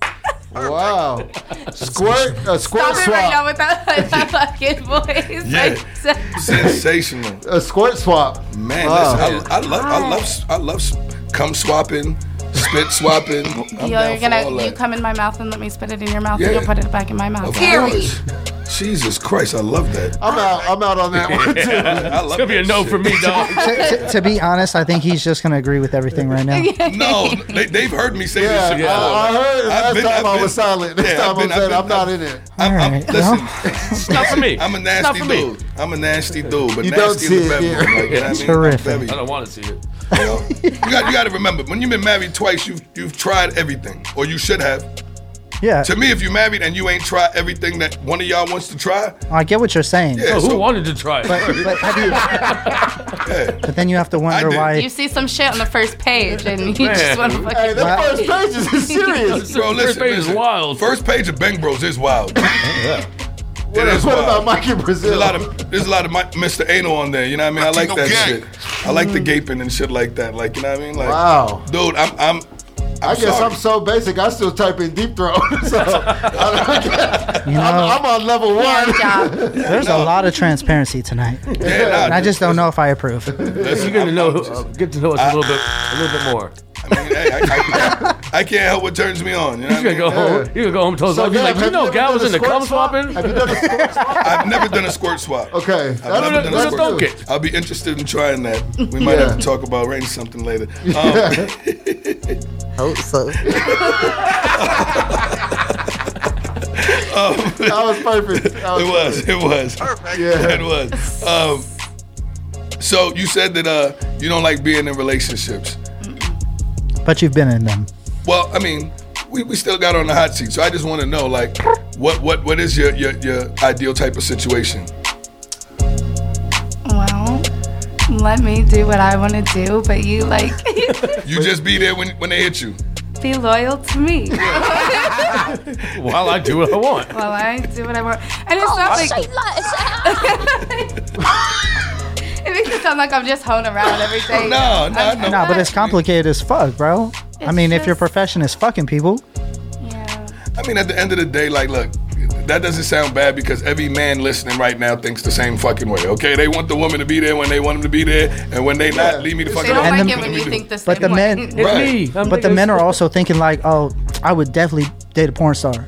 Speaker 18: Wow. Squirt, a squirt
Speaker 7: Stop it right
Speaker 18: swap.
Speaker 7: now with that, that fucking voice.
Speaker 16: Yeah. Sensational.
Speaker 18: A squirt swap.
Speaker 16: Man,
Speaker 18: Wow.
Speaker 16: listen, I, I love, I love, I love s- cum swapping, spit swapping. I'm down
Speaker 7: You're
Speaker 16: for
Speaker 7: gonna
Speaker 16: all
Speaker 7: you
Speaker 16: that.
Speaker 7: come in my mouth and let me spit it in your mouth
Speaker 16: Yeah.
Speaker 7: and you'll put it back in my mouth.
Speaker 16: Of course. Jesus Christ, I love that.
Speaker 18: I'm out. I'm out on that one too.
Speaker 16: I love it's gonna be a
Speaker 17: no for me, dog.
Speaker 19: to, to- to be honest, I think he's just gonna agree with everything right now.
Speaker 16: no, they, they've heard me say this shit before.
Speaker 18: Yeah, I- I heard it. Last time I was silent. This time I'm saying I'm not in it.
Speaker 16: I'm, I'm,
Speaker 18: Alright,
Speaker 16: listen,
Speaker 17: not for me.
Speaker 16: I'm a
Speaker 17: It's not
Speaker 16: nasty
Speaker 17: for me.
Speaker 16: dude. I'm a nasty dude, but
Speaker 17: You don't
Speaker 16: nasty
Speaker 17: see
Speaker 16: in the
Speaker 17: it,
Speaker 16: bedroom.
Speaker 17: yeah.
Speaker 16: Like, you know what I mean?
Speaker 17: Terrific.
Speaker 16: Very-
Speaker 17: I don't want to see it.
Speaker 16: You, know? you got, you got to remember, when you've been married twice, you've, you've tried everything, or you should have.
Speaker 19: Yeah.
Speaker 16: To me, if you're married and you ain't tried everything that one of y'all wants to try,
Speaker 19: I get what you're saying.
Speaker 16: yeah, so-
Speaker 17: wanted to try it?
Speaker 19: But, but, how do you- but then you have to wonder why.
Speaker 7: You see some shit on the first page and you just want to fucking.
Speaker 18: Hey, that first page is serious.
Speaker 16: Bro, listen, first page is wild. First page of Bang Bros is wild. yeah.
Speaker 18: What- what about Mike in
Speaker 16: Brazil? There's a lot of there's a lot of Mi- Mr. Anal on there. You know what I mean? I like that shit. I like the gaping and shit like that. Like you know what I mean? Like,
Speaker 18: Wow.
Speaker 16: dude, I'm I'm.
Speaker 18: I
Speaker 16: I'm
Speaker 18: guess
Speaker 16: sorry.
Speaker 18: I'm so basic. I still type in deep throat. So I don't get- I'm, I'm on level one.
Speaker 19: Uh, There's a lot of transparency tonight,
Speaker 16: Yeah, nah,
Speaker 19: and I just don't know if I approve.
Speaker 16: Listen,
Speaker 17: You're gonna know, uh, get to know us a little bit, a little bit more.
Speaker 16: I can't help what turns me on. You know what
Speaker 17: You're
Speaker 16: I
Speaker 17: gonna
Speaker 16: mean?
Speaker 17: go home. You're gonna go home. Tell us,
Speaker 16: So,
Speaker 17: like,
Speaker 16: Gab,
Speaker 17: you
Speaker 16: have
Speaker 17: know,
Speaker 16: you
Speaker 17: guy
Speaker 16: ever
Speaker 17: was
Speaker 16: done
Speaker 17: in the
Speaker 16: a
Speaker 17: cum
Speaker 16: squirt swap?
Speaker 17: swapping.
Speaker 16: I've never done a squirt swap.
Speaker 18: Okay.
Speaker 16: I've never done a
Speaker 17: Let's
Speaker 16: squirt
Speaker 17: dunk
Speaker 16: swap.
Speaker 17: it.
Speaker 16: I'll be interested in trying that. We might
Speaker 18: Yeah.
Speaker 16: have to talk about rating something later. Um,
Speaker 18: Hope so. that was perfect. That
Speaker 16: Um, it was. It was. Perfect. Yeah. It was. Um, so you said that uh, you don't like being in relationships.
Speaker 19: But you've been in them.
Speaker 16: Well, I mean, we, we still got on the hot seat. So I just want to know, like, what what what is your your, your ideal type of situation?
Speaker 7: Well, let me do what I want to do, but you like
Speaker 16: You just be there when when they hit you.
Speaker 7: be loyal to me.
Speaker 17: While I do what I want.
Speaker 7: Well, I do what I want, and it's not like. it makes it sound like I'm just hoeing around every
Speaker 18: Oh,
Speaker 7: day.
Speaker 16: No, no,
Speaker 7: I'm-
Speaker 16: no.
Speaker 19: Nah, but it's complicated as fuck, bro. I
Speaker 7: It's
Speaker 19: mean, if
Speaker 7: just-
Speaker 19: your profession is fucking people,
Speaker 16: I mean, at the end of the day, like, look, that doesn't sound bad because every man listening right now thinks the same fucking way. Okay, they want the woman to be there when they want them to be there, and when they not, leave me the fuck
Speaker 7: They don't
Speaker 16: alone.
Speaker 7: like
Speaker 16: And
Speaker 7: it
Speaker 16: them-
Speaker 7: when you think the same
Speaker 19: but the
Speaker 7: way.
Speaker 19: men, but the men are also thinking like, oh, I would definitely date a porn star,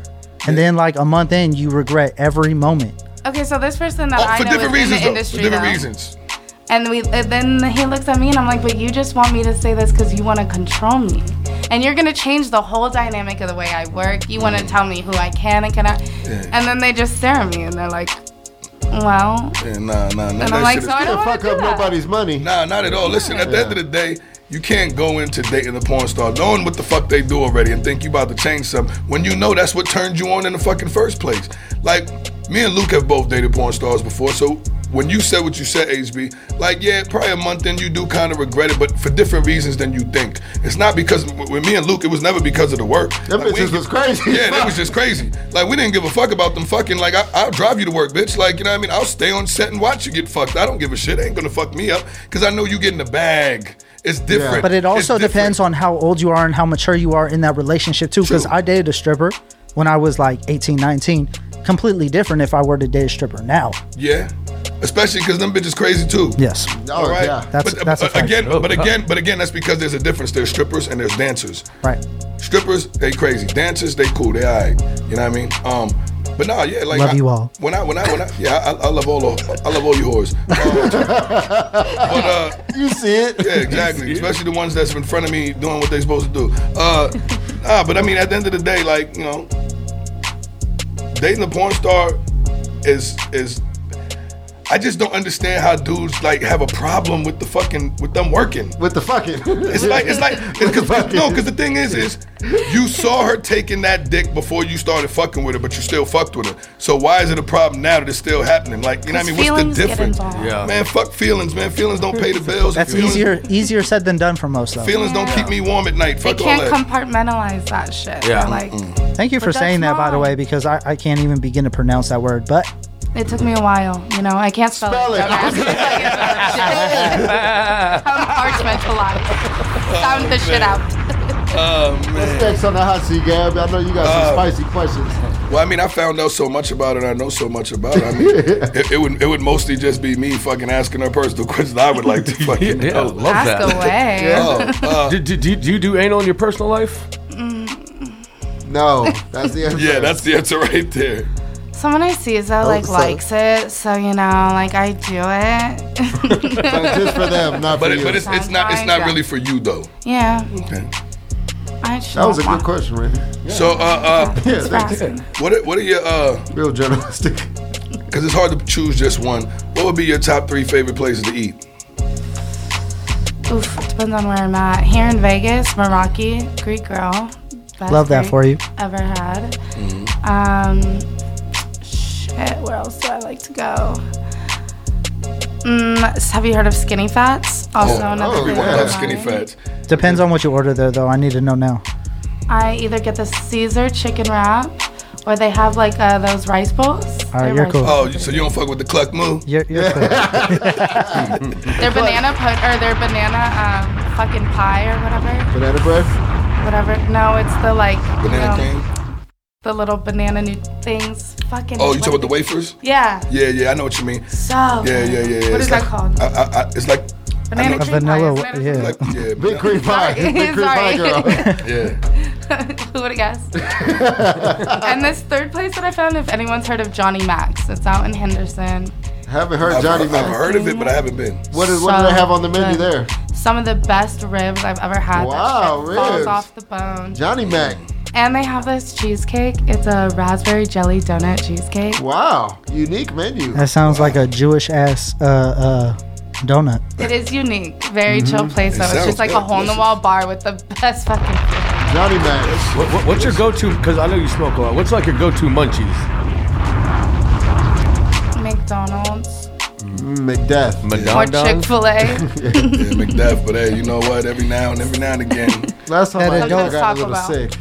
Speaker 19: and then like a month in, you regret every moment.
Speaker 7: Okay, so this person that
Speaker 16: Oh,
Speaker 7: I
Speaker 16: for
Speaker 7: know is
Speaker 16: different
Speaker 7: in
Speaker 16: reasons,
Speaker 7: the
Speaker 16: though.
Speaker 7: industry,
Speaker 16: for different
Speaker 7: though.
Speaker 16: reasons.
Speaker 7: and we and then he looks at me and I'm like, but you just want me to say this because you want to control me, and you're gonna change the whole dynamic of the way I work. You
Speaker 16: Mm.
Speaker 7: want to tell me who I can and cannot, and then they just stare at me and they're like, well,
Speaker 16: Yeah, nah, nah, nah.
Speaker 7: And I'm
Speaker 16: that
Speaker 7: like,
Speaker 16: shit is-
Speaker 7: so I don't wanna
Speaker 18: fuck up nobody's money.
Speaker 16: Nah, not at all. Listen, at the end of the day, you can't go into dating a porn star knowing what the fuck they do already and think you about to change something when you know that's what turned you on in the fucking first place. Like, me and Luke have both dated porn stars before, so when you said what you said, HB, like, yeah, probably a month in, you do kind of regret it, but for different reasons than you think. It's not because, with me and Luke, it was never because of the work.
Speaker 18: Them
Speaker 16: Like, we
Speaker 18: bitches
Speaker 16: ain't-
Speaker 18: was crazy.
Speaker 16: Yeah, that was just crazy. Like we didn't give a fuck about them fucking. Like I, I'll drive you to work, bitch. Like you know what I mean. I'll stay on set and watch you get fucked. I don't give a shit. It ain't gonna fuck me up because I know you getting the bag. It's different.
Speaker 19: But it
Speaker 16: It's
Speaker 19: also
Speaker 16: different.
Speaker 19: depends on how old you are and how mature you are in that relationship too. Because I dated a stripper when I was like 18, 19. Completely different if I were to date a stripper now.
Speaker 16: Yeah, especially because them bitches crazy too.
Speaker 19: Yes.
Speaker 18: Oh,
Speaker 16: All right.
Speaker 19: yeah. That's-
Speaker 16: but,
Speaker 19: that's a
Speaker 16: but
Speaker 19: fact.
Speaker 16: again, but again, but again, that's because there's a difference. There's strippers and there's dancers.
Speaker 19: Right.
Speaker 16: Strippers, they crazy. Dancers, they cool. They alright. You know what I mean? Um, but nah, yeah, like
Speaker 19: Love
Speaker 16: I-
Speaker 19: you all.
Speaker 16: When I, when I, when I, yeah, I, I love all of, I love all you whores. Um, uh,
Speaker 18: you see it.
Speaker 16: Yeah, exactly. Especially the ones that's in front of me doing what they supposed to do. Uh, nah, but I mean, at the end of the day, like you know, dating a porn star is is. I just don't understand how dudes like have a problem with the fucking with them working.
Speaker 18: With the fucking.
Speaker 16: It's like it's like it's cause, no, because the thing is is you saw her taking that dick before you started fucking with her, but you still fucked with her. So why is it a problem now that it's still happening? Like you know what I mean? What's the
Speaker 7: Feelings get
Speaker 16: difference?
Speaker 7: involved.
Speaker 17: Yeah.
Speaker 16: Man, fuck feelings, man. Feelings don't pay the bills.
Speaker 19: That's
Speaker 16: Feelings-
Speaker 19: easier easier said than done for most though.
Speaker 16: Feelings don't keep me warm at night.
Speaker 7: they
Speaker 16: Fuck all
Speaker 7: can't
Speaker 16: that.
Speaker 7: compartmentalize that shit. They're like
Speaker 19: Thank you
Speaker 7: But
Speaker 19: for
Speaker 7: that's
Speaker 19: saying that, by the way, because I, I can't even begin to pronounce that word. But
Speaker 7: it took me a while. You know, I can't spell, it. Don't ask me if I can spell it. I'm parchmentalized. Sound the shit out.
Speaker 16: Oh,
Speaker 18: What's next on the hot seat, Gab? I know you got some
Speaker 16: Uh,
Speaker 18: spicy questions.
Speaker 16: Well, I mean, I found out so much about it. I know so much about it. I mean, it, it would it would mostly just be me fucking asking her personal questions. I would like to fucking
Speaker 17: Yeah, I
Speaker 16: know.
Speaker 17: love that.
Speaker 16: Oh, uh,
Speaker 17: do, do, do, you- do you do anal in your personal life?
Speaker 7: Mm.
Speaker 18: No, that's the answer.
Speaker 16: yeah, that's the answer right there.
Speaker 7: Someone I see is that
Speaker 16: Oh,
Speaker 7: like
Speaker 16: so-
Speaker 7: likes it, so you know, like I do it.
Speaker 18: just for them, not
Speaker 16: but
Speaker 18: for
Speaker 16: it,
Speaker 18: you.
Speaker 16: But it's, it's not it's not
Speaker 7: Sometimes,
Speaker 16: really for you though.
Speaker 7: Yeah.
Speaker 16: Okay.
Speaker 7: I just
Speaker 18: That was a
Speaker 7: don't
Speaker 18: good question, Randy.
Speaker 16: So, uh, uh,
Speaker 18: Yeah, thanks.
Speaker 16: what are- what are your uh?
Speaker 18: Real journalistic.
Speaker 16: Because it's hard to choose just one. What would be your top three favorite places to eat?
Speaker 7: want- Oof, it depends on where I'm at. Here in Vegas, Meraki, Greek girl. Best
Speaker 19: Love that for
Speaker 7: Greek
Speaker 19: you.
Speaker 7: Ever had.
Speaker 18: Mm-hmm.
Speaker 7: Um, shit, where else do I like to go? Mm, have you heard of Skinny Fats? Also
Speaker 16: Oh,
Speaker 7: another
Speaker 16: everyone
Speaker 7: favorite
Speaker 16: loves
Speaker 7: of
Speaker 16: skinny
Speaker 7: mine.
Speaker 16: fats.
Speaker 19: depends on what you order there, though. I need to know now.
Speaker 7: I either get the Caesar chicken wrap, or they have like uh, those rice bowls.
Speaker 19: All right, you're cool.
Speaker 16: Oh, you- so you don't fuck with the cluck moo?
Speaker 19: You're, you're
Speaker 7: Their banana put or their banana um, fucking pie or whatever,
Speaker 18: Banana bread.
Speaker 7: whatever. No, it's the like you
Speaker 16: Banana
Speaker 7: know,
Speaker 16: cream?
Speaker 7: the little banana new things. Fucking.
Speaker 16: Oh, you
Speaker 7: what
Speaker 16: talking about the
Speaker 7: are they-
Speaker 16: wafers?
Speaker 7: Yeah.
Speaker 16: Yeah, yeah, I know what you mean.
Speaker 7: So.
Speaker 16: Yeah, yeah, yeah, yeah.
Speaker 7: What
Speaker 16: it's
Speaker 7: is
Speaker 16: like,
Speaker 7: that called?
Speaker 16: I, I, I, it's like
Speaker 7: Banana
Speaker 16: I know-
Speaker 7: cream
Speaker 19: vanilla.
Speaker 16: It's
Speaker 19: yeah.
Speaker 16: like, yeah,
Speaker 18: Big cream pie.
Speaker 7: Sorry.
Speaker 18: Big cream pie girl.
Speaker 16: yeah.
Speaker 7: Who would have guessed? and this third place that I found, if anyone's heard of Johnny Max, it's out in Henderson.
Speaker 18: Haven't heard
Speaker 16: I've-
Speaker 18: Johnny
Speaker 16: I've,
Speaker 18: Mac.
Speaker 16: heard of it, but I haven't been.
Speaker 18: What, is, what do
Speaker 7: So
Speaker 18: they have on the
Speaker 16: uh,
Speaker 18: menu there?
Speaker 7: good. Some of the best ribs I've ever had. That
Speaker 18: Wow,
Speaker 7: shit Falls
Speaker 18: ribs.
Speaker 7: off the bone.
Speaker 18: Johnny Mac.
Speaker 7: And they have this cheesecake. It's a raspberry jelly donut cheesecake.
Speaker 18: Wow, unique menu.
Speaker 19: That sounds like a Jewish ass uh, uh, donut.
Speaker 7: It is unique. Very chill
Speaker 19: Mhm.
Speaker 7: place
Speaker 16: Mm-hmm.
Speaker 19: It
Speaker 7: though. It's
Speaker 19: sounds
Speaker 7: just like a
Speaker 19: good.
Speaker 7: hole in the wall bar with the best fucking.
Speaker 18: Johnny Mac.
Speaker 17: What, what, what's your go-to? Because I know you smoke a lot. What's like your go-to munchies?
Speaker 7: McDonald's.
Speaker 18: McDeath.
Speaker 7: Or Chick fil A.
Speaker 16: yeah, McDeath. But hey, you know what? Every now and every now and again.
Speaker 18: Last time
Speaker 7: That
Speaker 18: I
Speaker 7: is
Speaker 18: got, I
Speaker 7: Taco
Speaker 18: got a little
Speaker 7: Bell.
Speaker 18: sick.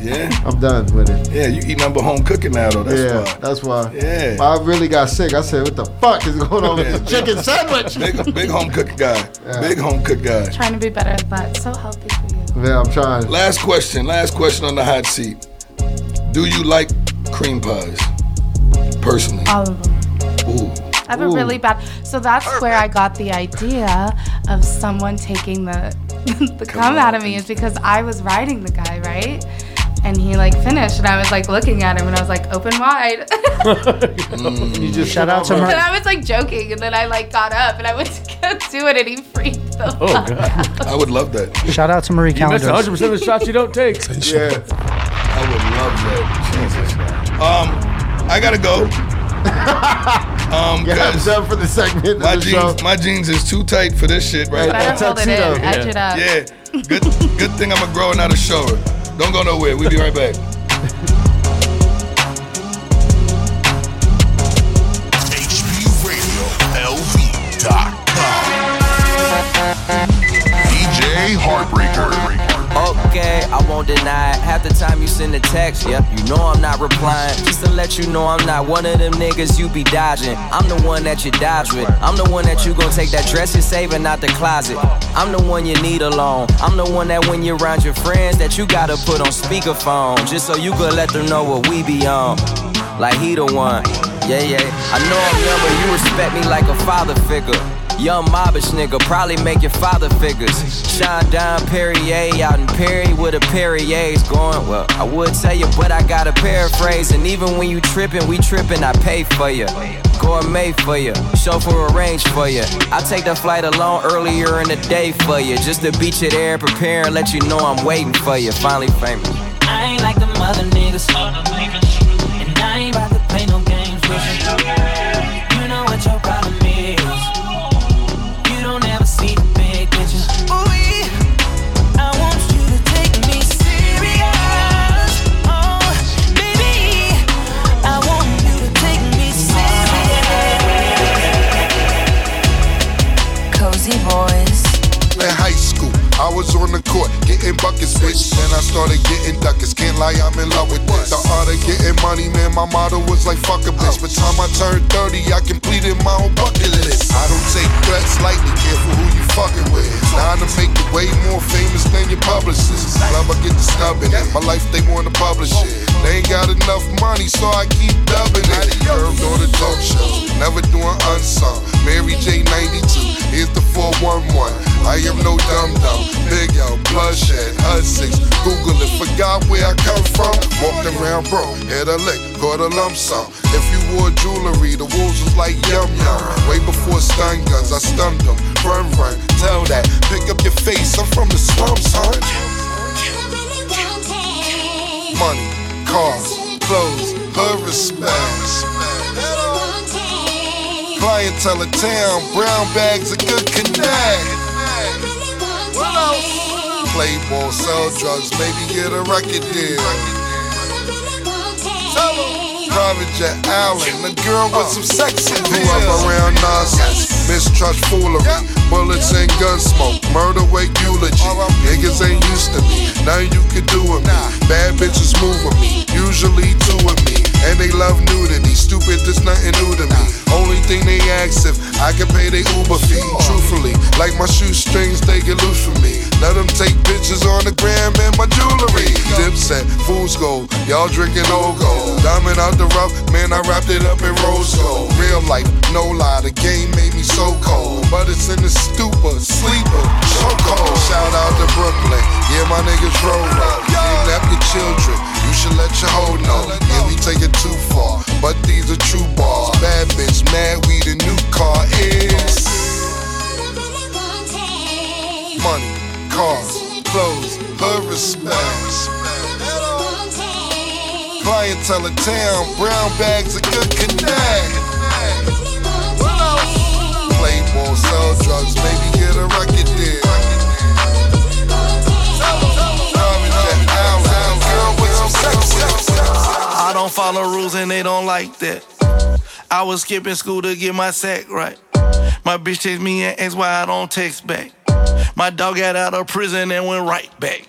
Speaker 16: Yeah.
Speaker 18: I'm done with it.
Speaker 16: Yeah, you eat number home cooking now
Speaker 19: Oh,
Speaker 16: though. That's
Speaker 18: yeah,
Speaker 16: why.
Speaker 18: that's why.
Speaker 16: Yeah.
Speaker 18: I really got sick. I said, "What the fuck is going on with
Speaker 16: Yeah.
Speaker 18: this chicken sandwich?"
Speaker 16: Big, big home cook guy. Big home cook guy.
Speaker 7: Trying to be better at that. So healthy for you.
Speaker 18: Yeah, I'm trying.
Speaker 16: Last question. Last question on the hot seat. Do you like cream pies? Personally.
Speaker 7: All of them.
Speaker 16: Ooh.
Speaker 7: I have a
Speaker 16: Ooh.
Speaker 7: really bad. So that's where I got the idea of someone taking the the
Speaker 16: Come
Speaker 7: cum
Speaker 16: on.
Speaker 7: out of me is because I was riding the guy right, and he like finished, and I was like looking at him, and I was like open wide,
Speaker 16: Uh-huh.
Speaker 18: You just
Speaker 19: shout out to
Speaker 7: and
Speaker 19: Murray.
Speaker 7: I was like joking, and then I like got up and I went to go do it, and he freaked the
Speaker 16: Oh,
Speaker 7: fuck.
Speaker 16: God. I would love that.
Speaker 19: Shout out to Marie
Speaker 17: You missed
Speaker 19: Callender's.
Speaker 17: 100 percent of the shots you don't take.
Speaker 16: Yeah. I would love that. Jesus. Um, I gotta go. Um,
Speaker 18: Yeah, I'm
Speaker 16: 'cause
Speaker 18: done for the segment.
Speaker 16: my
Speaker 18: of the show.
Speaker 16: jeans, my jeans is too tight for this shit right
Speaker 18: Better
Speaker 16: now.
Speaker 18: hold it in. Tuxedo.
Speaker 16: Yeah.
Speaker 18: Edge it up.
Speaker 16: Yeah. Good, good thing I'm a grower, not a shower. Don't go nowhere. We'll be right back.
Speaker 1: DJ Heartbreaker.
Speaker 6: Okay, I won't deny it. Half the time you send a text, yeah, you know I'm not replying. Just to let you know I'm not one of them niggas you be dodging. I'm the one that you dodge with. I'm the one that you gon' take that dress you're saving out the closet. I'm the one you need alone. I'm the one that when you're around your friends that you gotta put on speakerphone. Just so you could let them know what we be on. Like he the one. Yeah, yeah. I know I'm young, but you respect me like a father figure. Young mobbish nigga, probably make your father figures. Shine down Perrier out in Perry with a Perrier's going. Well, I would tell you, but I gotta paraphrase. And even when you trippin', we trippin', I pay for you. Gourmet for you, chauffeur arranged for you. I take the flight alone earlier in the day for you. Just to beat you there, prepare and let you know I'm waiting for you. Finally famous.
Speaker 8: I ain't like them other niggas. And I ain't about to play no games with you. You know what your problem is. You don't ever see the big picture. Ooh, yeah. I want you to take me serious. Oh, baby. I want you to take me serious. Cozy boys.
Speaker 29: In high school, I was on the court getting buckets, bitch. Then I started getting duckets. Can't lie, I'm in love with this. The art of getting money, man. My motto was like fuck a bitch. By the time I turned 30, I completed my own bucket list. I don't take threats lightly. Careful who you fucking with. Now to make you way more famous than your publicist. Love, I get the snubbing it. My life, they wanna publish it. They ain't got enough money, so I keep dubbing it. Curved on the dope shows, never doing unsung. Mary J 92, here's the 411. I am no dum dum. Big L, bloodshed, Hussix. Google it, forgot where I come from. Walked around broke, hit a lick, got a lump sum. If you wore jewelry, the wolves was like yum yum. Way before stun guns, I stunned them. Run, run, tell that. Pick up your face, I'm from the slums, huh? Money, cars, clothes, her respect. Clientele of town, brown bags, a good connect. Play ball, sell drugs, maybe get a record deal. Private jet Allen, the girl with some sex appeal. Grew up around nonsense, mistrust foolery, bullets and gun smoke, murder wake eulogy. Niggas ain't used to me, nothing you can do with me. Bad bitches move with me, usually two with me, and they love nudity. Stupid, there's nothing new to me. Only thing they ask if I can pay their Uber fee. Truthfully, like my shoestrings, they get loose from me. Let them take pictures on the gram and my jewelry. Dipset, fool's gold, y'all drinking old gold. Diamond out the rough, man, I wrapped it up in rose gold. Real life, no lie, the game made me so cold. But it's in the stupor, sleeper, so cold. Shout out to Brooklyn, yeah, my niggas roll up. Kidnap your children, you should let your hoe know. Yeah, we take it too far, but these are true bars. Bad bitch, mad, we the new car is. Money, cars, clothes, her respect. Clientele of town, brown bags, a good connect. Play ball, sell drugs, maybe get a record deal. Diamond Jack
Speaker 30: rules and they don't like that. I was skipping school to get my sack right. My bitch text me and asked why I don't text back. My dog got out of prison and went right back.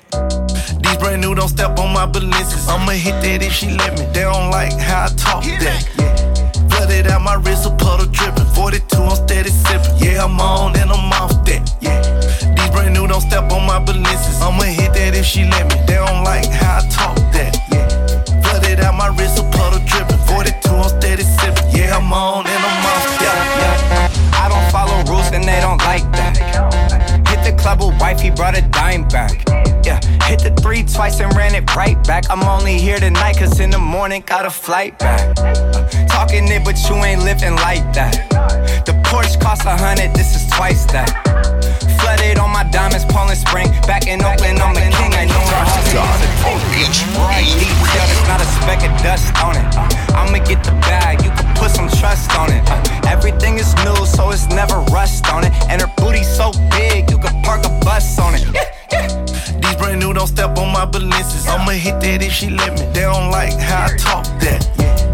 Speaker 30: These brand new don't step on my balances. I'ma hit that if she let me. They don't like how I talk that. Yeah. Flooded out my wrist, a puddle dripping. 42, I'm steady sipping. Yeah, I'm on and I'm off that. Yeah. These brand new don't step on my balances. I'ma hit that if she let me. They don't like how I talk that. Yeah. Flooded out my wrist, a puddle dripping. 42, I'm steady sipping. Yeah, I'm on and I'm off. Yeah, yeah.
Speaker 31: I don't follow rules and they don't like that. Hit the club with wife, he brought a dime back. Yeah, hit the three twice and ran it right back. I'm only here tonight, cause in the morning got a flight back. Talking it, but you ain't living like that. The Porsche costs a hundred, this is twice that. Flooded on my diamonds, Poland Spring. Back in Oakland, I'm the king, I know my It's not a speck of dust on it. I'ma get the bag, you can put some trust on it. Uh, Everything is new, so it's never rust on it. And her booty so big, you could park a bus on it.
Speaker 30: These brand new don't step on my balances. I'ma hit that if she let me. They don't like how I talk that.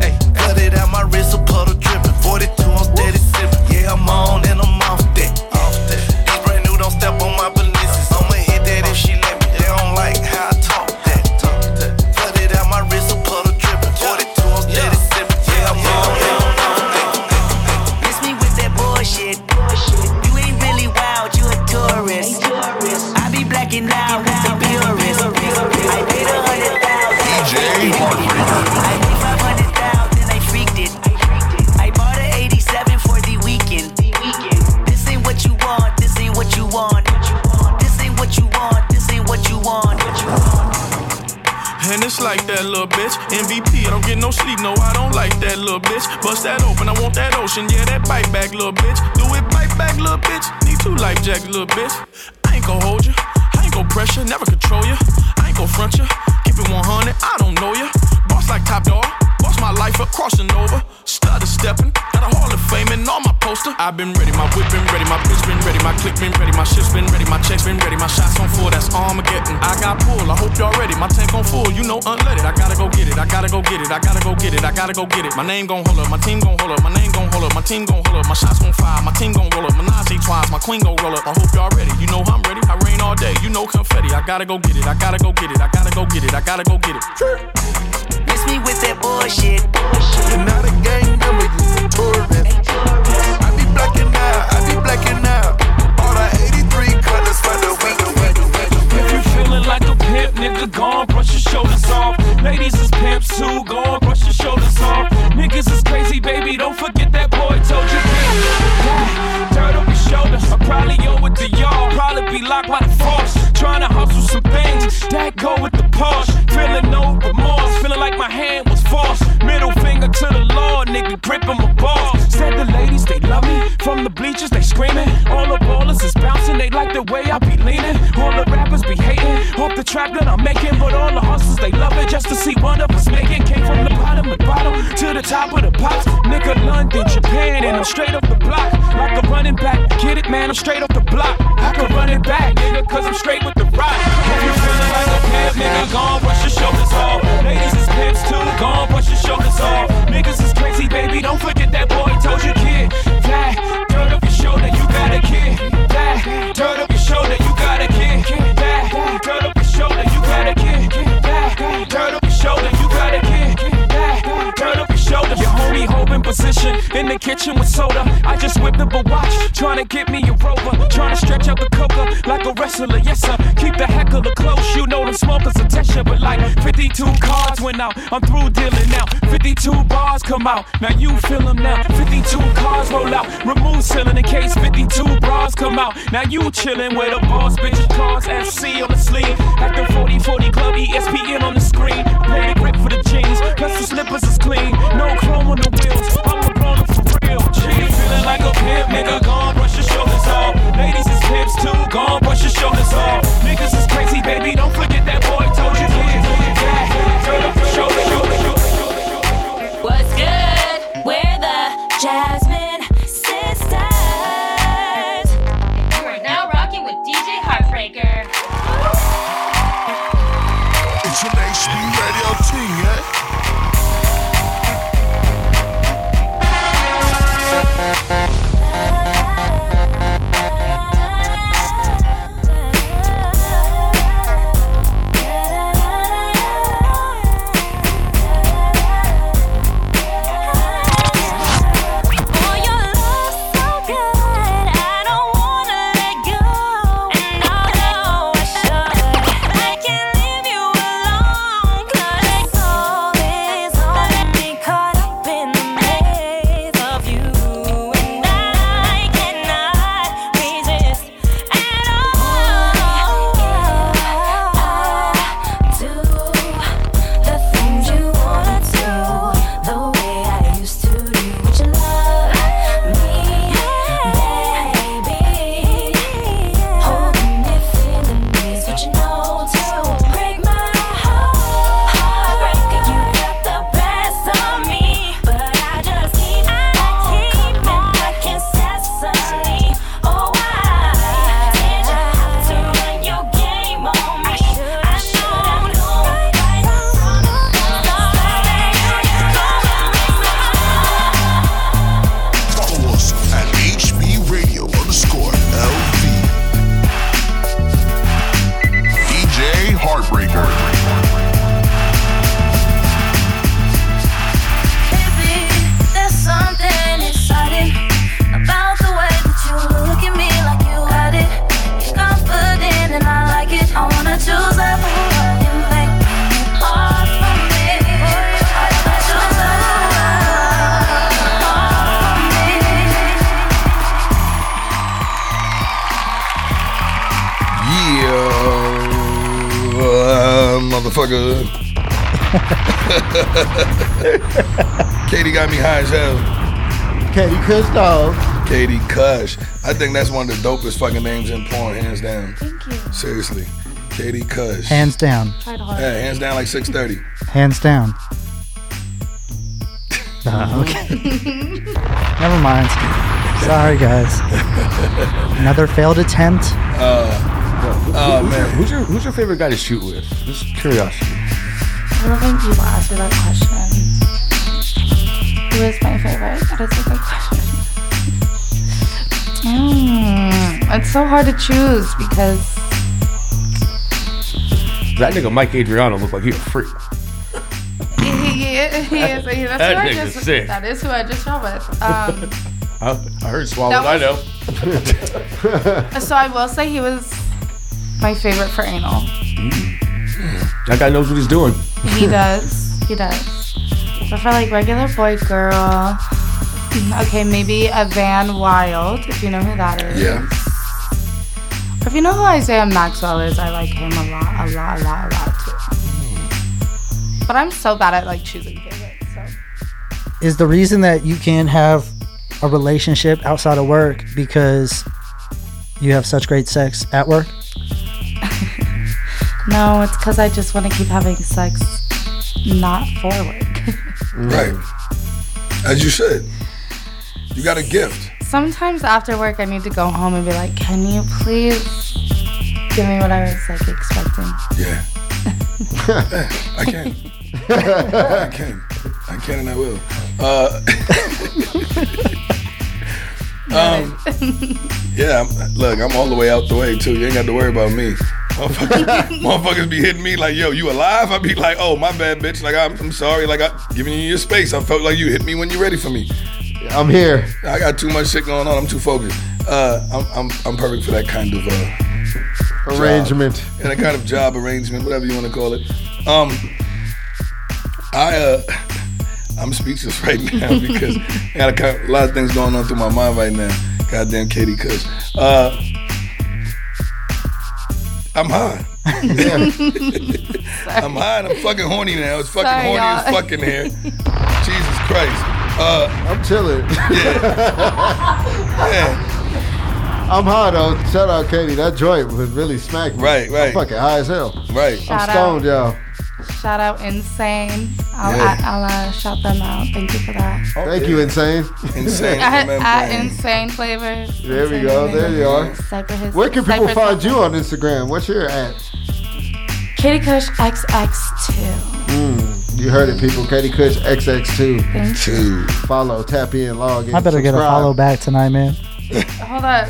Speaker 30: Ayy, Flooded out my wrist, a puddle dripping. 42, I'm steady sipping. Yeah, I'm on and I'm off that. Off that. These brand new don't step on my balances. I'ma hit that if she let me. They don't like how I talk that. Talk that. Flooded out my wrist, a puddle dripping. 42, I'm steady sipping. Yeah, I'm on and I'm off that.
Speaker 8: Miss me with that bullshit. You ain't really wild, you a tourist. I be blacking out with the purist. I paid a hundred thousand. I paid five hundred thousand, I freaked it. I bought a 87 for the weekend. This ain't what you want, this ain't what you want. This ain't what you want, this ain't what you want.
Speaker 21: And it's like that little bitch. MVP, I don't get no sleep. No, I don't like that little bitch. Bust that open, I want that ocean. Yeah, that bite back, little bitch. Do it, bite back, little bitch. Need two life jacks, little bitch. I ain't gon' hold you. I ain't gon' pressure, never control you. I ain't gon' front you. Keep it 100, I don't know you. Boss like top dog. Boss my life up, crossing over. Stutter stepping. Got a Hall of Fame and all my poster. I've been ready, my whip been ready, my bitch been ready, my click been ready, my shit's been ready, my checks been ready, my shots on full, that's Armageddon. I got pull, I hope y'all ready. My tank on full, you know unleaded. I gotta go get it, I gotta go get it, I gotta go get it, I gotta go get it. My name gon' hold up, my team gon' hold up, my name gon' hold up, my team gon' hold up, my shots gon' fire, my team gon' roll up, my Nazi twice, my queen gon' roll up. I hope y'all ready, you know I'm ready. I rain all day, you know confetti. I gotta go get it, I gotta go get it, I gotta go get it, I gotta go get it.
Speaker 8: Miss me with that bullshit.
Speaker 30: You're not a gang member, you a tourist. I be blacking out, I be blacking out. All the 83 colors for the weekend.
Speaker 32: If you feeling like a pimp, nigga, go on, brush your shoulders off. Ladies is pimps too, go on, brush your shoulders off. Niggas is crazy, baby, don't forget that boy told you. that. Yeah, Dirt on your shoulders, I probably owe it to y'all. Probably be locked by the force, trying to hustle some things that go with the Porsche. Feeling no remorse, feeling like my hand was forced. Middle finger to the law, nigga, gripping my balls. Said the ladies, they love me. From the bleachers, they screaming. All the ballers is bouncing, they like the way I be leaning. All the rappers be hating. Hope the trap that I'm making, but all the hustlers, they love it just to see one of us make it. Came from the bottom of the bottom to the top of the pops. Nigga, London, Japan, and I'm straight off the block. Like a running back, get it, man, I'm straight off the block. I can run it back, nigga, cause I'm straight with the rock. If you feeling like a pimp, nigga, gone, brush your shoulders off. Ladies is pimps too, gone, brush your shoulders off. Niggas is crazy, baby, don't forget that boy told you, kid. That dirt up your shoulder, you got a kid. That dirt up your shoulder, you got a kid. That dirt up your shoulder, you got a kid. That dirt up your shoulder, you got a kid. That dirt up your shoulder. Your homie holding position in the kitchen with soda. I just whipped up a watch, trying to get me a rover. Trying to stretch out the coca like a wrestler, yes sir. Keep the heckler close, you know them smokers a tester. But like 52 cards went out, I'm through dealing now. 52 bars come out, now you feel them now. 52 cars roll out, remove ceiling in case 52 bras come out. Now you chilling with a boss, bitches, cars, FC on the sleeve. Acting 40 40 club, E ESPN on the screen. Play the grip for the jeans, plus the slippers is clean. No chrome on the wheels, I'm a grown up for real. G. Feeling like a pimp, nigga, gone, brush your shoulders off. Ladies is pimps too, gone, brush your shoulders off. Niggas is crazy, baby, don't forget that boy told you. Yeah, yeah, turn up your shoulder, shoulder, shoulder.
Speaker 8: What's good? We're the Jasmine Sisters. You are now rocking with DJ Heartbreaker.
Speaker 1: eh? It's an HB Radio team, yeah?
Speaker 10: Oh,
Speaker 16: Yeah, uh, motherfucker. Katie got me high as hell.
Speaker 18: Katie Kush, dog.
Speaker 16: Katie Kush. I think that's one of the dopest fucking names in porn, hands down. Thank you. Seriously. Katie Kush.
Speaker 19: Hands down.
Speaker 16: Yeah, hands down like 630.
Speaker 19: Hands down. Uh, okay. Never mind. Sorry, guys. Another failed attempt.
Speaker 16: Uh,
Speaker 17: oh, man. Who's your, who's your favorite guy to shoot with? Just curiosity.
Speaker 7: I don't think people ask me that question. Who is my favorite? That is a good question. Mm, it's so hard to choose because
Speaker 17: That nigga Mike Adriano looked like he a freak.
Speaker 7: he, he, he is. He, that's
Speaker 17: That
Speaker 7: who I
Speaker 17: nigga's
Speaker 7: just,
Speaker 17: sick.
Speaker 7: That is who I just shot with. Um,
Speaker 17: I, I heard swallowed.
Speaker 7: That
Speaker 17: I know.
Speaker 7: so I will say he was my favorite for anal.
Speaker 17: that guy knows what he's doing.
Speaker 7: He does. He does. But for like regular boy girl, okay, maybe a Van Wild, if you know who that is.
Speaker 16: Yeah.
Speaker 7: If you know who Isaiah Maxwell is, I like him a lot, a lot, a lot, a lot too. But I'm so bad at like choosing favorites.
Speaker 19: Is the reason that you can't have a relationship outside of work because you have such great sex at work?
Speaker 7: No, it's because I just want to keep having sex, not for work.
Speaker 16: Right. As you should. You got a gift.
Speaker 7: Sometimes after work, I need to go home and be like, "Can you please give me what I was like expecting?"
Speaker 16: Yeah. I can. I can. I can and I will. Uh, um, yeah, I'm, look, I'm all the way out the way too. You ain't got to worry about me. Motherfuckers, motherfuckers be hitting me like, yo, you alive? I be like, oh, my bad, bitch. Like, I'm, I'm sorry. Like, I'm giving you your space. I felt like you hit me when you're ready for me.
Speaker 18: I'm here.
Speaker 16: I got too much shit going on. I'm too focused. Uh, I'm, I'm, I'm perfect for that kind of uh, job.
Speaker 18: Arrangement.
Speaker 16: and a kind of job arrangement, whatever you want to call it. Um, I uh, I'm speechless right now because I got a, kind- a lot of things going on through my mind right now. Goddamn, Katie Cush. Uh, I'm high. I'm high. And I'm fucking horny now. It's fucking horny
Speaker 6: Sorry,
Speaker 16: as
Speaker 6: y'all.
Speaker 16: fucking here. Jesus Christ. Uh,
Speaker 18: I'm chilling.
Speaker 16: Yeah. yeah.
Speaker 18: I'm high though. Shout out Katie. That joint was really smacked. me.
Speaker 16: Right, right.
Speaker 18: I'm fucking high as hell.
Speaker 16: Right.
Speaker 7: Shout
Speaker 18: I'm stoned, y'all.
Speaker 7: Shout out Insane. I'll,
Speaker 18: Yeah.
Speaker 7: I'll uh, shout them out. Thank you for that.
Speaker 18: Thank you, insane.
Speaker 16: Insane.
Speaker 7: At, at Insane Flavors.
Speaker 18: There we
Speaker 7: Insane
Speaker 18: go. There
Speaker 7: Flavors.
Speaker 18: you are.
Speaker 7: Cypress Hill-
Speaker 18: Where can people
Speaker 7: Cypress
Speaker 18: find
Speaker 7: Hill-
Speaker 18: you on Instagram? What's your at?
Speaker 7: Kitty Kush XX2.
Speaker 18: Mm, you heard it, people. Katie Kush
Speaker 7: Thank
Speaker 18: XX2. Two. Follow, tap in, log in.
Speaker 19: I better get a
Speaker 18: subscribe.
Speaker 19: follow back tonight, man.
Speaker 7: Hold up.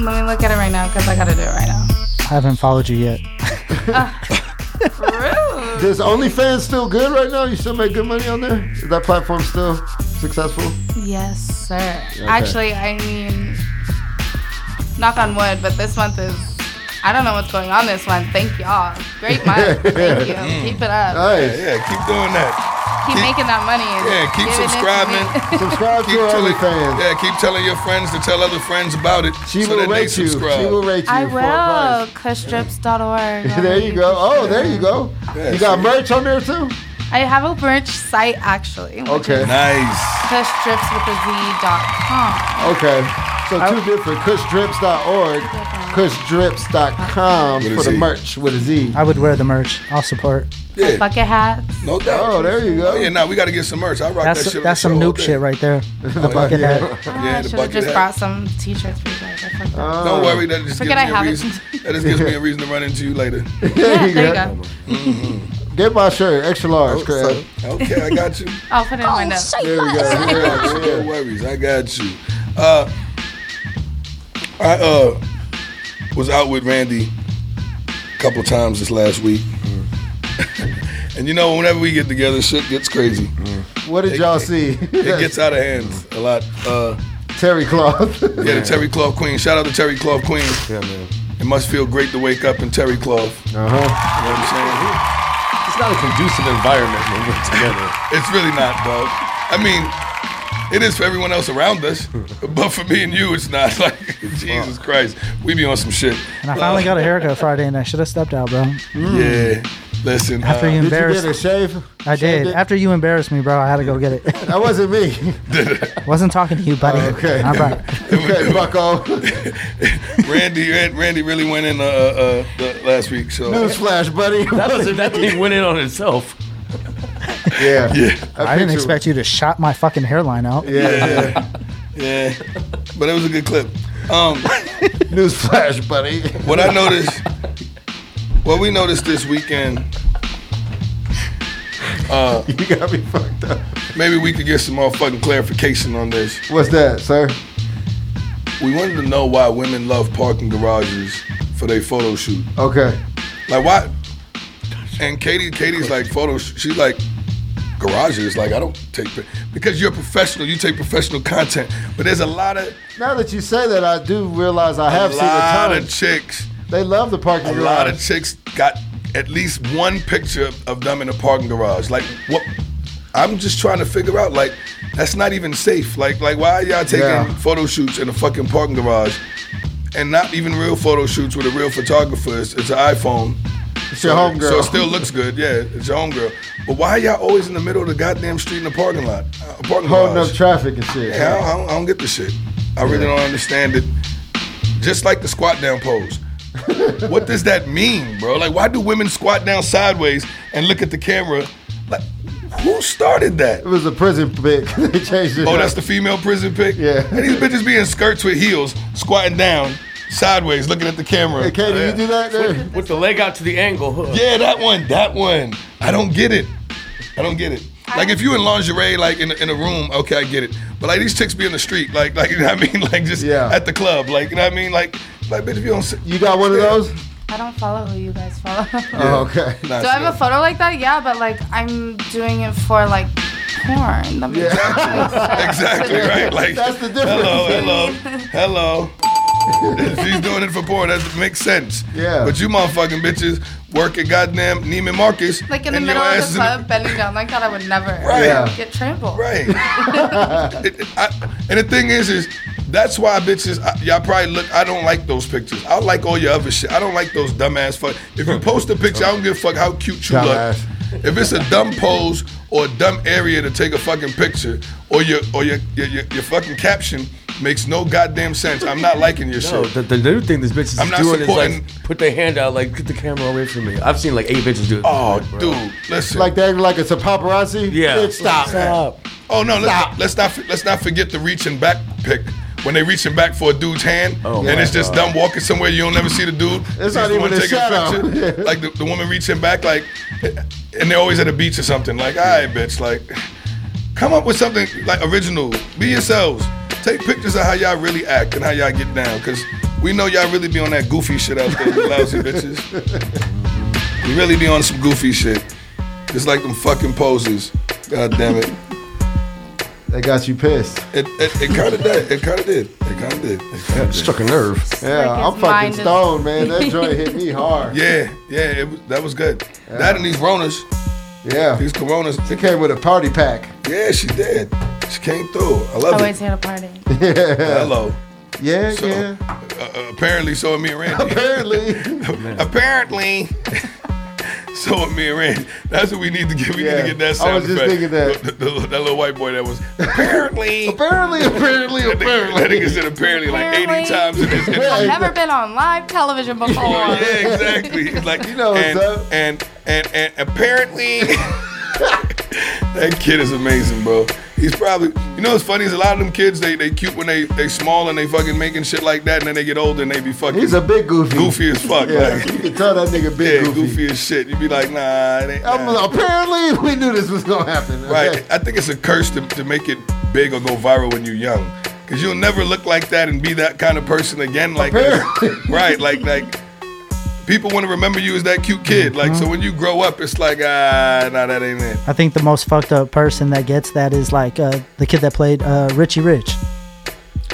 Speaker 7: Let me look at it right now because I gotta do it right now.
Speaker 19: I haven't followed you yet.
Speaker 18: Does OnlyFans still good right now? You still make good money on there? Is that platform still successful?
Speaker 7: Yes, sir.
Speaker 18: Okay.
Speaker 7: Actually, I mean, knock on wood, but this month is. I don't know what's going on this month. Thank y'all. Great month. Thank you. Keep it up.
Speaker 16: Nice. Yeah, yeah, keep doing that.
Speaker 7: Keep making that money. and
Speaker 16: Yeah, keep
Speaker 7: giving it to
Speaker 16: subscribing.
Speaker 7: me.
Speaker 18: subscribe
Speaker 16: keep telling, Yeah, keep telling your friends to tell other friends about it. She so
Speaker 18: will
Speaker 16: that they
Speaker 18: rate you. She
Speaker 16: subscribe.
Speaker 18: will rate
Speaker 7: I will. Cushstrips.org.
Speaker 18: there you go. Oh, there you go. you got merch on there too?
Speaker 7: I have a merch site actually. which
Speaker 18: Okay.
Speaker 7: is
Speaker 16: Nice.
Speaker 7: Cushstrips with a Z dot com.
Speaker 18: Okay. So two different cushdrips.org, cushdrips.com
Speaker 19: With a
Speaker 18: for the
Speaker 19: Z.
Speaker 18: merch with a Z.
Speaker 19: I would wear the merch. I'll support.
Speaker 16: Yeah.
Speaker 7: Bucket hats.
Speaker 16: No doubt.
Speaker 18: Oh, there you go.
Speaker 16: Oh, yeah, now we got to get some merch. I rock
Speaker 19: That's
Speaker 16: that shit. on
Speaker 19: that's
Speaker 16: the
Speaker 19: some
Speaker 16: show all
Speaker 19: noob
Speaker 16: day.
Speaker 19: shit right there. The
Speaker 16: Oh, yeah.
Speaker 19: bucket hat.
Speaker 16: Yeah,
Speaker 7: I
Speaker 16: the
Speaker 7: should have
Speaker 16: bucket
Speaker 7: just
Speaker 16: hat. Oh.
Speaker 7: brought some t-shirts for you guys. I fucked up.
Speaker 16: Don't worry, that just
Speaker 7: Forget I
Speaker 16: gives me a
Speaker 7: have
Speaker 16: reason. That just gives me a reason to run into you later.
Speaker 18: There you
Speaker 7: There you
Speaker 18: go.
Speaker 7: go.
Speaker 18: Get my shirt, extra large, Craig.
Speaker 16: Oh, Okay, I got you.
Speaker 7: I'll put it in my notes.
Speaker 16: There we go. I got you. No worries. I got you. Uh, I uh, was out with Randy a couple times this last week. and you know, whenever we get together, shit gets crazy.
Speaker 18: What did y'all see?
Speaker 16: It gets out of hand a lot. Uh,
Speaker 18: Terry Cloth.
Speaker 16: yeah, the Terry Cloth Queen. Shout out to Terry Cloth Queen. Yeah, man. Uh-huh. It must feel great to wake up in Terry Cloth.
Speaker 18: Uh huh.
Speaker 16: You know what I'm saying?
Speaker 17: It's not a conducive environment when we're together.
Speaker 16: It's really not, dog. I mean, It is for everyone else around us, but for me and you, it's not. Like Jesus Christ, we be on some shit.
Speaker 19: And I finally got a haircut Friday, and I should have stepped out, bro. Mm.
Speaker 16: Yeah, listen.
Speaker 19: After you
Speaker 16: uh,
Speaker 19: embarrassed, I
Speaker 18: Shaved
Speaker 19: did.
Speaker 18: it?
Speaker 19: After you embarrassed me, bro, I had to go get it.
Speaker 18: That wasn't me. Oh,
Speaker 19: Wasn't talking to you, buddy.
Speaker 18: okay.
Speaker 19: All right.
Speaker 18: okay, Bucko.
Speaker 16: Randy, Rand- Randy really went in uh, uh, the, last week. So
Speaker 18: Newsflash, buddy.
Speaker 17: That, doesn't- that thing went in on itself.
Speaker 18: Yeah.
Speaker 16: Yeah.
Speaker 19: I didn't expect you to shot my fucking hairline out.
Speaker 16: Yeah, yeah, yeah. But it was a good clip. Um,
Speaker 18: Newsflash, buddy.
Speaker 16: What I noticed, what we noticed this weekend. Uh,
Speaker 18: you got me fucked up.
Speaker 16: Maybe we could get some more fucking clarification on this.
Speaker 18: What's that, sir?
Speaker 16: We wanted to know why women love parking garages for their photo shoot.
Speaker 18: Okay.
Speaker 16: Like why? And Katie, Katie's like photo. sh- She's like garages. Like I don't take pi- because you're a professional. You take professional content. But there's a lot of
Speaker 18: Now that you say that, I do realize I have
Speaker 16: a
Speaker 18: seen a ton.
Speaker 16: lot of chicks.
Speaker 18: They love the parking
Speaker 16: A
Speaker 18: garage.
Speaker 16: lot of chicks got at least one picture of them in a parking garage. Like what? I'm just trying to figure out. Like that's not even safe. Like like why are y'all taking
Speaker 18: Yeah.
Speaker 16: photo shoots in a fucking parking garage, and not even real photo shoots with a real photographer? It's, it's an iPhone.
Speaker 18: It's your
Speaker 16: So-
Speaker 18: homegirl.
Speaker 16: So it still looks good. Yeah, it's your homegirl. But why are y'all always in the middle of the goddamn street in the parking lot? Uh, parking
Speaker 18: holding
Speaker 16: garage.
Speaker 18: up traffic and shit.
Speaker 16: Yeah, I don't- I don't, I don't get the shit. I really
Speaker 18: Yeah.
Speaker 16: don't understand it. Just like the squat down pose. what does that mean, bro? Like, why do women squat down sideways and look at the camera? Like, who started that?
Speaker 18: It was a prison pick. they changed it.
Speaker 16: Oh, that's the female prison pic? Yeah. And these bitches be in skirts with heels, squatting down, sideways, looking at the camera. Yeah.
Speaker 18: that
Speaker 17: with, with the leg out to the angle. huh?
Speaker 16: Yeah, that one, that one. I don't get it. I don't get it. Like if you in lingerie, like in, in a room, okay, I get it. But like these chicks be in the street, like like you know what I mean, like just at the club, like you know what I mean, like like bitch, if you don't. sit-
Speaker 18: You got one of those?
Speaker 7: I don't follow who you guys follow.
Speaker 18: Oh, okay.
Speaker 7: Do I have a photo like that? Yeah, but like I'm doing it for like porn. That makes
Speaker 16: exactly right. Like that's the difference. Hello, hello, hello. If She's doing it for porn. That makes sense. Yeah. But you motherfucking bitches work at goddamn Neiman Marcus.
Speaker 7: Like in the
Speaker 16: and your
Speaker 7: middle of
Speaker 16: ass
Speaker 7: the
Speaker 16: is in
Speaker 7: club, bending down like that, I would never
Speaker 16: Right. Yeah.
Speaker 7: get trampled.
Speaker 16: Right. It- it- I- and the thing is, is that's why bitches, I, y'all probably look. I don't like those pictures. I like all your other shit. I don't like those dumbass fuck. If you post a picture, I don't give a fuck how cute you
Speaker 18: Dumbass.
Speaker 16: look. If it's a dumb pose or a dumb area to take a fucking picture, or your or your your, your, your fucking caption makes no goddamn sense. I'm not liking your
Speaker 17: No,
Speaker 16: shit.
Speaker 17: the, the new thing this bitch is
Speaker 16: I'm not
Speaker 17: doing is
Speaker 16: supporting-
Speaker 17: like put their hand out, like get the camera away from me. I've seen like eight bitches do it.
Speaker 16: Oh, dude, listen.
Speaker 18: Like that, like it's a paparazzi.
Speaker 17: Yeah.
Speaker 18: Bitch, stop.
Speaker 16: Oh no, let's not, let's not let's not forget the reaching back pick. When they reaching back for a dude's hand, and
Speaker 18: Oh my
Speaker 16: it's just
Speaker 18: God.
Speaker 16: them walking somewhere you don't never see the dude. He's
Speaker 18: not
Speaker 16: the one
Speaker 18: even a
Speaker 16: taking
Speaker 18: shadow.
Speaker 16: picture. like the, the woman reaching back, like, and they're always at a beach or something. Like, all right, bitch, like, come up with something like original. Be yourselves. Take pictures of how y'all really act and how y'all get down, cause we know y'all really be on that goofy shit out there, you lousy bitches. You really be on some goofy shit. It's like them fucking poses. God damn it.
Speaker 18: They got you pissed.
Speaker 16: It, it, it kind of did. It kind of did. It kind of did. It kinda did.
Speaker 17: struck a nerve.
Speaker 18: Yeah,
Speaker 16: like his
Speaker 18: I'm
Speaker 16: mind
Speaker 18: fucking
Speaker 16: is-
Speaker 18: stoned, man. That joint hit me hard.
Speaker 16: Yeah, yeah, it, was- that was good. That and these Ronas.
Speaker 18: Yeah.
Speaker 16: These Coronas.
Speaker 18: She came with a party pack.
Speaker 16: Yeah, she did. She came through. I love
Speaker 7: Always
Speaker 16: it.
Speaker 7: had a party.
Speaker 16: Hello.
Speaker 18: Yeah,
Speaker 16: So,
Speaker 18: yeah.
Speaker 16: Uh, uh, apparently, so are me and Randy.
Speaker 18: Apparently.
Speaker 16: apparently. So are me and Randy. That's what we need to get. We need
Speaker 18: Yeah,
Speaker 16: to get that sound
Speaker 18: I was just
Speaker 16: effect.
Speaker 18: thinking that.
Speaker 16: The- the- the- that little white boy that was apparently.
Speaker 18: apparently, apparently,
Speaker 16: apparently. That nigga said apparently like 80
Speaker 7: Apparently.
Speaker 16: times in his, in his
Speaker 7: I've never been on live television before.
Speaker 16: yeah, exactly. It's Like you know
Speaker 18: what's
Speaker 16: and,
Speaker 18: up.
Speaker 16: And and and apparently that kid is amazing, bro. He's probably you know what's funny is a lot of them kids they they cute when they they small and they fucking making shit like that and then they get older and they be fucking
Speaker 18: He's a big goofy.
Speaker 16: goofy as fuck.
Speaker 18: Yeah,
Speaker 16: like,
Speaker 18: you can tell that nigga big
Speaker 16: yeah,
Speaker 18: goofy.
Speaker 16: goofy. as shit. You be like, nah, it ain't.
Speaker 18: I'm
Speaker 16: nah.
Speaker 18: like, apparently, we knew this was gonna happen.
Speaker 16: Right. I think it's a curse to, to make it big or go viral when you're young. Cause you'll never look like that and be that kind of person again. Like that. Right, like like people want to remember you as that cute kid. Like
Speaker 18: Mm-hmm.
Speaker 16: so when you grow up, it's like, ah nah, that ain't it.
Speaker 19: I think the most fucked up person that gets that is like uh, the kid that played uh, Richie Rich.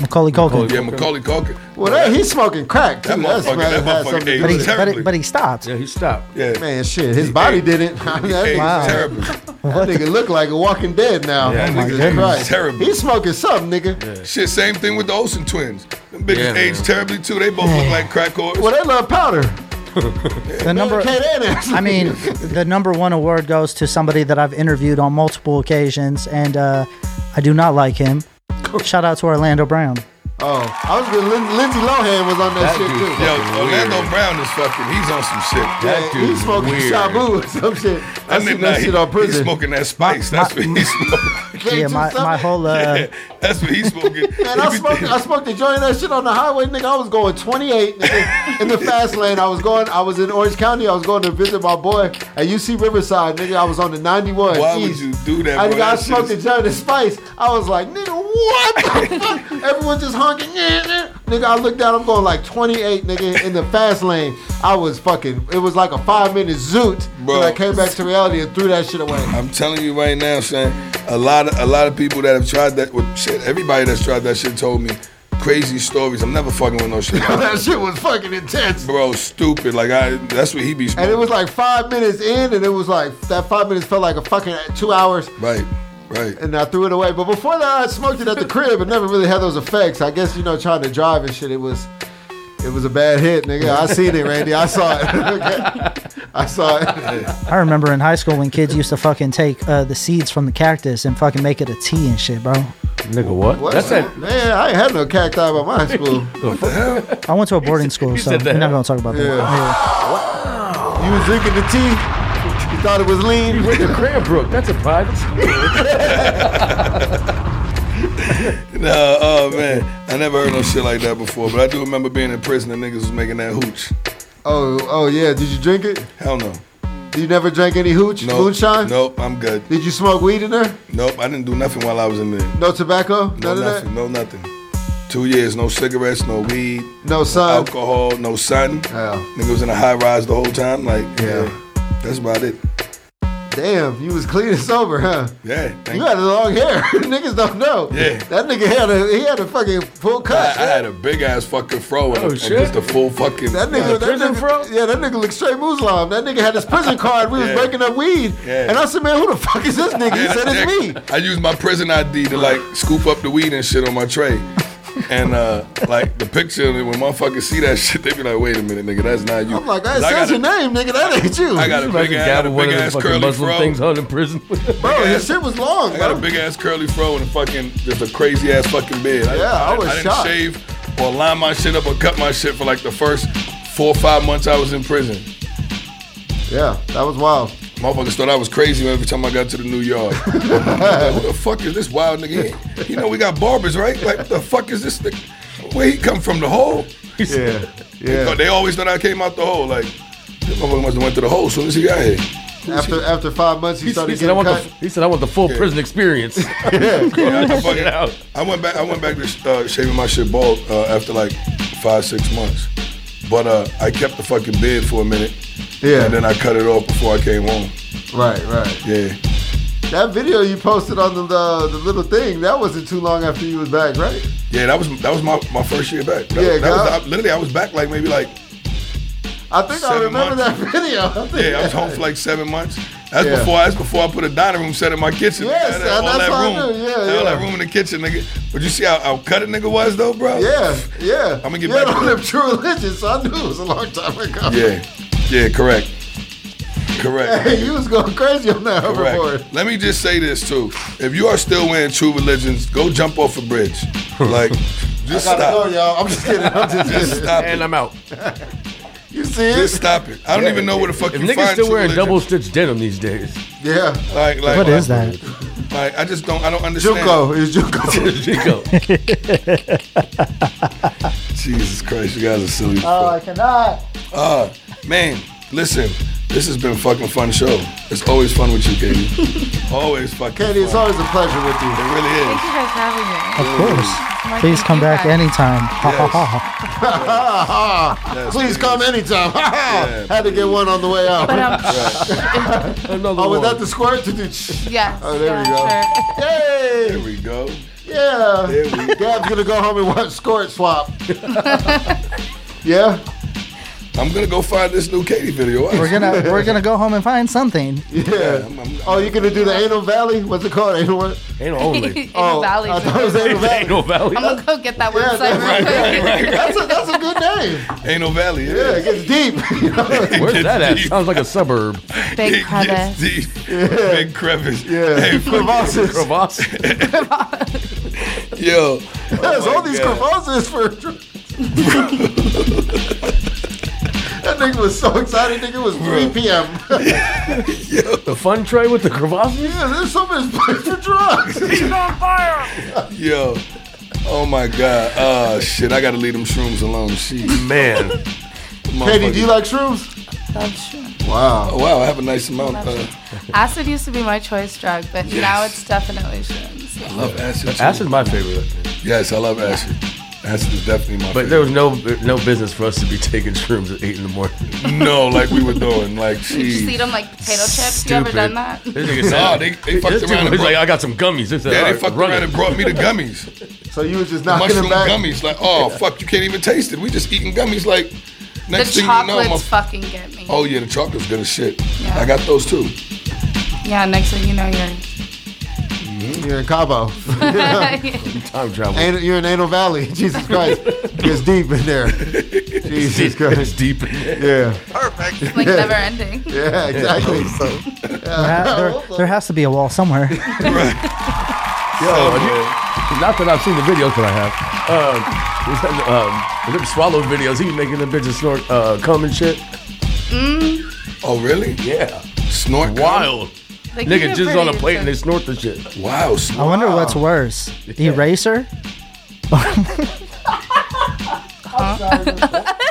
Speaker 19: Macaulay Culkin.
Speaker 16: Oh, Yeah, Macaulay Culkin.
Speaker 18: Well, that, he's smoking crack.
Speaker 16: That
Speaker 18: too. That's
Speaker 16: motherfucker-
Speaker 18: bad-
Speaker 16: that
Speaker 18: that's
Speaker 16: motherfucker
Speaker 18: something
Speaker 16: ate
Speaker 18: good.
Speaker 19: But he, but, he, but he stopped. Yeah,
Speaker 17: he stopped.
Speaker 16: Yeah.
Speaker 18: Man, shit, his body didn't. That's
Speaker 19: Wow.
Speaker 16: terrible.
Speaker 18: That nigga look like a Walking Dead now.
Speaker 16: Yeah,
Speaker 18: Jesus
Speaker 16: nigga,
Speaker 18: Christ.
Speaker 16: terrible.
Speaker 18: He smoking something, nigga.
Speaker 16: Shit, same thing with the Olsen twins. Them
Speaker 18: Yeah,
Speaker 16: bitches
Speaker 18: man.
Speaker 16: aged terribly too. They both look like crack whores.
Speaker 18: Well, they love powder.
Speaker 19: The number, I mean, the number one award goes to somebody that I've interviewed on multiple occasions, and uh, I do not like him. Shout out to Orlando Brown.
Speaker 18: Oh, I was good. Lin- Lindsay Lohan was on that, shit too.
Speaker 16: Yo, Orlando Brown is fucking. He's on some shit.
Speaker 18: Yeah, he smoking shabu or some shit. I
Speaker 16: That
Speaker 18: seen
Speaker 16: nigga, nah,
Speaker 18: that
Speaker 16: he,
Speaker 18: shit on
Speaker 16: he's
Speaker 18: prison.
Speaker 16: smoking that spice. That's what he's smoking.
Speaker 19: Yeah, my, my whole uh,
Speaker 16: Yeah, that's what he's smoking.
Speaker 18: Man, I smoked, I smoked a joint of that shit on the highway, nigga. I was going 28 nigga, in the fast lane. I was going, I was in Orange County. I was going to visit my boy at UC Riverside, nigga. I was on the 91.
Speaker 16: Why would
Speaker 18: east.
Speaker 16: you do that,
Speaker 18: I,
Speaker 16: bro?
Speaker 18: nigga, I
Speaker 16: That shit
Speaker 18: smoked
Speaker 16: is-
Speaker 18: a joint of Spice. I was like, nigga, what the fuck? Everyone just honking. "Yeah, yeah." Nigga, I looked down. I'm going like 28, nigga, in the fast lane. I was fucking, it was like a five minute zoot.
Speaker 16: Bro.
Speaker 18: But I came back to reality and threw that shit away.
Speaker 16: I'm telling you right now, son. A lot of a lot of people that have tried that. Well, shit, everybody that's tried that shit told me crazy stories. I'm never fucking with no shit.
Speaker 18: that shit was fucking intense.
Speaker 16: Bro, stupid. Like I, that's what he be
Speaker 18: And
Speaker 16: smoking.
Speaker 18: it was like five minutes in, and it was like that five minutes felt like a fucking two hours.
Speaker 16: Right, right.
Speaker 18: And I threw it away. But before that, I smoked it at the crib, and never really had those effects. I guess you know, trying to drive and shit, it was, it was a bad hit, nigga. I seen it, Randy. I saw it. Okay? I saw it.
Speaker 19: I remember in high school when kids used to fucking take uh, the seeds from the cactus and fucking make it a tea and shit, bro.
Speaker 17: Nigga, what? That's it.
Speaker 18: Man, I ain't had no cacti at my high school.
Speaker 17: What the
Speaker 18: hell?
Speaker 19: I went to a boarding school, so we're
Speaker 18: said that.
Speaker 19: not gonna talk about that.
Speaker 18: Yeah. You was drinking the tea. You thought it was lean. You
Speaker 17: went to Cranbrook. That's a private
Speaker 16: Nah, oh man, I never heard no shit like that before. But I do remember being in prison and niggas was making that hooch.
Speaker 18: Oh, oh yeah. Did you drink it?
Speaker 16: Hell no.
Speaker 18: You never drank any hooch,
Speaker 16: Nope.
Speaker 18: moonshine?
Speaker 16: Nope, I'm good.
Speaker 18: Did you smoke weed in there?
Speaker 16: Nope, I didn't do nothing while I was in there.
Speaker 18: No tobacco? None
Speaker 16: No
Speaker 18: of that?
Speaker 16: nothing. No nothing. Two years, no cigarettes, no weed,
Speaker 18: no sun,
Speaker 16: alcohol, no sun. Nigga was in a high rise the whole time. Like, yeah, that's about it.
Speaker 18: Damn, you was clean and sober, huh?
Speaker 16: Yeah, thank
Speaker 18: you had a long hair. Niggas don't know.
Speaker 16: Yeah. Uh,
Speaker 18: that nigga had a he had a fucking full
Speaker 16: I, I
Speaker 18: cut.
Speaker 16: had a big ass fucking fro and,
Speaker 18: Oh,
Speaker 16: and
Speaker 18: shit.
Speaker 16: just a full fucking.
Speaker 18: that nigga, that nigga, yeah, that nigga looked straight Muslim. That nigga had his prison card. We
Speaker 16: Yeah.
Speaker 18: was breaking up weed,
Speaker 16: Yeah.
Speaker 18: and I said, "Man, who the fuck is this nigga?" He
Speaker 16: Yeah,
Speaker 18: said, "It's me."
Speaker 16: yeah. I used my prison ID to like scoop up the weed and shit on my tray. And uh, like the picture, of it, when motherfuckers see that shit, they be like, "Wait a minute, nigga, that's not you."
Speaker 18: I'm like, that
Speaker 16: I got
Speaker 18: says
Speaker 16: a-
Speaker 18: your name, nigga. That ain't you.
Speaker 16: I got a big ass, I got a big ass curly fro.
Speaker 17: on in prison.
Speaker 18: Bro, his shit was long.
Speaker 16: I got a big ass curly fro and a fucking just a crazy ass fucking beard.
Speaker 18: Yeah, I was
Speaker 16: I didn't
Speaker 18: shocked.
Speaker 16: shave or line my shit up or cut my shit for like the first four or five months I was in prison.
Speaker 18: Yeah, that was wild.
Speaker 16: Motherfuckers thought I was crazy every time I got to the New York. Who the fuck is this wild nigga? You know we got barbers, right? Like what the fuck is this nigga? Where he come from? The hole?
Speaker 18: Yeah,
Speaker 16: They,
Speaker 18: yeah.
Speaker 16: thought- they always thought I came out the hole. Like this motherfucker must have went to the hole as soon as he got here.
Speaker 18: After after five months, he,
Speaker 17: He,
Speaker 18: started
Speaker 17: he said, I
Speaker 18: getting
Speaker 17: want the,
Speaker 18: cut.
Speaker 17: he said, I want the full prison experience.
Speaker 16: Yeah, I, just fucking- I went back. I went back to uh, shaving my shit bald uh, after like five, six months. But uh, I kept the fucking beard for a minute.
Speaker 18: Yeah.
Speaker 16: And then I cut it off before I came home.
Speaker 18: Right, right.
Speaker 16: Yeah.
Speaker 18: That video you posted on the, the the little thing that wasn't too long after you was back, right?
Speaker 16: Yeah, that was that was my, my first year back. That,
Speaker 18: Yeah,
Speaker 16: that was,
Speaker 18: God.
Speaker 16: I, literally I was back like maybe like
Speaker 18: I think I
Speaker 16: Seven
Speaker 18: remember
Speaker 16: months.
Speaker 18: that video. I think-
Speaker 16: yeah I was home for like seven months. That's
Speaker 18: Yeah.
Speaker 16: before that's before I put a dining room set in my kitchen.
Speaker 18: Yes, and
Speaker 16: That- all
Speaker 18: that's
Speaker 16: that
Speaker 18: what I
Speaker 16: room,
Speaker 18: knew. Yeah,
Speaker 16: all
Speaker 18: yeah.
Speaker 16: that room in the kitchen, nigga. But you see how, how cut a nigga was though, bro?
Speaker 18: Yeah, yeah.
Speaker 16: I'm gonna get
Speaker 18: you had
Speaker 16: back to
Speaker 18: on
Speaker 16: that.
Speaker 18: them true religion, so I knew it was a long time ago.
Speaker 16: Yeah, yeah, correct, correct.
Speaker 18: Hey, you was going crazy on that
Speaker 16: Correct.
Speaker 18: hoverboard.
Speaker 16: Let me just say this too. If you are still wearing true religions, go jump off a bridge. Like, just
Speaker 18: I gotta
Speaker 16: stop.
Speaker 18: go, y'all. I'm just kidding. I'm just
Speaker 16: Just
Speaker 18: kidding.
Speaker 16: stop
Speaker 17: and
Speaker 16: it.
Speaker 17: I'm out.
Speaker 18: You see it?
Speaker 16: Just stop it. I don't even know where the fuck
Speaker 17: If
Speaker 16: you
Speaker 17: niggas
Speaker 16: find
Speaker 17: still
Speaker 16: true
Speaker 17: wearing
Speaker 16: religion.
Speaker 17: double stitch denim these days.
Speaker 18: Yeah.
Speaker 16: Like, like,
Speaker 17: What is
Speaker 16: like- Like, I just don't. I don't understand.
Speaker 17: Junko.
Speaker 18: It's
Speaker 17: Junko.
Speaker 16: Jesus Christ, you guys are silly. as
Speaker 19: Oh, I cannot.
Speaker 16: Uh, man, listen, this has been a fucking fun show. It's always fun with you, Katie. always fucking
Speaker 18: Katie, it's
Speaker 16: fun.
Speaker 18: always a pleasure with you.
Speaker 16: It really
Speaker 7: Thank
Speaker 16: is.
Speaker 7: you guys for having me.
Speaker 19: Of course. Please come back anytime. Ha ha ha. ha.
Speaker 18: please come anytime. Had to get one on the way out.
Speaker 7: But, um,
Speaker 18: oh, was that the squirt?
Speaker 7: Yes.
Speaker 18: Oh, there we
Speaker 7: yeah,
Speaker 18: go.
Speaker 7: sure.
Speaker 18: Yay!
Speaker 16: There we go.
Speaker 18: Yeah. Gab's Uh, gonna go home and watch Scorch Swap. yeah.
Speaker 16: I'm gonna go find this new Katie video.
Speaker 19: We're gonna we're gonna go home and find something.
Speaker 18: Yeah. Oh, you gonna do the Anal Valley? What's it called? Anal what?
Speaker 17: Anal
Speaker 7: Only. Anal Valley.
Speaker 18: I Oh, thought it was Anal Valley.
Speaker 17: Anal
Speaker 7: I'm
Speaker 17: Valley.
Speaker 7: gonna go get that website.
Speaker 16: Right, right, right.
Speaker 18: That's a, that's a good name.
Speaker 16: Ain't no valley. Yeah,
Speaker 18: it gets deep.
Speaker 17: Where's that at? Sounds like a suburb.
Speaker 7: Big crevice.
Speaker 16: Deep.
Speaker 18: Yeah.
Speaker 16: Big crevice.
Speaker 18: Yeah.
Speaker 16: Hey,
Speaker 18: Crevasses.
Speaker 16: Yo.
Speaker 18: There's all these
Speaker 16: Oh God.
Speaker 18: crevasses for. that nigga was so excited. Nigga it was 3 p.m.
Speaker 17: The fun tray with the crevasses?
Speaker 18: yeah, there's so much place for drugs. He's on fire.
Speaker 16: Yo. Oh my God. Uh, shit. I gotta leave them shrooms alone. Shit.
Speaker 17: Man.
Speaker 18: Katie, do you like shrooms?
Speaker 7: Love shrooms.
Speaker 18: Wow.
Speaker 16: Oh, wow. I have a nice amount.
Speaker 7: Love
Speaker 16: Uh,
Speaker 7: Acid used to be my choice drug, but
Speaker 16: Yes.
Speaker 7: now it's definitely shrooms.
Speaker 16: I love acid. too.
Speaker 17: Acid's my favorite.
Speaker 16: Yes, I love acid. Acid is definitely my
Speaker 17: But there was no no business for us to be taking shrooms at eight in the morning.
Speaker 16: no, like we were doing. Like
Speaker 7: You just eat
Speaker 16: she.
Speaker 7: them like potato chips. You ever done that?
Speaker 17: This nigga said,
Speaker 16: Nah, they- they fucked
Speaker 17: this dude
Speaker 16: around and
Speaker 17: was
Speaker 16: brought-
Speaker 17: like, I got some gummies. They said,
Speaker 16: Yeah,
Speaker 17: "All
Speaker 16: they
Speaker 17: right,
Speaker 16: fucked
Speaker 17: run
Speaker 16: around
Speaker 17: it."
Speaker 16: and brought me the gummies.
Speaker 18: So you was just
Speaker 16: The
Speaker 18: knocking
Speaker 16: mushroom
Speaker 18: it back.
Speaker 16: gummies. Like, oh fuck, you can't even taste it. We just eating gummies. Like, next
Speaker 7: the
Speaker 16: thing you know,
Speaker 7: chocolates
Speaker 16: I'm a
Speaker 7: fucking get me.
Speaker 16: Oh yeah, the chocolate's good as shit. I got those too.
Speaker 7: Yeah, next thing you know, you're.
Speaker 18: You're in Cabo.
Speaker 17: Time travel.
Speaker 18: Anal, you're in Anal Valley. Jesus Christ. It's deep in there. Jesus Christ.
Speaker 17: It's deep in there.
Speaker 18: Yeah.
Speaker 7: Perfect. like never ending.
Speaker 18: Yeah, exactly. So,
Speaker 19: There, ha- there- there has to be a wall somewhere.
Speaker 16: Oh,
Speaker 17: Yo, have you- not that I've seen the videos, but I have. Um, was that, um, was them swallow videos? He was making the bitches snort uh, cum and shit.
Speaker 7: Mm,
Speaker 16: Oh really?
Speaker 17: Yeah.
Speaker 16: Snort.
Speaker 17: Wild.
Speaker 7: They
Speaker 17: Nigga
Speaker 7: keep it
Speaker 17: just on a
Speaker 7: pretty
Speaker 17: plate and they snort the shit.
Speaker 16: Wow.
Speaker 19: I wonder what's worse, eraser.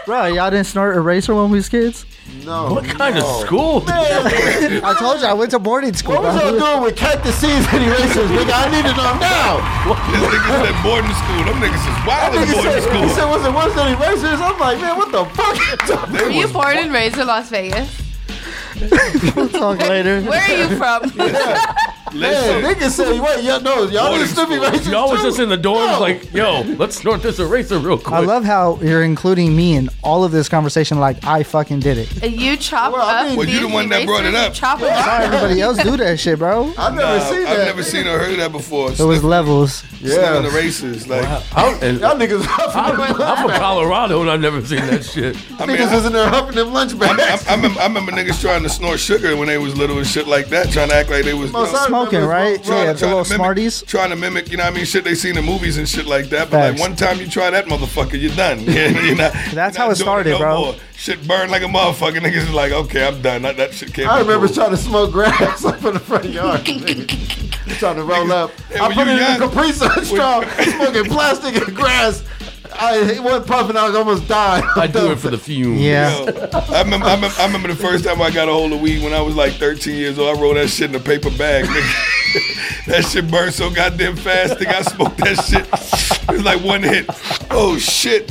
Speaker 19: Bro, y'all didn't snort eraser when we was kids.
Speaker 18: No.
Speaker 17: What kind of school?
Speaker 19: I told you I went to boarding school.
Speaker 18: What was
Speaker 19: bro.
Speaker 18: y'all doing with cactus seeds and erasers, nigga? I need to know now.
Speaker 16: This nigga said boarding school. Them niggas is wild in
Speaker 18: Nigga
Speaker 16: boarding
Speaker 18: said,
Speaker 16: school.
Speaker 18: he said, was it worse than erasers? I'm like, man, what the fuck?
Speaker 7: Were you born and raised in Las Vegas?
Speaker 19: We'll talk later.
Speaker 7: Where are you from?
Speaker 18: Man, niggas say, wait, y'all know, y'all need to sniff erasers
Speaker 17: Y'all was
Speaker 18: too.
Speaker 17: just in the dorms like, yo, let's snort this eraser real quick.
Speaker 19: I love how you're including me in all of this conversation. Like I fucking did it.
Speaker 7: you chop up.
Speaker 16: well, you the
Speaker 7: these
Speaker 16: one that brought it
Speaker 7: erasers,
Speaker 16: up.
Speaker 7: Chop
Speaker 16: Yeah.
Speaker 7: them
Speaker 19: Why
Speaker 7: up.
Speaker 19: everybody else do that shit, bro?
Speaker 18: I've
Speaker 16: never seen that. I've never seen or heard of that before.
Speaker 19: It was levels.
Speaker 16: Sniffing the races. Like,
Speaker 17: I'm, and-
Speaker 18: Y'all niggas
Speaker 17: I'm,
Speaker 18: huffing
Speaker 17: I'm from Colorado and I've never seen that shit.
Speaker 16: I mean,
Speaker 18: Niggas was in there huffing them lunch
Speaker 16: I,
Speaker 18: bags.
Speaker 16: I, I, remember, I remember niggas trying to snort sugar when they was little and shit like that, trying to act like they was
Speaker 18: Most I remember Smoking, was
Speaker 19: right?
Speaker 16: Trying,
Speaker 19: Yeah,
Speaker 16: trying
Speaker 19: the little
Speaker 16: to mimic,
Speaker 19: Smarties.
Speaker 16: Trying to mimic, you know what I mean, shit they seen in movies and shit like that. But
Speaker 19: Facts.
Speaker 16: like one time you try that motherfucker, you're done. Yeah, you're not, you're not
Speaker 19: That's how it
Speaker 16: doing
Speaker 19: started,
Speaker 16: no
Speaker 19: bro.
Speaker 16: more. Shit burned like a motherfucker. Niggas is like, okay, I'm done. That, that shit came.
Speaker 18: I remember trying to smoke grass up in the front yard. nigga. trying to roll up. I
Speaker 16: when
Speaker 18: put
Speaker 16: you
Speaker 18: it in a
Speaker 16: young-
Speaker 18: Capri Sun straw, smoking plastic and grass. I it wasn't puffing. I was almost dying.
Speaker 17: I do it for the fumes.
Speaker 19: Yeah.
Speaker 16: Yo, I remember, I remember. I remember the first time I got a hold of weed when I was like 13 years old. I rolled that shit in a paper bag. nigga. that shit burned so goddamn fast. Nigga, I smoked that shit. It was like one hit. Oh shit.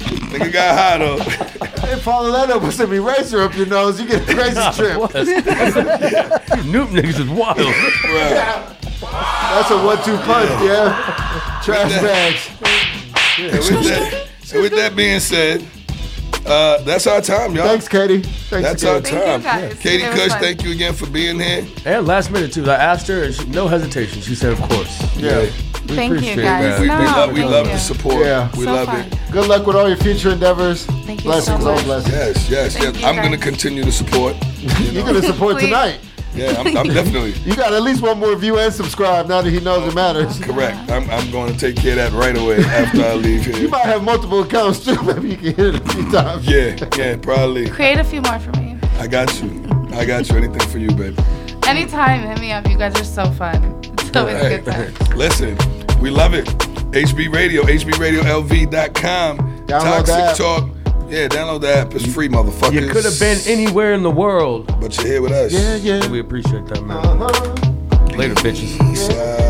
Speaker 16: Nigga got high though.
Speaker 18: Hey, follow that up with some eraser up your nose. You get a crazy trip.
Speaker 17: Noob niggas is wild.
Speaker 18: That's a one-two punch. Yeah. Trash bags.
Speaker 16: And with that, and with that being said, uh, that's our time, y'all.
Speaker 18: Thanks, Katie.
Speaker 16: That's
Speaker 18: again.
Speaker 16: our
Speaker 18: Thank you,
Speaker 16: time.
Speaker 18: guys.
Speaker 16: Katie
Speaker 18: It was
Speaker 16: Cush,
Speaker 18: fun.
Speaker 16: thank you again for being here.
Speaker 17: And last minute too, I asked her and she, no hesitation. She said, of course.
Speaker 18: Yeah.
Speaker 17: We
Speaker 7: Thank you,
Speaker 17: appreciate it,
Speaker 7: guys.
Speaker 17: man.
Speaker 16: We, we
Speaker 7: No,
Speaker 16: love, we
Speaker 7: thank
Speaker 16: love
Speaker 7: you.
Speaker 16: the support.
Speaker 18: Yeah.
Speaker 16: We
Speaker 7: So
Speaker 16: love
Speaker 7: fun.
Speaker 16: it.
Speaker 18: Good luck with all your future endeavors.
Speaker 7: Thank you so
Speaker 18: Blessings,
Speaker 7: much.
Speaker 18: all blessings.
Speaker 16: Yes, yes,
Speaker 7: Thank
Speaker 16: yes.
Speaker 7: you,
Speaker 16: I'm
Speaker 7: guys.
Speaker 16: going to continue to support. You
Speaker 18: You're
Speaker 16: know?
Speaker 18: gonna support
Speaker 7: Please.
Speaker 18: tonight.
Speaker 16: yeah, I'm, I'm definitely
Speaker 18: You got at least one more view and subscribe now that he knows it matters.
Speaker 16: correct. I'm, I'm going to take care of that right away after I leave
Speaker 18: You
Speaker 16: here.
Speaker 18: might have multiple accounts too. Maybe you can hit it a few times.
Speaker 16: Yeah, yeah, probably.
Speaker 7: Create a few more for me.
Speaker 16: I got you. I got you. Anything for you, baby.
Speaker 7: Anytime, hit me up. You guys are so fun. It's always a good time.
Speaker 16: Listen, we love it. HB Radio, HBRadioLV.com. Toxic
Speaker 18: the app.
Speaker 16: Talk. Yeah, download the app. It's free, motherfuckers.
Speaker 17: You could have been anywhere in the world.
Speaker 16: But you're here with us. Uh-huh.
Speaker 18: Yeah, yeah.
Speaker 17: We appreciate that, man. Later, bitches.
Speaker 16: Peace out.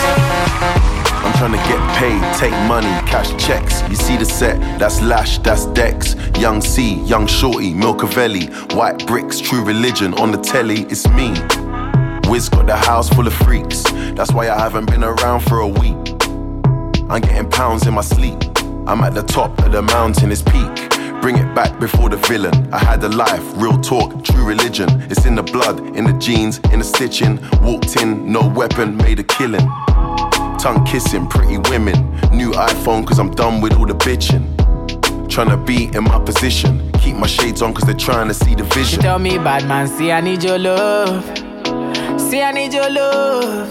Speaker 27: I'm trying to get paid, take money, cash checks. You see the set, that's Lash, that's Dex. Young C, Young Shorty, Milcavelli. White bricks, true religion on the telly, it's me. Wiz got the house full of freaks. That's why I haven't been around for a week. I'm getting pounds in my sleep. I'm at the top of the mountain, it's peak. Bring it back before the villain. I had a life, real talk, true religion. It's in the blood, in the jeans, in the stitching. Walked in, no weapon, made a killing. Tongue kissing, pretty women. New iPhone, cause I'm done with all the bitching. Tryna be in my position. Keep my shades on, cause they're trying to see the
Speaker 25: She
Speaker 27: vision.
Speaker 25: told me, bad man, see, I need your love. See, I need your love.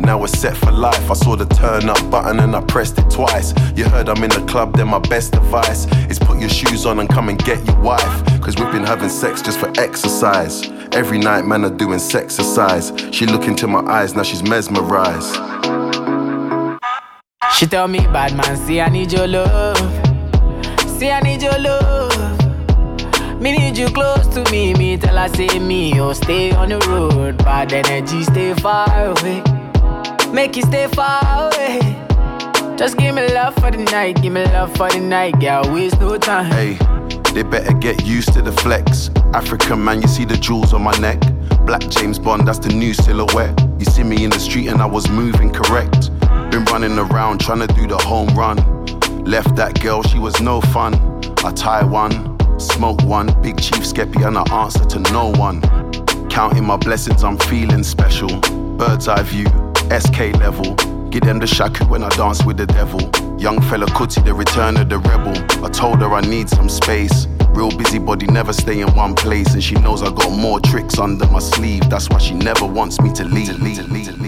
Speaker 27: Now we're set for life. I saw the turn up button and I pressed it twice. You heard I'm in the club, then my best advice is put your shoes on and come and get your wife. Cause we've been having sex just for exercise. Every night, man, are doing sexercise. She look into my eyes, now she's mesmerized.
Speaker 25: She tell me, bad man, see, I need your love. See, I need your love. Me need you close to me. Me tell her, say, me, oh, stay on the road. Bad energy, stay far away. Make you stay far away. Just give me love for the night. Give me love for the night. Yeah, waste no time.
Speaker 27: Hey, they better get used to the flex. African man, you see the jewels on my neck. Black James Bond, that's the new silhouette. You see me in the street and I was moving correct. Been running around trying to do the home run. Left that girl, she was no fun. I tie one, smoke one, big chief skeppy, and I answer to no one. Counting my blessings, I'm feeling special. Bird's eye view, SK level. Get them the shaku when I dance with the devil. Young fella Kuti, the return of the rebel. I told her I need some space. Real busybody, never stay in one place. And she knows I got more tricks under my sleeve. That's why she never wants me to leave.